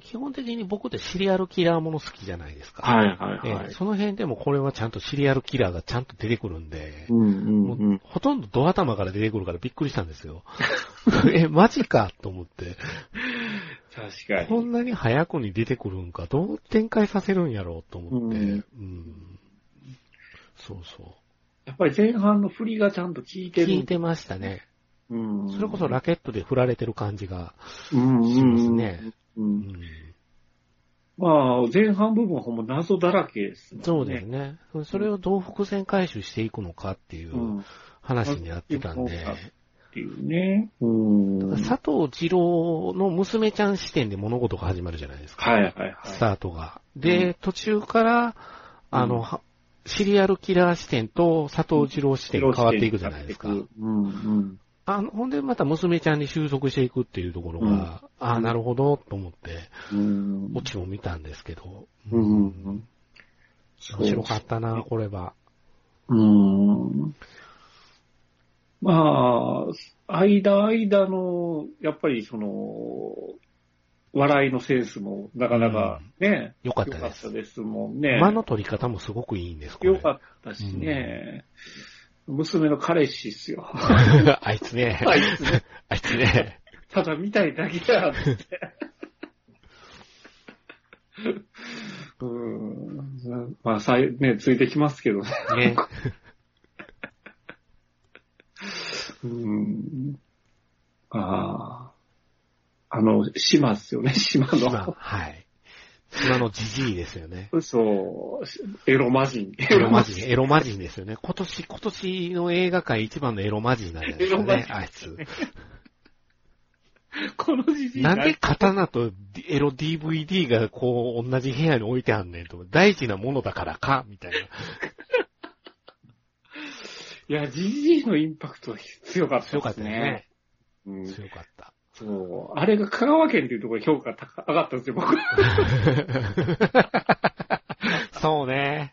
Speaker 2: 基本的に僕ってシリアルキラーもの好きじゃないですか。
Speaker 3: はいはい
Speaker 2: え
Speaker 3: はい
Speaker 2: え。その辺でもこれはちゃんとシリアルキラーがちゃんと出てくるんで、
Speaker 3: うんう
Speaker 2: も
Speaker 3: んう。
Speaker 2: うんほとんどド頭から出てくるからびっくりしたんです [LAUGHS] よ。え、マジかと思って。
Speaker 3: 確か
Speaker 2: こんなに早くに出てくるんか、どう展開させるんやろうと思って。
Speaker 3: う
Speaker 2: うんん。そうそう。
Speaker 3: やっぱり前半の振りがちゃんと効いてる。
Speaker 2: 聞いてましたね。
Speaker 3: うん。
Speaker 2: それこそラケットで振られてる感じが
Speaker 3: うんうんうん
Speaker 2: しますね。
Speaker 3: う。
Speaker 2: うんん
Speaker 3: まあ、前半部分はほんま謎だらけですもんね。。
Speaker 2: そうですね。それをどう伏線回収していくのかっていううん
Speaker 3: っ
Speaker 2: 話になってたんで。
Speaker 3: ていうね。うん。はい
Speaker 2: 佐藤二郎の娘ちゃん視点で物事が始まるじゃないですか。
Speaker 3: はいはい。
Speaker 2: スタートが。
Speaker 3: う
Speaker 2: で、途中から、あの、
Speaker 3: うん
Speaker 2: はシリアルキラー視点と佐藤二郎視点が変わっていくじゃないですか。
Speaker 3: うんうん。
Speaker 2: あの、ほんでまた娘ちゃんに収束していくっていうところが、
Speaker 3: うん
Speaker 2: ああ、なるほど、と思って、
Speaker 3: うん。
Speaker 2: オチを見たんですけど。
Speaker 3: うんうん。
Speaker 2: 面白かったな、これは。
Speaker 3: うーんまあ、間間の、やっぱりその、笑いのセンスもなかなかね、
Speaker 2: 良かっ
Speaker 3: 良
Speaker 2: たで
Speaker 3: かった
Speaker 2: す。
Speaker 3: ですもんね。
Speaker 2: 間の取り方もすごくいいんです、これ。
Speaker 3: 良かったしね、娘の彼氏っすよ。
Speaker 2: [LAUGHS] あいつね。
Speaker 3: あいつね
Speaker 2: [LAUGHS] あいつね。
Speaker 3: ただ見たいだけだ
Speaker 2: [LAUGHS]
Speaker 3: って。うーんまあ、さいね、ついてきますけどね。
Speaker 2: ね。
Speaker 3: うーん。ああ。あの、島っすよね、島の。
Speaker 2: 島、はい。島のジジイですよね。
Speaker 3: そう、エロ魔人。
Speaker 2: エロ魔人、エロ魔人ですよね。今年、今年の映画界一番のエロ魔人なんじゃないですか
Speaker 3: エロ魔
Speaker 2: ね、
Speaker 3: 人
Speaker 2: あいつ。
Speaker 3: [LAUGHS] このじじい
Speaker 2: なんで刀とエロ DVD がこう同じ部屋に置いてあんねんと。大事なものだからか、みたいな。
Speaker 3: いや、じじいのインパクト強かったですね。
Speaker 2: 強かったよね。
Speaker 3: うん、
Speaker 2: 強かった。
Speaker 3: そう。あれが香川県っていうところで評価高上がったんですよ、僕。
Speaker 2: [LAUGHS] そうね。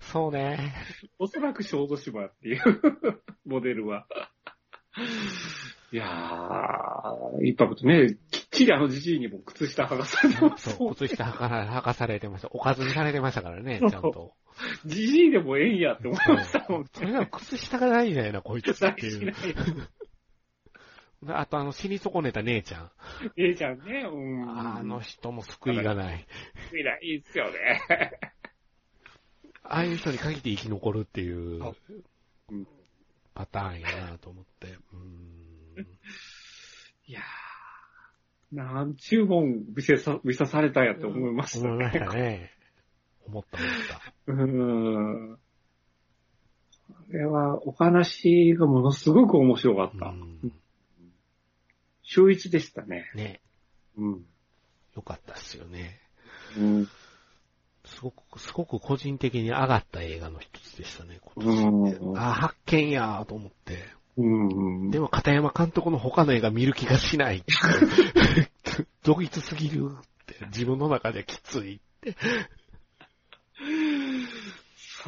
Speaker 2: そうね。
Speaker 3: おそらく小豆島っていう [LAUGHS] モデルは。いやー、インパクトね、きっちりあのじじいにも靴下剥がされてます
Speaker 2: そう、靴下はかはかされてました。おかずにされてましたからね、ち
Speaker 3: そう
Speaker 2: ゃんと。
Speaker 3: じじいでもええんやって思いましたもん
Speaker 2: とにかく靴下がないんだよな、こいつっていう。あとあの、死に損ねた姉ちゃん。
Speaker 3: ええじゃんね、うん。
Speaker 2: あの、人も救いがない。
Speaker 3: いないいっすよね。
Speaker 2: ああいう人に限って生き残るっていう
Speaker 3: そううん
Speaker 2: パターンやなと思って。うん
Speaker 3: いやー、なんちゅうもん見せさ、見さされたんやって思いました
Speaker 2: 思いまし
Speaker 3: ね。
Speaker 2: たね。思った思った。
Speaker 3: うん。これは、お話がものすごく面白かった。
Speaker 2: うん
Speaker 3: 秀逸でしたね。
Speaker 2: ね、
Speaker 3: うん。
Speaker 2: 良かったっすよね。
Speaker 3: うん。
Speaker 2: すごく、すごく個人的に上がった映画の一つでしたね、今
Speaker 3: う
Speaker 2: 年。
Speaker 3: ん。
Speaker 2: ああ、発見やーと思って。
Speaker 3: うん。
Speaker 2: でも片山監督の他の映画見る気がし [LAUGHS] ない。独立すぎるって、自分の中できつい。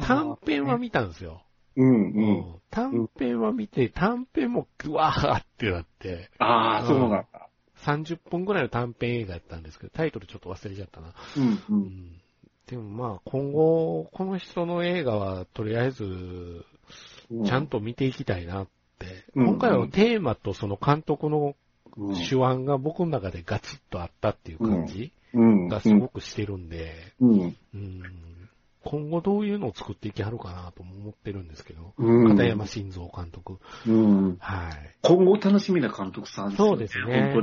Speaker 2: 短編は見たんですよ。
Speaker 3: うん
Speaker 2: う
Speaker 3: うん。
Speaker 2: ん短編は見て、短編もぐわーってなって、
Speaker 3: ああ、そうなんだ。
Speaker 2: 30分ぐらいの短編映画やったんですけど、タイトルちょっと忘れちゃったな。
Speaker 3: うんう。
Speaker 2: うんんでもまあ今後、この人の映画はとりあえず、
Speaker 3: う
Speaker 2: ちゃんと見ていきたいなって。
Speaker 3: うん
Speaker 2: 今回はテーマとその監督の
Speaker 3: うん
Speaker 2: 手腕が僕の中でガツッとあったっていう感じ
Speaker 3: うん。
Speaker 2: がすごくしてるんで、
Speaker 3: うん。
Speaker 2: うん今後どういうのを作っていきはるかなとも思ってるんですけど、
Speaker 3: うん。
Speaker 2: 片山晋三監督。
Speaker 3: うん。
Speaker 2: はい。
Speaker 3: 今後楽しみな監督さん
Speaker 2: そうですね。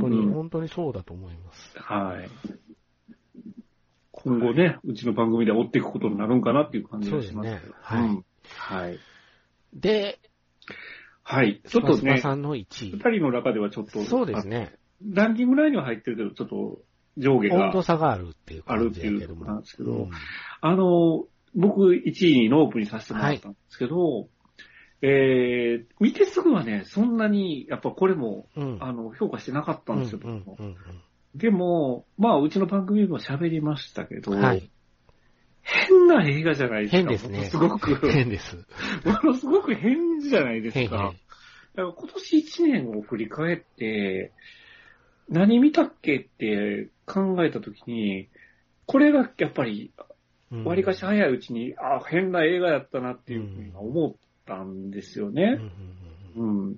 Speaker 2: 本
Speaker 3: 当
Speaker 2: 当
Speaker 3: に。
Speaker 2: に、
Speaker 3: うん。
Speaker 2: 本当にそうだと思います。
Speaker 3: はい。今後ね、うちの番組で追っていくことになるんかなっていう感じ
Speaker 2: そう
Speaker 3: が
Speaker 2: で
Speaker 3: し
Speaker 2: す
Speaker 3: ます。
Speaker 2: ね。はい。。
Speaker 3: はい。
Speaker 2: で、
Speaker 3: はい。ち
Speaker 2: ち
Speaker 3: ょっとね、
Speaker 2: さんの1
Speaker 3: 二
Speaker 2: 位。
Speaker 3: 人の中ではちょっと、
Speaker 2: そうですね。
Speaker 3: ランキング内には入ってるけど、ちょっと上下
Speaker 2: 温
Speaker 3: が
Speaker 2: 度差があるっていう
Speaker 3: あ
Speaker 2: 感
Speaker 3: るっ
Speaker 2: じ
Speaker 3: て
Speaker 2: や
Speaker 3: い
Speaker 2: け
Speaker 3: う
Speaker 2: ど
Speaker 3: こ
Speaker 2: も。
Speaker 3: となんですけど、
Speaker 2: うん
Speaker 3: あの、僕1位にノープにさせてもらったんですけど、えー、見てすぐはね、そんなに、やっぱこれも、
Speaker 2: うん。
Speaker 3: あの、評価してなかったんですよ。
Speaker 2: うんうんうん
Speaker 3: でも、まあ、うちの番組でも喋りましたけど、
Speaker 2: うんはい。
Speaker 3: 変な映画じゃないですか。
Speaker 2: 変です
Speaker 3: も
Speaker 2: ね。
Speaker 3: のすご
Speaker 2: [LAUGHS]
Speaker 3: く、
Speaker 2: 変です。
Speaker 3: ものすごく変じゃないですか。
Speaker 2: 変変。
Speaker 3: だから今年一年を振り返って、何見たっけって考えたときに、これがやっぱり、
Speaker 2: うん
Speaker 3: 割かし早いうちに、あ変な映画やったなっていうふうに思ったんですよ
Speaker 2: うんう
Speaker 3: ね。
Speaker 2: ん
Speaker 3: うん。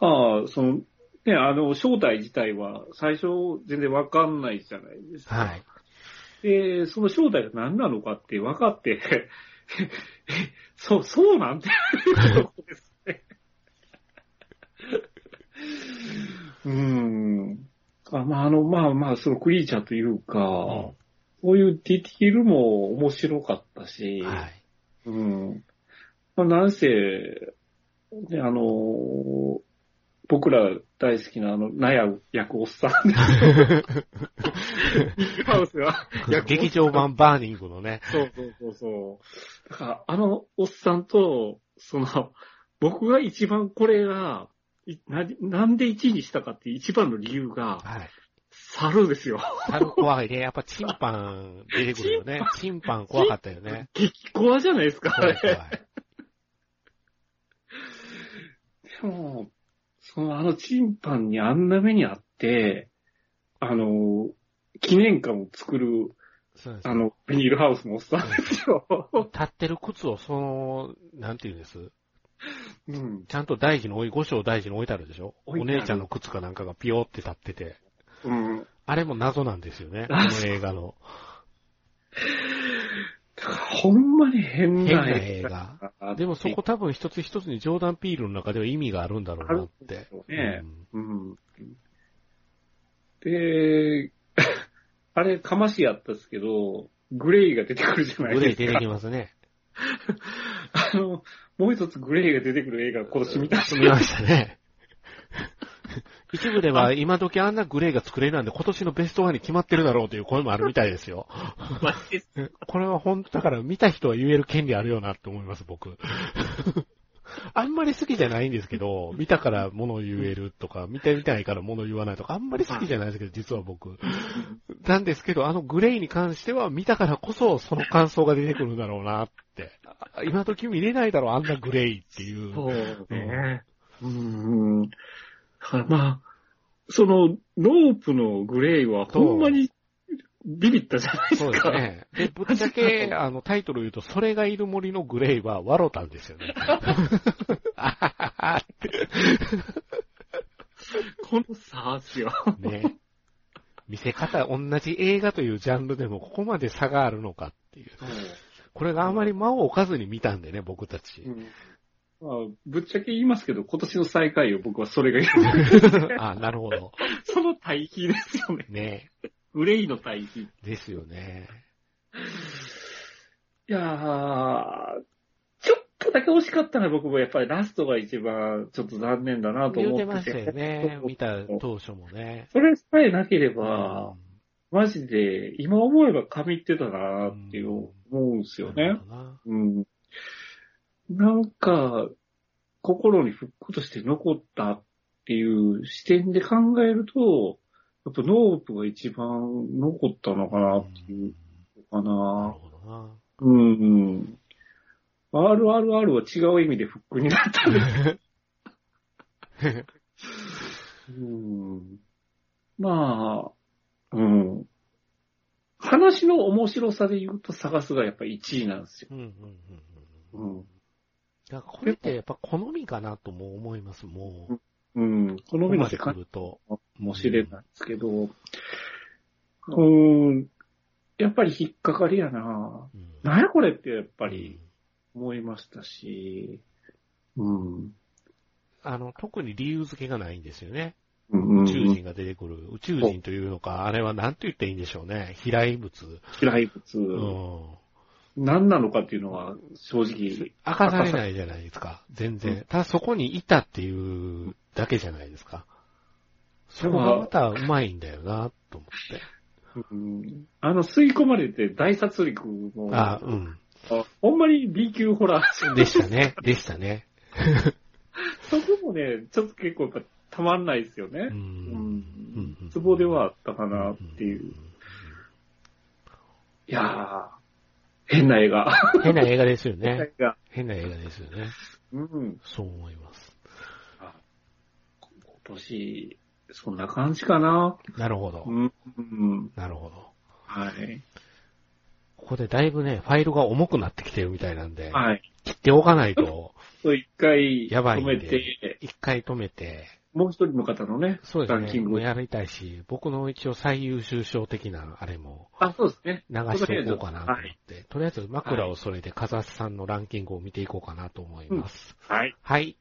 Speaker 3: ああ、その、ね、あの、正体自体は最初全然わかんないじゃないですか。
Speaker 2: はい。
Speaker 3: で、その正体が何なのかって分かって、 [LAUGHS] そう、そうなんていうことですね。うーん。あまあ、あの、まあまあ、そのクリーチャーというか、
Speaker 2: うん
Speaker 3: そういうディティールも面白かったし、 [LAUGHS]
Speaker 2: はい。 [LAUGHS]
Speaker 3: うん。まあ、なんせ、ね、あの、僕ら大好きなあの、納屋役おっさん。 [LAUGHS] ハウスが。
Speaker 2: 劇場版バーニングのね。
Speaker 3: そうそうそうそう。だから、あのおっさんと、その、僕が一番これが、いな、なんで1位にしたかっていう一番の理由が、
Speaker 2: はい。
Speaker 3: 猿ですよ。
Speaker 2: 猿怖いね。やっぱチンパン出てくるよね。チンパン怖かったよね。
Speaker 3: 激怖じゃないですか、あ
Speaker 2: 怖い怖
Speaker 3: れ。
Speaker 2: い。
Speaker 3: でも、その、あのチンパンにあんな目にあって、あの、記念館を作る、
Speaker 2: そうなんです
Speaker 3: あ
Speaker 2: よ。
Speaker 3: の、ビニールハウスのおっさんですよ。
Speaker 2: 立ってる靴をその、なんていうんです
Speaker 3: うん。
Speaker 2: ちゃんと大事に置い、五章大事に置いてあるでしょお
Speaker 3: 置いてある
Speaker 2: 姉ちゃんの靴かなんかがピヨって立ってて。
Speaker 3: うん。
Speaker 2: あれも謎なんですよね。こ
Speaker 3: あ
Speaker 2: の映画の。
Speaker 3: だからほんまに変
Speaker 2: 変
Speaker 3: な
Speaker 2: な
Speaker 3: 映
Speaker 2: 映
Speaker 3: 画。
Speaker 2: 画。でもそこ多分一つ一つにジョーダン・ピールの中では意味があるんだろうなって。
Speaker 3: あるでしょうね
Speaker 2: うん
Speaker 3: うん。で、 [LAUGHS] あれ、かましやったっすけど、グレイが出てくるじゃない
Speaker 2: グレ
Speaker 3: で
Speaker 2: イ
Speaker 3: す
Speaker 2: 出て
Speaker 3: か。
Speaker 2: きますね。
Speaker 3: あの、もう一つグレイが出てくる映画、今年見た
Speaker 2: 見ましたね。 [LAUGHS] 一部では今時あんなグレーが作れるなんで今年のベストワンに決まってるだろうという声もあるみたいですよ。
Speaker 3: マジです
Speaker 2: えこれは本当だから見た人は言える権利あるよなって思います、僕。 [LAUGHS] あんまり好きじゃないんですけど、見たから物言えるとか、見てみたいから物言わないとか、あんまり好きじゃないですけど、実は僕。なんですけど、あのグレイに関しては見たからこそその感想が出てくるんだろうなって。あ今時見れないだろう、あんなグレイっていう。
Speaker 3: そうね。うん。だからまあ、その、ノープのグレイはほんまにビビったじゃないです
Speaker 2: そうです
Speaker 3: か。
Speaker 2: ね。で、ぶっちゃけ、あの、タイトル言うと、それがいる森のグレイは、ワロタンですよね。 [LAUGHS] あははは
Speaker 3: この差ですよ。
Speaker 2: ね。見せ方、同じ映画というジャンルでもここまで差があるのかっていう。これがあまり間を置かずに見たんでね、僕たち
Speaker 3: う。んまあ、ぶっちゃけ言いますけど、今年の最下位を僕はそれがいる。
Speaker 2: あ、なるほど。
Speaker 3: [LAUGHS] その対比ですよね。
Speaker 2: ね。
Speaker 3: グレイの対比。い
Speaker 2: ですよね。
Speaker 3: やー、ちょっとだけ惜しかったね、僕もやっぱりラストが一番ちょっと残念だなと
Speaker 2: 言う
Speaker 3: 思ってて
Speaker 2: ましたよね。見た当初もね。
Speaker 3: それさえなけれ
Speaker 2: う
Speaker 3: ば、
Speaker 2: ん
Speaker 3: マジで、今思えば神ってたなっていう思うんですよ
Speaker 2: なる
Speaker 3: ね。
Speaker 2: ほどな
Speaker 3: うん。なんか、心に復刻として残ったっていう視点で考えると、やっぱノープが一番残ったのかなっていう
Speaker 2: な
Speaker 3: のか
Speaker 2: る
Speaker 3: な。
Speaker 2: ほどな。
Speaker 3: うん。RRR は違う意味で復刻になったね。うんまあ、うん。話の面白さで言うと探すがやっぱり1位なんですよ。
Speaker 2: うんうんうんうん
Speaker 3: うん。
Speaker 2: だからこれってやっぱ好みかなとも思います、もう。
Speaker 3: うん。
Speaker 2: 好
Speaker 3: 好み
Speaker 2: ま
Speaker 3: の世
Speaker 2: で来
Speaker 3: 界
Speaker 2: ると。
Speaker 3: かもしれないですけど、うーん。やっぱり引っかかりやな
Speaker 2: うん。やっ
Speaker 3: なんやこれってやっぱり。思いましたし、うん。
Speaker 2: あの、特に理由付けがないんですよね。
Speaker 3: うんうん
Speaker 2: 宇宙人が出てくる。宇宙人というのか、あれは何と言っていいんでしょうね。飛来物。
Speaker 3: 飛来物、
Speaker 2: うん。
Speaker 3: 何なのかっていうのは正直、
Speaker 2: 明かされないじゃないですか。全
Speaker 3: うん
Speaker 2: 然。ただそこにいたっていうだけじゃないですか。そこがまたうまいんだよな、と思って。
Speaker 3: うんあの吸い込まれて大殺戮の、
Speaker 2: あ、うん。
Speaker 3: あほんまに B 級ホラー。
Speaker 2: でしたね。でしたね。
Speaker 3: そこもね、ちょっと結構やっぱたまんないですよ
Speaker 2: う
Speaker 3: ね。
Speaker 2: ん。うん
Speaker 3: ツボではあったかなっていう。いやー、変な映画。
Speaker 2: うん。変な映画ですよ
Speaker 3: 変な
Speaker 2: ね。
Speaker 3: 映画。
Speaker 2: 変な映画ですよね。
Speaker 3: うん。
Speaker 2: そう思います。
Speaker 3: 今年、そんな感じかな。
Speaker 2: なるほど
Speaker 3: う。ん。うん
Speaker 2: なるほど。
Speaker 3: はい。
Speaker 2: ここでだいぶね、ファイルが重くなってきてるみたいなんで、
Speaker 3: はい。
Speaker 2: 切っておかないと。
Speaker 3: そう一回
Speaker 2: やばい
Speaker 3: 止
Speaker 2: ん
Speaker 3: め
Speaker 2: で
Speaker 3: て、
Speaker 2: 一回止めて、
Speaker 3: もう一人の方のね、
Speaker 2: そう
Speaker 3: ラン
Speaker 2: で
Speaker 3: キ
Speaker 2: すね。
Speaker 3: ン
Speaker 2: も
Speaker 3: グ
Speaker 2: う。やりたいし、僕の一応最優秀賞的なあれも
Speaker 3: あ、そうですね。
Speaker 2: 流していこうかなと思っ
Speaker 3: はい。
Speaker 2: て、とりあえず枕をそれで、カザスさんのランキングを見ていこうかなと思います。
Speaker 3: はい。
Speaker 2: はい。